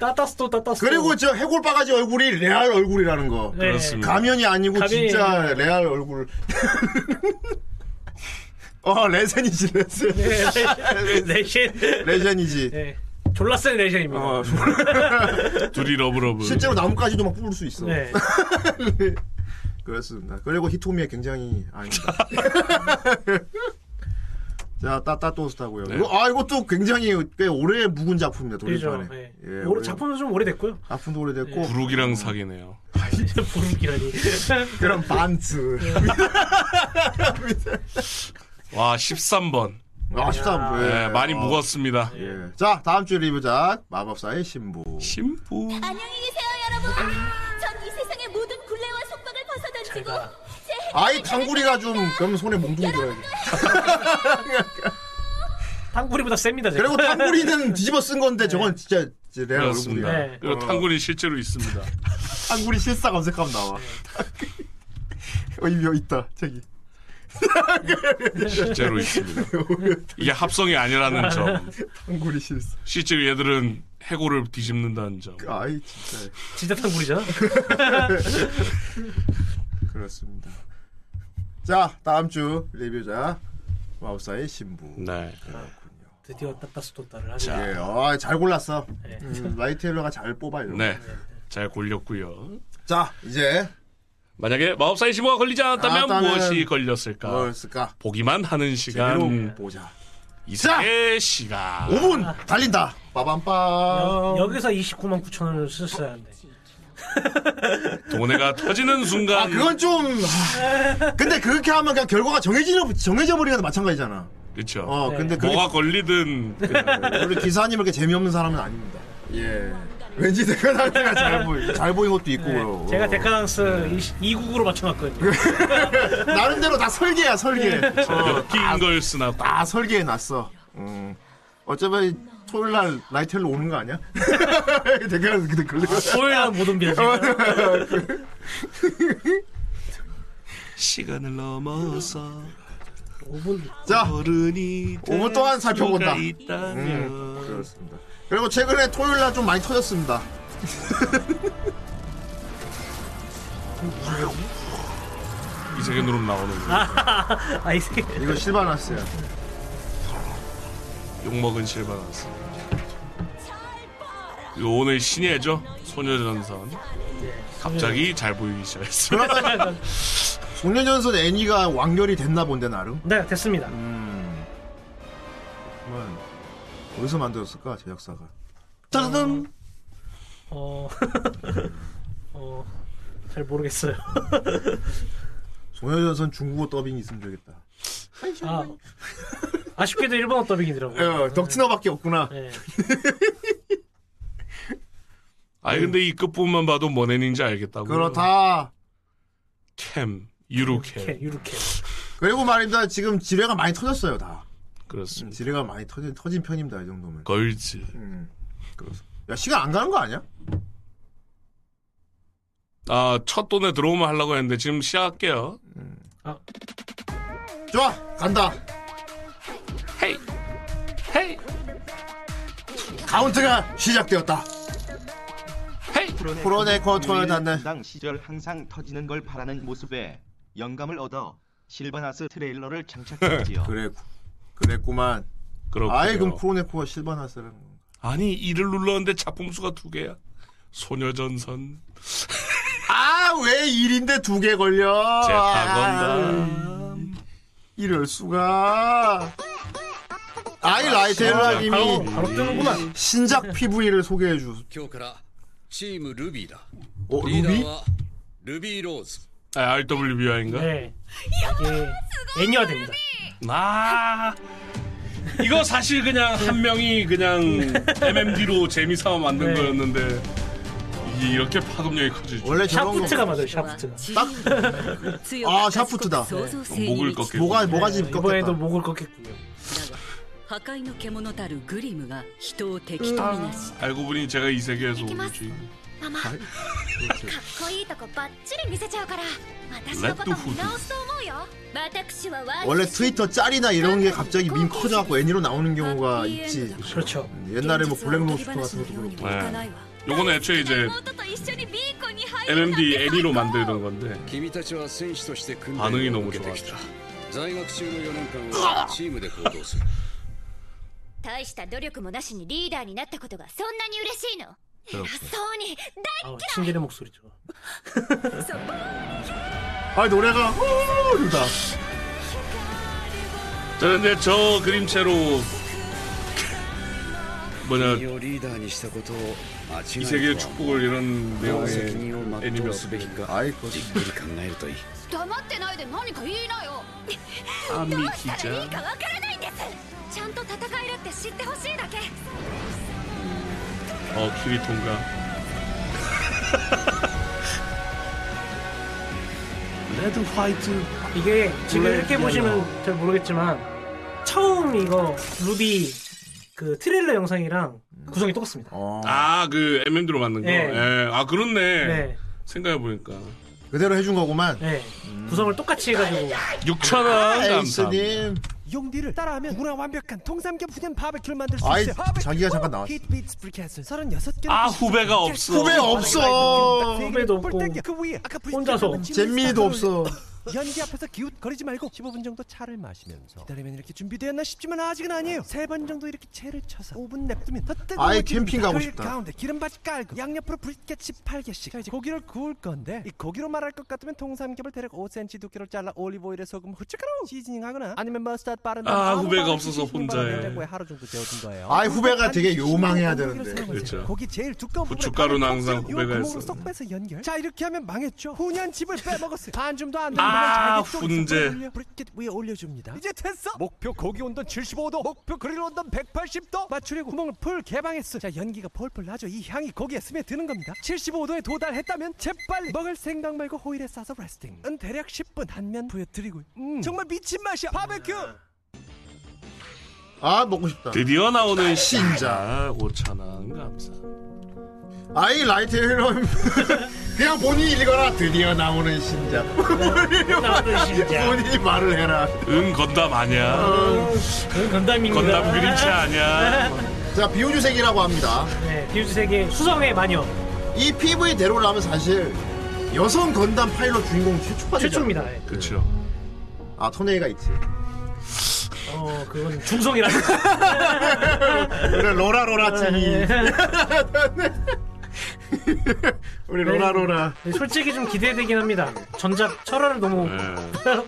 I: 따따스토 따따스토.
H: 그리고 저 해골 바가지 얼굴이 레알 얼굴이라는 거
I: 네.
G: 그렇습니다.
H: 가면이 아니고
I: 가면이
H: 진짜 레알 얼굴 어 레센이지 레센
I: 네, 레- 레신.
H: 레전이지
I: 네. 졸라 센 레신입니다.
H: 어,
G: 둘이 러브러브.
H: 실제로 나뭇가지도 막 뽑을 수 있어
I: 네.
H: 그렇습니다 그리고 히토미의 굉장히 아닙니다 자 따따 또스타고요
G: 네.
H: 이거- 아 이것도 굉장히 꽤 오래 묵은 작품입니다
I: 그죠.
H: 돌림판에
I: 네.
H: 예,
I: 오래-
H: 오래-
I: 작품도 네. 좀 오래됐고요.
H: 작품도 오래됐고 음.
G: 부룩이랑 사귀네요.
I: 아, 부르기라니.
H: 그런 반츠.
I: 네.
G: 와 13번.
H: 아, 쉽다.
I: 뭐.
G: 예, 많이 묵었습니다.
H: 아. 예. 자, 다음 주 리뷰작 마법사의 신부.
G: 신부.
A: 안녕히 계세요 여러분 전 이 세상의 모든 굴레와 속박을 벗어던지고 제
H: 아이 탕구리가 좀 그럼 손에 몽둥이 들어야지.
I: 탕구리보다 셉니다. 제가.
H: 그리고 탕구리는 뒤집어 쓴 건데 저건 진짜 이제 레알
G: 그렇습니다.
H: 얼굴이야.
I: 네.
G: 그리고 탕군이 실제로 있습니다.
H: 탕구리 실사 검색하면 나와. 네. 어, 이미 여기 있다. 저기. 네.
G: 실제로 있습니다. 이게 합성이 아니라는 점.
H: 탕구리 실사.
G: 실제로 얘들은 해골을 뒤집는다는 점.
H: 아이 진짜
I: 진짜 탕구리잖아.
H: 그렇습니다. 자, 다음 주 리뷰작 마법사의 신부.
G: 네.
I: 드디어 따따스토따를
H: 예,
I: 하죠.
H: 아, 잘 골랐어.
I: 네.
H: 음, 라이테일러가 잘 뽑아 이런.
G: 네. 잘 골렸고요.
H: 자, 이제
G: 만약에 마법사의 신부가
H: 아,
G: 걸리지 않았다면
H: 않았다면
G: 무엇이 걸렸을까?
H: 뭘쓸까 음.
G: 보기만 하는
H: 어. 재미로
G: 시간
H: 보자. 자
G: 예, 씨가.
H: 5분 달린다. 빠밤빠.
I: 아. 여기서 29만 9천 원을 썼어야 하는데.
G: 도네가 터지는 순간.
H: 아 그건 좀. 아, 근데 그렇게 하면 그냥 결과가 정해지려 정해져 버리는 건 마찬가지잖아.
G: 그쵸.
H: 어
I: 네.
H: 근데 그게
G: 뭐가 걸리든. 그냥.
H: 우리 기사님 이렇게 재미없는 사람은 아닙니다. 예. 왠지 내가 날 때가 잘 네. 보이 잘 보인 것도
I: 어,
H: 있고요.
I: 네.
H: 어.
I: 제가 데카랑스 2국으로 맞춰놨거든요.
H: 나름대로 다 설계야 설계. 어,
G: 엮인 걸 쓰나. 봐.
H: 다 설계해 놨어. 음. 어차피 토요일 날 라이텔로 오는 거 아니야? 댓글 근데 걸려.
I: 토요일날 못 옮겨. 지금.
G: 시간을 넘어서
I: 5분.
H: 자,
G: 어른이 될
H: 오분 동안 살펴본다.
G: 수가 있다면. 음.
H: 그렇습니다. 그리고 최근에 토요일 날 좀 많이 터졌습니다.
G: 이세계 누름 나오는 거.
I: 아, 이 새끼.
H: 이거 실바나스야.
G: 욕먹은 실바나스. 요 오늘 신예죠? 소녀전선. 갑자기 잘 보이기 시작했어.
H: 송년전선 애니가 완결이 됐나 본데 나름.
I: 네, 됐습니다.
H: 그러면 어디서 만들었을까 제작사가? 짜잔.
I: 어, 어, 잘 모르겠어요.
H: 송년전선 중국어 더빙이 있으면 되겠다.
I: 아, 아쉽게도 일본어 더빙이더라고요.
H: 어, 덕티너밖에 없구나.
I: 네.
G: 아니 근데 이 끝부분만 봐도 뭔 애인지 알겠다고.
H: 그렇다.
G: 캠 유로캠
I: 이렇게, 이렇게.
H: 그리고 말입니다. 지금 지뢰가 많이 터졌어요 다.
G: 그렇습니다.
H: 지뢰가 많이 터진 터진 편입니다 이 정도면.
G: 걸즈.
H: 음, 그렇습니다. 야 시간 안 가는 거 아니야?
G: 아첫 돈에 들어오면 하려고 했는데 지금 시작할게요.
H: 좋아 간다.
G: 헤이 헤이
H: 카운트가 시작되었다.
G: 헤이.
H: 프로네코 토요일 단네.
O: 당 시절 항상 터지는 걸 바라는 모습에 영감을 얻어 실바나스 트레일러를 장착했지요.
H: 그래 그랬구만.
G: 그렇군요.
H: 아예 그럼 프로네코가 실바나스라는 거.
G: 아니 이를 눌렀는데 작품수가 두 개야. 소녀전선
H: 아왜 일인데 두 개 걸려? 아,
G: 제타건다.
H: 이럴 수가. 아이 라이테일러님이
I: 바로 뜨는구만.
H: 신작 PV를 소개해 주.
B: 今日からチームルビーだ
H: 어
B: リーダー
H: 루비?
B: はルビーローズ
G: 아, RWBI인가?
I: 네. 이게 애니화됩니다.
G: 아 이거 사실 그냥 한 명이 그냥 MMD로 재미삼아 만든
I: 네.
G: 거였는데 이게 이렇게 파급력이 커지죠. 네.
H: 원래 저런 거.
I: 샤프트가 맞아요, 샤프트가.
H: 아 샤프트다.
G: 목을 꺾게.
H: 뭐가 뭐가 지금
I: 그 네, 이번에도
H: 꺾였다.
I: 목을 꺾겠군요.
F: 破壊の獣たるグリムが人を敵とみなし
G: 알고 보니 제가 이 세계에서 오류지.
A: ママかっこいいとこばっちり見せちゃうから私のこと見直すと思うよ私はワ
H: 원래 트위터 짤이나 이런 게 갑자기 밈 커져갖고 애니로 나오는
I: 아,
H: 경우가 있지.
I: 그렇죠.
H: 옛날에 뭐 블랙로스터 같은 것도 그렇고.
G: 네. 요거는 애초에 이제
A: 妹と一緒にビーコンに入
G: MMD 애니로 만들던 건데
B: 君たちは戦士として訓
G: 반응이
B: 練を
G: 너무
B: 受けてき
G: 좋았죠.
B: た在学中の4年間はチームで行動する
A: 大した努力もなしにリーダーになったことがそんなに嬉しいの偉そうに
I: 아, 친절의 목소리죠.
H: 아 노래가 오르다.
G: 저는 이제 저 그림체로 뭐냐
B: 君をリーダーにしたことを間違
G: 이
B: い
G: 세계의
B: とは
G: 축복을 이런
B: どう
G: 내용의
B: 責任を全うすべき
G: 애니메이션.
B: か
H: 아이 그
B: じっくり考えるといい
A: 黙ってないで何か言いなよ
G: 아미
A: 誰いいか
G: 기자.
A: わからないんですちゃんと戦えるって知ってほしいだけ
G: 어 키리 통과. 레드 화이트.
I: 이게 지금
G: 원래
I: 이렇게
G: 미안해요.
I: 보시면 잘 모르겠지만 처음 이거 루비 그 트레일러 영상이랑
G: 음.
I: 구성이 똑같습니다.
G: 어. 아그 MMD로 만든 거.
I: 네.
G: 예. 아 그렇네.
I: 네,
G: 생각해 보니까
H: 그대로 해준 거구만.
I: 네.
G: 음.
I: 구성을 똑같이 해가지고
G: 6천 원 감사합니다.
H: 아, 에이스님.
O: 용디를 따라하면 누구나 완벽한 통삼겹 후된 바베큐를 만들 수
H: 아이
O: 있어요.
H: 자기가 잠깐 나왔어.
O: 히트비츠 프리캐슬 36개
G: 아 후배가 없어.
H: 후배 없어.
I: 후배도 없고
O: 그 위에 아까
I: 혼자서
H: 잼미도 없어.
M: 연기 앞에서 기웃거리지 말고 15분 정도 차를 마시면서 기다리면 이렇게 준비되었나 싶지만 아직은 아니에요. 세 번 정도 이렇게 채를 쳐서 5분 냅두면 더 뜨거워.
H: 아예 캠핑 가고 싶다.
M: 가운데 기름바지 깔고 양옆으로 불깨치 8개씩. 자 이제 고기를 구울 건데 이 고기로 말할 것 같으면 통삼겹을 대략 5cm 두께로 잘라 올리브오일에 소금 후춧가루 시즈닝하거나 아니면 머스타드 바른
G: 아,
M: 아무
G: 후배가
M: 방식
G: 없어서
M: 시즈닝
G: 혼자
M: 바른
G: 해.
M: 냉장고에 하루 정도 재워둔 거예요.
H: 아이, 후배가 되게 요망해야
M: 고기를
H: 되는데.
M: 삶은
G: 그렇죠.
M: 재료. 고기 제일 두꺼운 부분에
G: 고춧가루는 항상
M: 요
G: 후배가
M: 구멍으로
G: 했어요.
M: 쏙 빼서 연결. 자 이렇게 하면 망했죠. 훈연 집을 빼먹었어요. 반줌도 안 되는
G: 아,
M: 분을 자기 쪽에서
G: 훈제.
M: 올려- 브리켓 위에 올려줍니다. 이제 됐어. 목표 고기 온도 75도, 목표 그릴 온도 180도. 맞추려고 구멍을 풀 개방했어. 자 연기가 펄펄 나죠. 이 향이 고기에 스며드는 겁니다. 75도에 도달했다면 재빨리 먹을 생각 말고 호일에 싸서 레스팅은 대략 10분 한면 부여드리고요. 음. 정말 미친 맛이야. 바베큐.
G: 음.
H: 아 먹고 싶다.
G: 드디어 나오는 신작 5천원 감사.
H: 아이 라이트 헬런 그냥 본인이 읽어라. 드디어 나오는 신작.
G: 나오는 신작.
H: 본인이 말을 해라.
G: 은 건담
H: 음.
G: 아니야.
I: 건담입니다.
G: 건담 그림체 아니야.
H: 자 비우주색이라고 합니다.
I: 네, 비우주색의 수성의 마녀.
H: 이 PV대로라면 사실 여성 건담 파일럿 주인공 최초가 되죠.
I: 최초입니다. 예.
G: 그렇죠.
H: 아 토네이가 있지.
I: 어, 그건 중성이라.
H: 우리 로라 로라
I: 네.
H: 찐이. 우리 로라 로라.
I: 네, 솔직히 좀 기대되긴 합니다. 전작 철화를 너무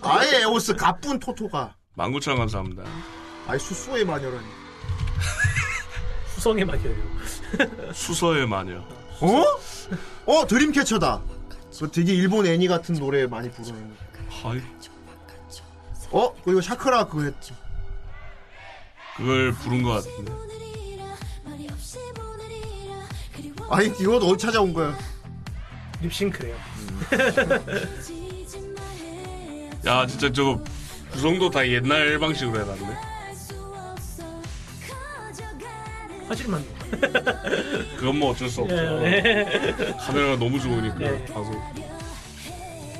H: 아예 에오스 가뿐 토토가.
G: 만구천 감사합니다.
H: 아이 수수의 마녀라니.
I: 수성의 마녀예요.
G: 수서의 마녀.
H: 어? 어 드림캐쳐다. 그 되게 일본 애니 같은 노래 많이 부르는.
G: 아이,
H: 어 그리고 샤크라 그거 했지.
G: 그걸 부른 것 같은데.
H: 아니 이거 어디 찾아온 거야?
I: 립싱크래요.
G: 야, 진짜 저거 구성도 다 옛날 방식으로 해놨네.
I: 하지만
G: 그건 뭐 어쩔 수 없죠. 어.
I: 예.
G: 카메라가 너무 좋으니까
I: 예.
G: 방송.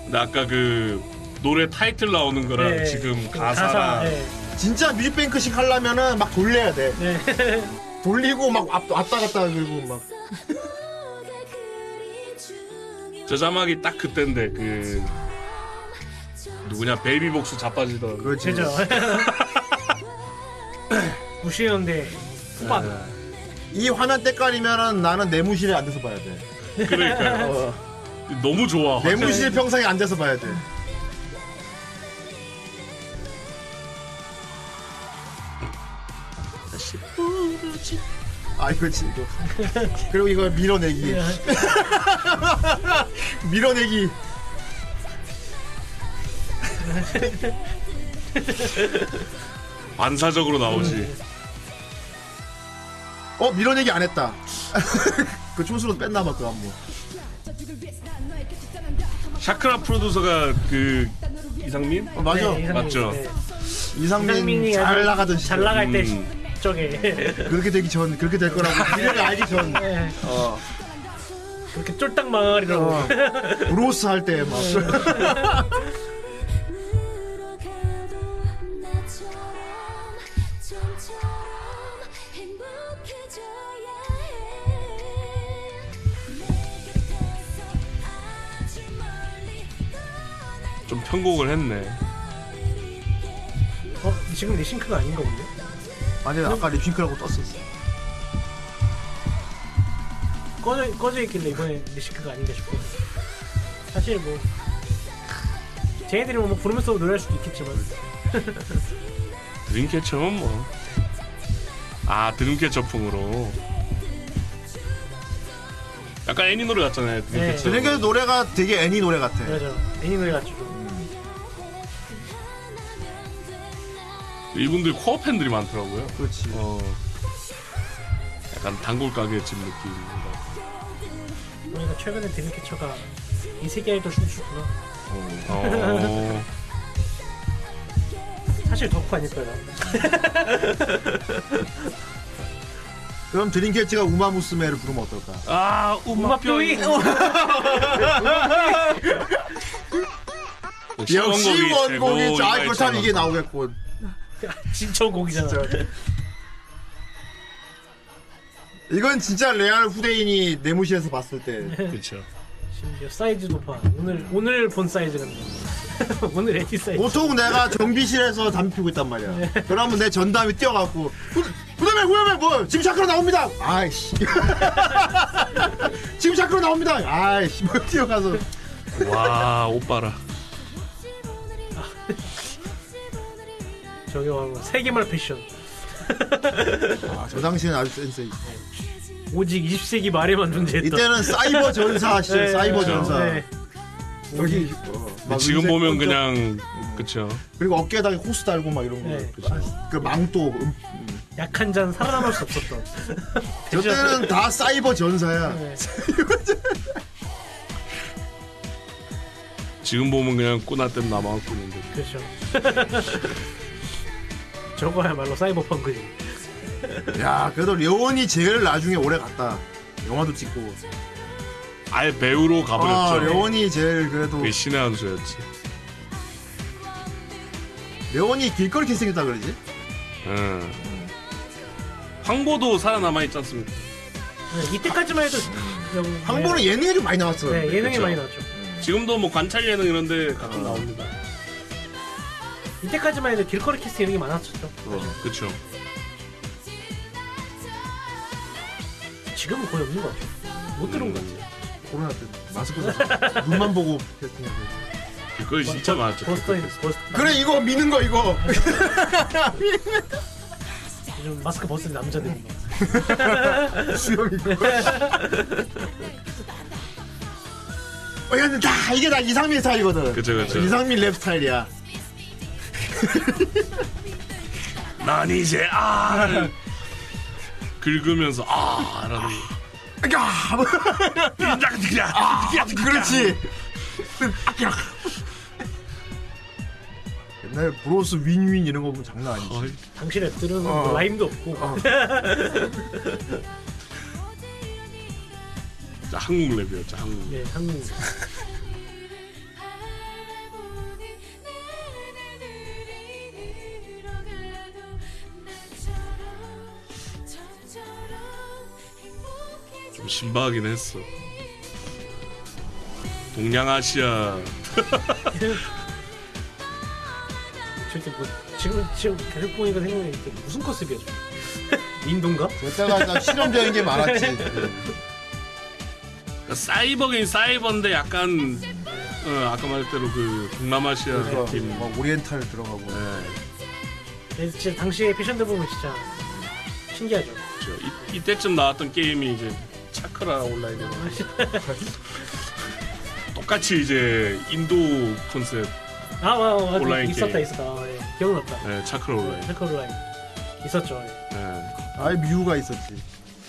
G: 근데 아까 그 노래 타이틀 나오는 거랑
I: 네.
H: 예.
G: 아, 지금 네. 그 가사랑 네.
H: 진짜 뮤직뱅크식 하려면은 막 돌려야 돼. 돌리고 막 왔- 왔다 갔다 그리고 막.
G: 저 자막이 딱 그때인데 그 누구냐 베이비복수 자빠지던
H: 그
I: 제죠. 무시했는데 후반.
G: 네.
H: 이 화난 때깔이면은 나는 내무실에 앉아서 봐야 돼.
G: 그러니까요. 너무 좋아.
H: 내무실 평상에 앉아서 봐야 돼. 아 이거 지 이거. 그리고 이거 밀어내기. 밀어내기.
G: 반사적으로 나오지.
H: 어 밀어내기 안 했다. 그 촌수로 뺐나 봐그 안무.
G: 샤크라 프로듀서가 그 이상민?
H: 어, 맞아.
I: 네, 이상민.
G: 맞죠.
I: 네.
H: 이상민
I: 이상민이
H: 잘
I: 아주
H: 나가던 시절.
I: 잘 나갈 때
G: 음.
I: 저게
H: 그렇게 되기 전 그렇게 될 거라고
I: 네.
H: 미래를 알기 전.
I: 예.
H: 어.
I: 그렇게 쫄딱 망하리라고.
H: 어. 브로스 할 때 막.
I: 네.
G: 좀 편곡을 했네.
I: 어, 지금 리싱크가 아닌가 본데.
H: 아니 아까 립싱크라고 떴었어.
I: 꺼져 꺼져 있길래 이번에 리싱크가 아닌가 싶고. 사실 뭐 쟤네들이 뭐 부르면서 노래할 수도 있겠지만.
G: 드림캐쳐는 뭐. 아, 드림캐쳐풍으로. 약간 애니 노래 같잖아요.
I: 네.
G: 드림캐쳐.
H: 드래곤 노래가 되게 애니 노래 같아.
I: 맞아. 애니 노래 같죠.
G: 음. 이분들 코어 팬들이 많더라고요.
H: 그렇지.
G: 어. 약간 단골 가게 집 느낌입니다.
I: 그러니까 최근에 드림캐쳐가 이 세계 아이돌 춤추구나.
G: 어.
I: 사실 덕후 아닐 거야.
H: 그럼 드림캐치가 우마무스메를 부르면 어떨까?
G: 아,
I: 우마뼈이.
H: 역시 원곡이 자
G: 이
H: 이거 참 이게 나오겠군.
I: 진짜 곡이잖아.
H: 이건 진짜 레알 후대인이 내무실에서 봤을 때.
G: 그렇죠.
I: 심지어 사이즈 높아. 오늘 오늘 본 사이즈가. 오늘 에디사이
H: 보통 내가 정비실에서 담배 피고 있단 말이야. 그러면 내 전담이 뛰어갖고 후렴에 후렴에 뭐 지금 샤크로 나옵니다. 아이씨. 지금 샤크로 나옵니다. 아이씨 뭐 뛰어가서
G: 와 오빠라.
H: 아,
I: 저기 와봐 뭐 세계말 패션
H: 아, 저 당시엔 아주 센스 있어.
I: 오직 20세기 말에만 존재했던 네,
H: 이때는 사이버 전사 시절, 사이버 전사. 여기 뭐, 막
G: 지금
H: 은색
G: 보면
H: 끈적-
G: 그냥 그쵸.
H: 그리고 어깨에다가 호스 달고 막 이런 거. 아, 그 망토. 음.
I: 네. 약한 잔 살아남을 수 없었던
H: 저
I: 그렇죠.
H: 때는 다 사이버 전사야.
G: 지금 보면 그냥 꼬나땜 남아갖고는데.
I: 그렇죠 저거야말로 사이버펑크지
H: 야, 그래도 려원이 제일 나중에 오래 갔다. 영화도 찍고.
G: 아예 배우로 가버렸죠.
H: 아, 려원이 제일 그래도
G: 그 신의 한 수였지.
H: 려원이 길거리 캐스팅했다 그러지?
I: 네.
G: 응. 예. 황보도 살아남아 있지 않습니까?
I: 네, 이때까지만 해도
H: 황보는 예능이 좀 많이 나왔어요.
I: 네 예능이
G: 그쵸.
I: 많이 나왔죠
G: 지금도 뭐 관찰 예능 이런데
I: 아,
G: 가끔 나옵니다.
I: 이때까지만 해도 길거리 캐스팅 이런 게 많았었죠
G: 그쵸.
I: 지금은 거의 없는 것 같아요 못 들은 것 같아요
H: 코로나 때 마스크 써서 눈만 보고
G: 그거 진짜 많았죠.
I: 버스터인 버스
H: 그래 이거 미는 거 이거
I: 요즘 마스크 벗은 남자들
H: 수염 있고 어, 이건 다 이게 다 이상민 스타일이거든.
G: 그쵸, 그쵸.
H: 이상민 랩 스타일이야.
G: 난 이제 아를 긁으면서 아라는.
H: 야, 뭐,
G: 아,
H: 그렇지. 옛날 브로스 윈윈 이런 거 보면 장난 아니지.
I: 당신 앱들은
H: 어.
I: 뭐 라임도 없고
G: 진짜 한국 랩이었죠. 한국.
I: 예 한국
G: 좀 신박하긴 했어. 동양아시아
I: 저기 뭐 지금 지금 계속 보니까 생각이 이게 무슨 컨셉이야 저 인도인가?
H: 그때가 다 실험적인 게 많았지.
G: 그러니까 사이버긴 사이버인데 약간 어, 아까 말했대로 그 동남아시아
H: 그래서
I: 그렇죠.
G: 느낌.
H: 막 오리엔탈 들어가고. 네.
I: 예, 진짜 당시의 패션들 보면 진짜 신기하죠.
G: 그렇죠. 이, 이때쯤 나왔던 게임이 이제 차크라 온라인이라고 똑같이 이제 인도 컨셉
I: 아, 와, 와, 맞아.
G: 온라인
I: 있었다
G: 게임.
I: 있었다. 아, 예. 기억났다.
G: 네, 차크라 온라인
I: 헬커라인 있었죠. 예.
G: 네.
H: 아예 미우가 있었지.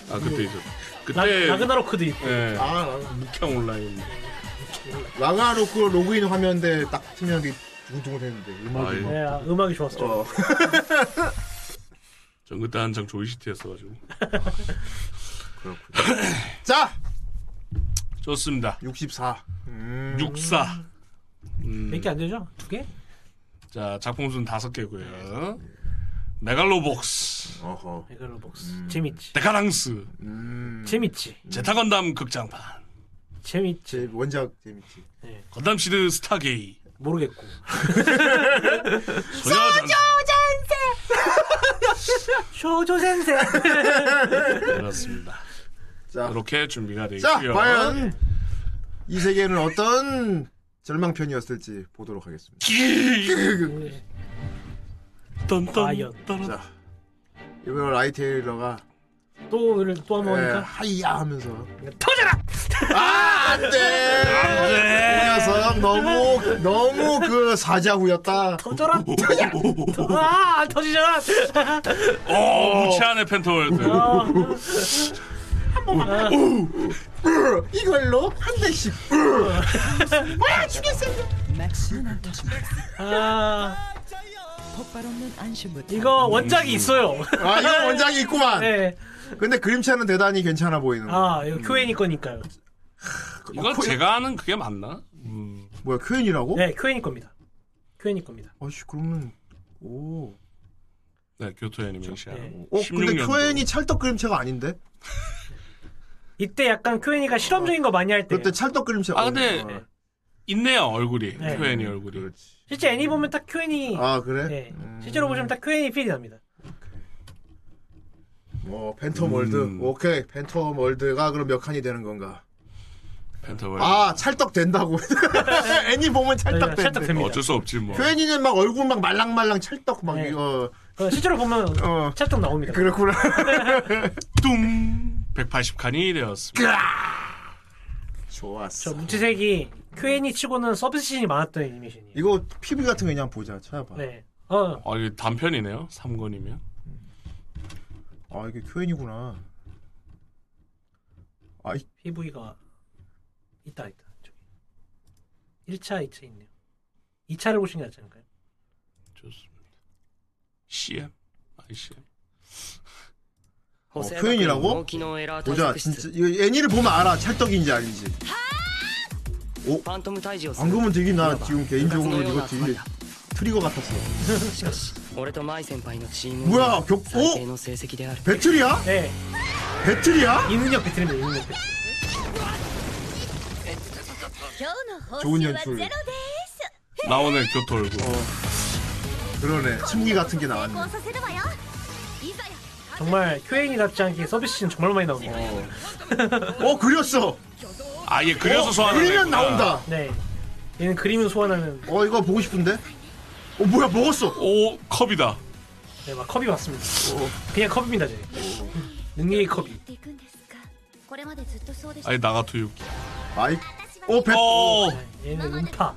G: 아 그때 이제
I: 라-
G: 그때
I: 라그나로크도 있고.
G: 네.
H: 아,
G: 묵형 온라인
H: 라가로크 로그인 화면에 딱 투명한 게 둥둥을 했는데 음악이
G: 아유.
H: 막
I: 예, 아, 음악이 좋았죠.
G: 전 그때 한창 조이시티였어가지고
H: 자!
G: 좋습니다
H: 64. 음.
G: 육사 음,
I: 몇 개 안 되죠? 두 개?
G: 자 작품 수는 다섯 개고요 메갈로복스
H: 어허.
I: 메갈로복스.
G: 음.
I: 재밌지.
G: 데카랑스 음.
I: 재밌지.
G: 제타건담 극장판
I: 재밌지.
H: 제 원작 재밌지.
G: 건담 시드 스타게이
I: 모르겠고.
G: 소녀전
I: 쇼조 센세.
G: 그렇습니다
H: 자.
G: 이렇게 준비가
H: 자,
G: 되고요
H: 과연 이 세계는 어떤 절망편이었을지 보도록 하겠습니다.
I: 과연
H: 자, 이번에 라이테일러가
I: 또 오늘 또 한번
G: 네.
H: 에,
I: 하니까
H: 하이야 하면서 터져라! 아, 안 돼! 이 녀석 너무, 너무 그 사자구였다.
I: 터져라. 터져. 어, 아, 안 터지잖아.
G: 오 어, 무채한의 펜트월드
I: 아,
H: 이걸로 한 대씩.
I: 아,
P: 안심부터
I: 이거 원작이 있어요.
H: 아, 이건 원작이 있구만.
I: 네.
H: 근데 그림체는 대단히 괜찮아 보이는 거.
I: 아, 이거 큐엔이 거니까요.
G: 이거 제가 아는 그게 맞나? 음.
H: 뭐야, 큐엔이라고?
I: 네, 큐엔이 겁니다. 큐엔이 겁니다.
H: 아씨, 그러면, 오.
G: 네 교토 애니메이션
I: 네.
H: 어, 근데
G: 16년도.
H: 큐엔이 찰떡 그림체가 아닌데?
I: 이때 약간 큐엔이가 실험적인 거 많이 할 때.
H: 그때 찰떡 그림체. 어,
G: 아 근데 있네요 그렇죠. 얼굴이
I: 네.
G: 표현이 얼굴이.
I: 실제 애니 보면 딱 큐엔이
G: 아, 그래?
I: 네. 실제로 보시면 딱 큐엔이 필이 납니다.
H: 어 팬텀 월드
G: 음.
H: 오케이 팬텀 월드가 그럼 몇 칸이 되는 건가?
G: 펜타월.
H: 아 찰떡 된다고 애니
I: 네.
H: 보면 찰떡 된대.
G: 어쩔 수 없지 뭐.
H: 표현이는 막 얼굴 막 말랑말랑 찰떡 막
I: 네.
H: 이거
I: 어,
H: 어,
I: 실제로 보면 찰떡 나옵니다.
H: 그렇구나.
G: 뚱 180칸이 되었습니다.
H: 좋았어.
I: 저 무채색이 큐엔이 치고는 서비스 씬이 많았던 애니메이션이에요.
H: 이거 PV 같은 거 그냥 보자 찾아봐.
I: 네.
H: 그
I: 어.
G: 아 이게 단편이네요. 3권이면.
H: 아 이게 큐엔이구나. 아이
I: PV가 있다 있다. 저기. 1차, 2차 있네요. 2차를 보신 게 낫지 않을까요?
G: 좋습니다. CM. 아이 CM.
H: 어, 표현이라고? 보자 진짜 이거 애니를 보면 알아 찰떡인지 아닌지. 오 방금은 되게 나 지금 개인적으로 이거 되게 트리거 같았어.
Q: しかし俺と舞先輩のチーム
H: う
Q: は
H: わ極
Q: 最低の成績である
H: 어? 배틀이야?
I: 네.
H: 배틀이야?
I: 이능력 배틀입니다. 이능력 배틀.
H: 今日の報酬はゼロ
G: 나 오늘 교토 얼굴.
H: 그러네. 침기 같은 게 나왔네.
I: 정말 큐엔이답지 않게 서비스 씬 정말 많이 나옵니다.
H: 어 그렸어.
G: 아예
H: 그려서 어, 소환하는 그리면 애구나. 나온다.
I: 네. 얘는 그림을 소환하는.
H: 어 이거 보고 싶은데? 어 뭐야 먹었어.
G: 오 컵이다.
I: 네, 막 컵이 왔습니다. 그냥 컵입니다, 제. 능력의 컵이.
R: これまでずっとそうでした
G: 아예 나가토 유키.
H: 아이. 오 배.
G: 오.
I: 얘는 음파.
J: 아,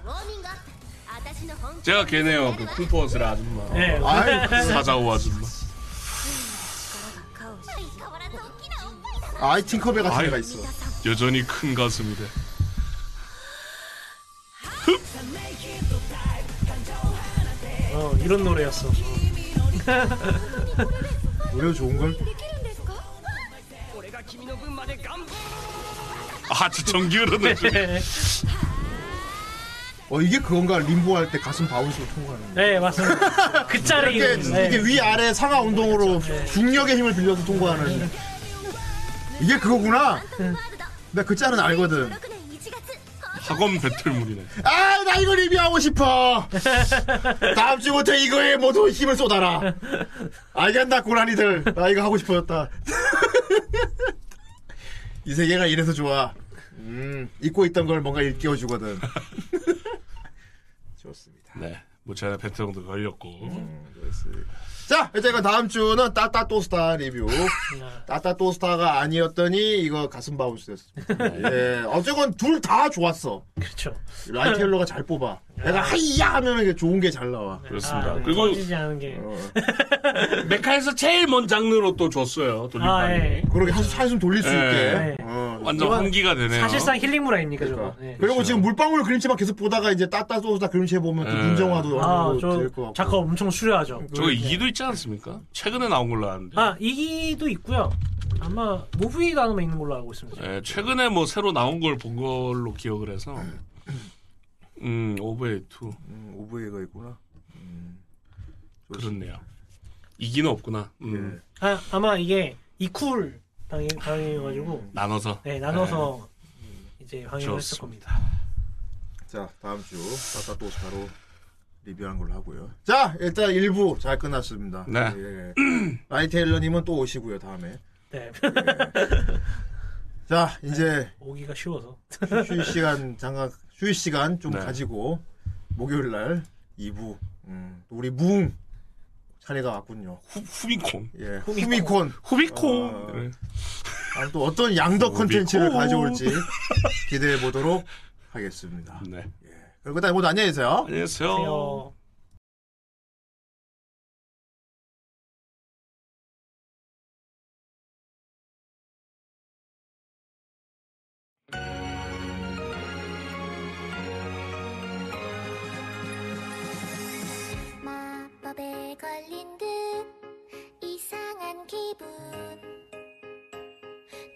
R: 私の本
G: 제가 걔네요. 그 쿵푸어스의 아줌마.
I: 네.
G: 아이, 사자오 아줌마.
H: 아이 팅커벨 같은 애가 있어.
G: 여전히 큰 가슴이래.
I: 어, 이런 노래였어.
H: 노래 좋은 걸?
Q: 俺が君の分まで頑張る
G: 아 정기 흐르는
I: 네.
G: 중에.
H: 어 이게 그건가 림보 할 때 가슴 바운스로 통과하는.
I: 네, 맞습니다. 그 짤이.
H: 이렇게
I: 네.
H: 이게 위 아래 상하 운동으로 중력의 힘을 빌려서 통과하는. 이게 그거구나. 나 그 짤은 알거든.
G: 학원 배틀물이네.
H: 아 나 이거 리뷰하고 싶어. 다음 주부터 이거에 모두 힘을 쏟아라. 알겠나 고라니들. 나 이거 하고 싶어졌다. 이 세계가 이래서 좋아. 음 잊고 있던 걸 뭔가 일깨워 주거든. 좋습니다.
G: 네. 무채나 배틀도 걸렸고.
H: 자, 이제 이 다음 주는 따따또스타 리뷰.
I: 아,
H: 따따또스타가 아니었더니 이거 가슴 바운스 됐습니다. 예, 어쨌건 둘 다 좋았어.
I: 그렇죠.
H: 라이텔러가 잘 뽑아.
G: 예.
H: 내가 하이야 하면 이게 좋은 게 잘 나와.
I: 아,
G: 그렇습니다.
I: 네.
G: 그리고 어,
I: 꺼지지 않은 게.
G: 메카에서 제일 먼 장르로 또 줬어요. 돌림판이.
I: 아, 예.
H: 그러게 한숨, 한숨 돌릴 수
G: 예.
H: 있게. 어,
G: 완전
H: 이건
G: 환기가 되네요. 그러니까.
I: 사실상 힐링물 아닙니까, 저거. 네.
H: 그리고 지금 물방울 그림체만 계속 보다가 이제 따따또스타 그림체 보면 또
G: 예.
H: 문정화도
I: 아,
H: 어느 정도 될것
I: 저, 작가 엄청 수려하죠. 네.
G: 저거 2도 있지 않습니까? 최근에 나온 걸로 아는데.
I: 아, 이기도 있고요 아마, 모브이도 하나만 있는 걸로 알고 있습니다.
G: 예, 최근에 뭐 새로 나온 걸 본 걸로 기억을 해서. 음, 오브웨이 2.
H: 오브웨이가 있구나. 음.
G: 그렇네요. 이기는 없구나.
H: 예.
G: 음,
I: 아, 아마 이게, 이쿨 방해, 방해해가지고.
G: 나눠서.
I: 네, 나눠서, 이제 방해를
H: 네.
I: 했을
H: 좋습니다.
I: 겁니다.
H: 자, 다음 주 따따또스타로 리뷰하는 걸로 하고요. 자, 일단 1부 잘 끝났습니다.
G: 네.
H: 예. 라이테일러님은 또 오시고요, 다음에.
I: 네.
H: 자, 이제
I: 오기가 쉬워서.
H: 휴일 시간 장각 휴일 시간 좀
G: 네.
H: 가지고 목요일 날 2부 음, 또 우리 무웅 차례가 왔군요.
G: 후미콘.
H: 예,
G: 후미콘.
H: 후미콘.
G: 후미콘.
H: 어, 아, 또 어떤 양덕
G: 후미콘.
H: 컨텐츠를 가져올지 기대해 보도록 하겠습니다.
G: 네.
H: 그리고 일단 모두 안녕히 계세요.
G: 안녕히 계세요.
H: 어.
R: 마법에 걸린 듯 이상한 기분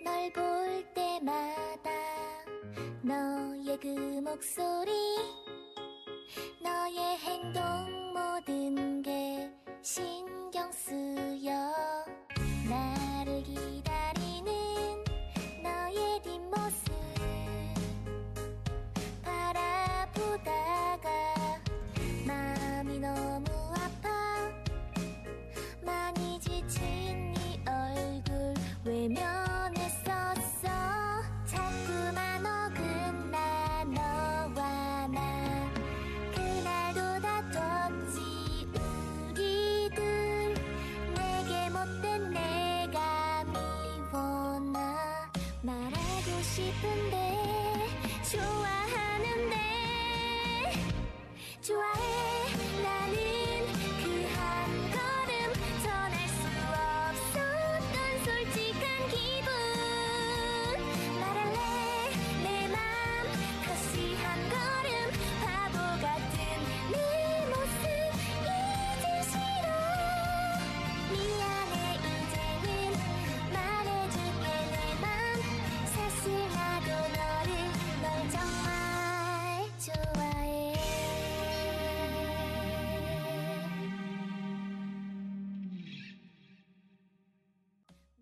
R: 널 볼 때마다 너의 그 목소리 너의 행동 모든 게 신경 쓰여 나를 기다리는 너의 뒷모습 바라보며
A: 그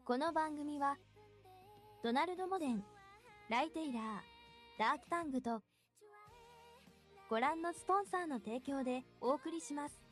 J: この番組は、ドナルド・モデン、ライテイラー、ダークタングと、ご覧のスポンサーの提供でお送りします。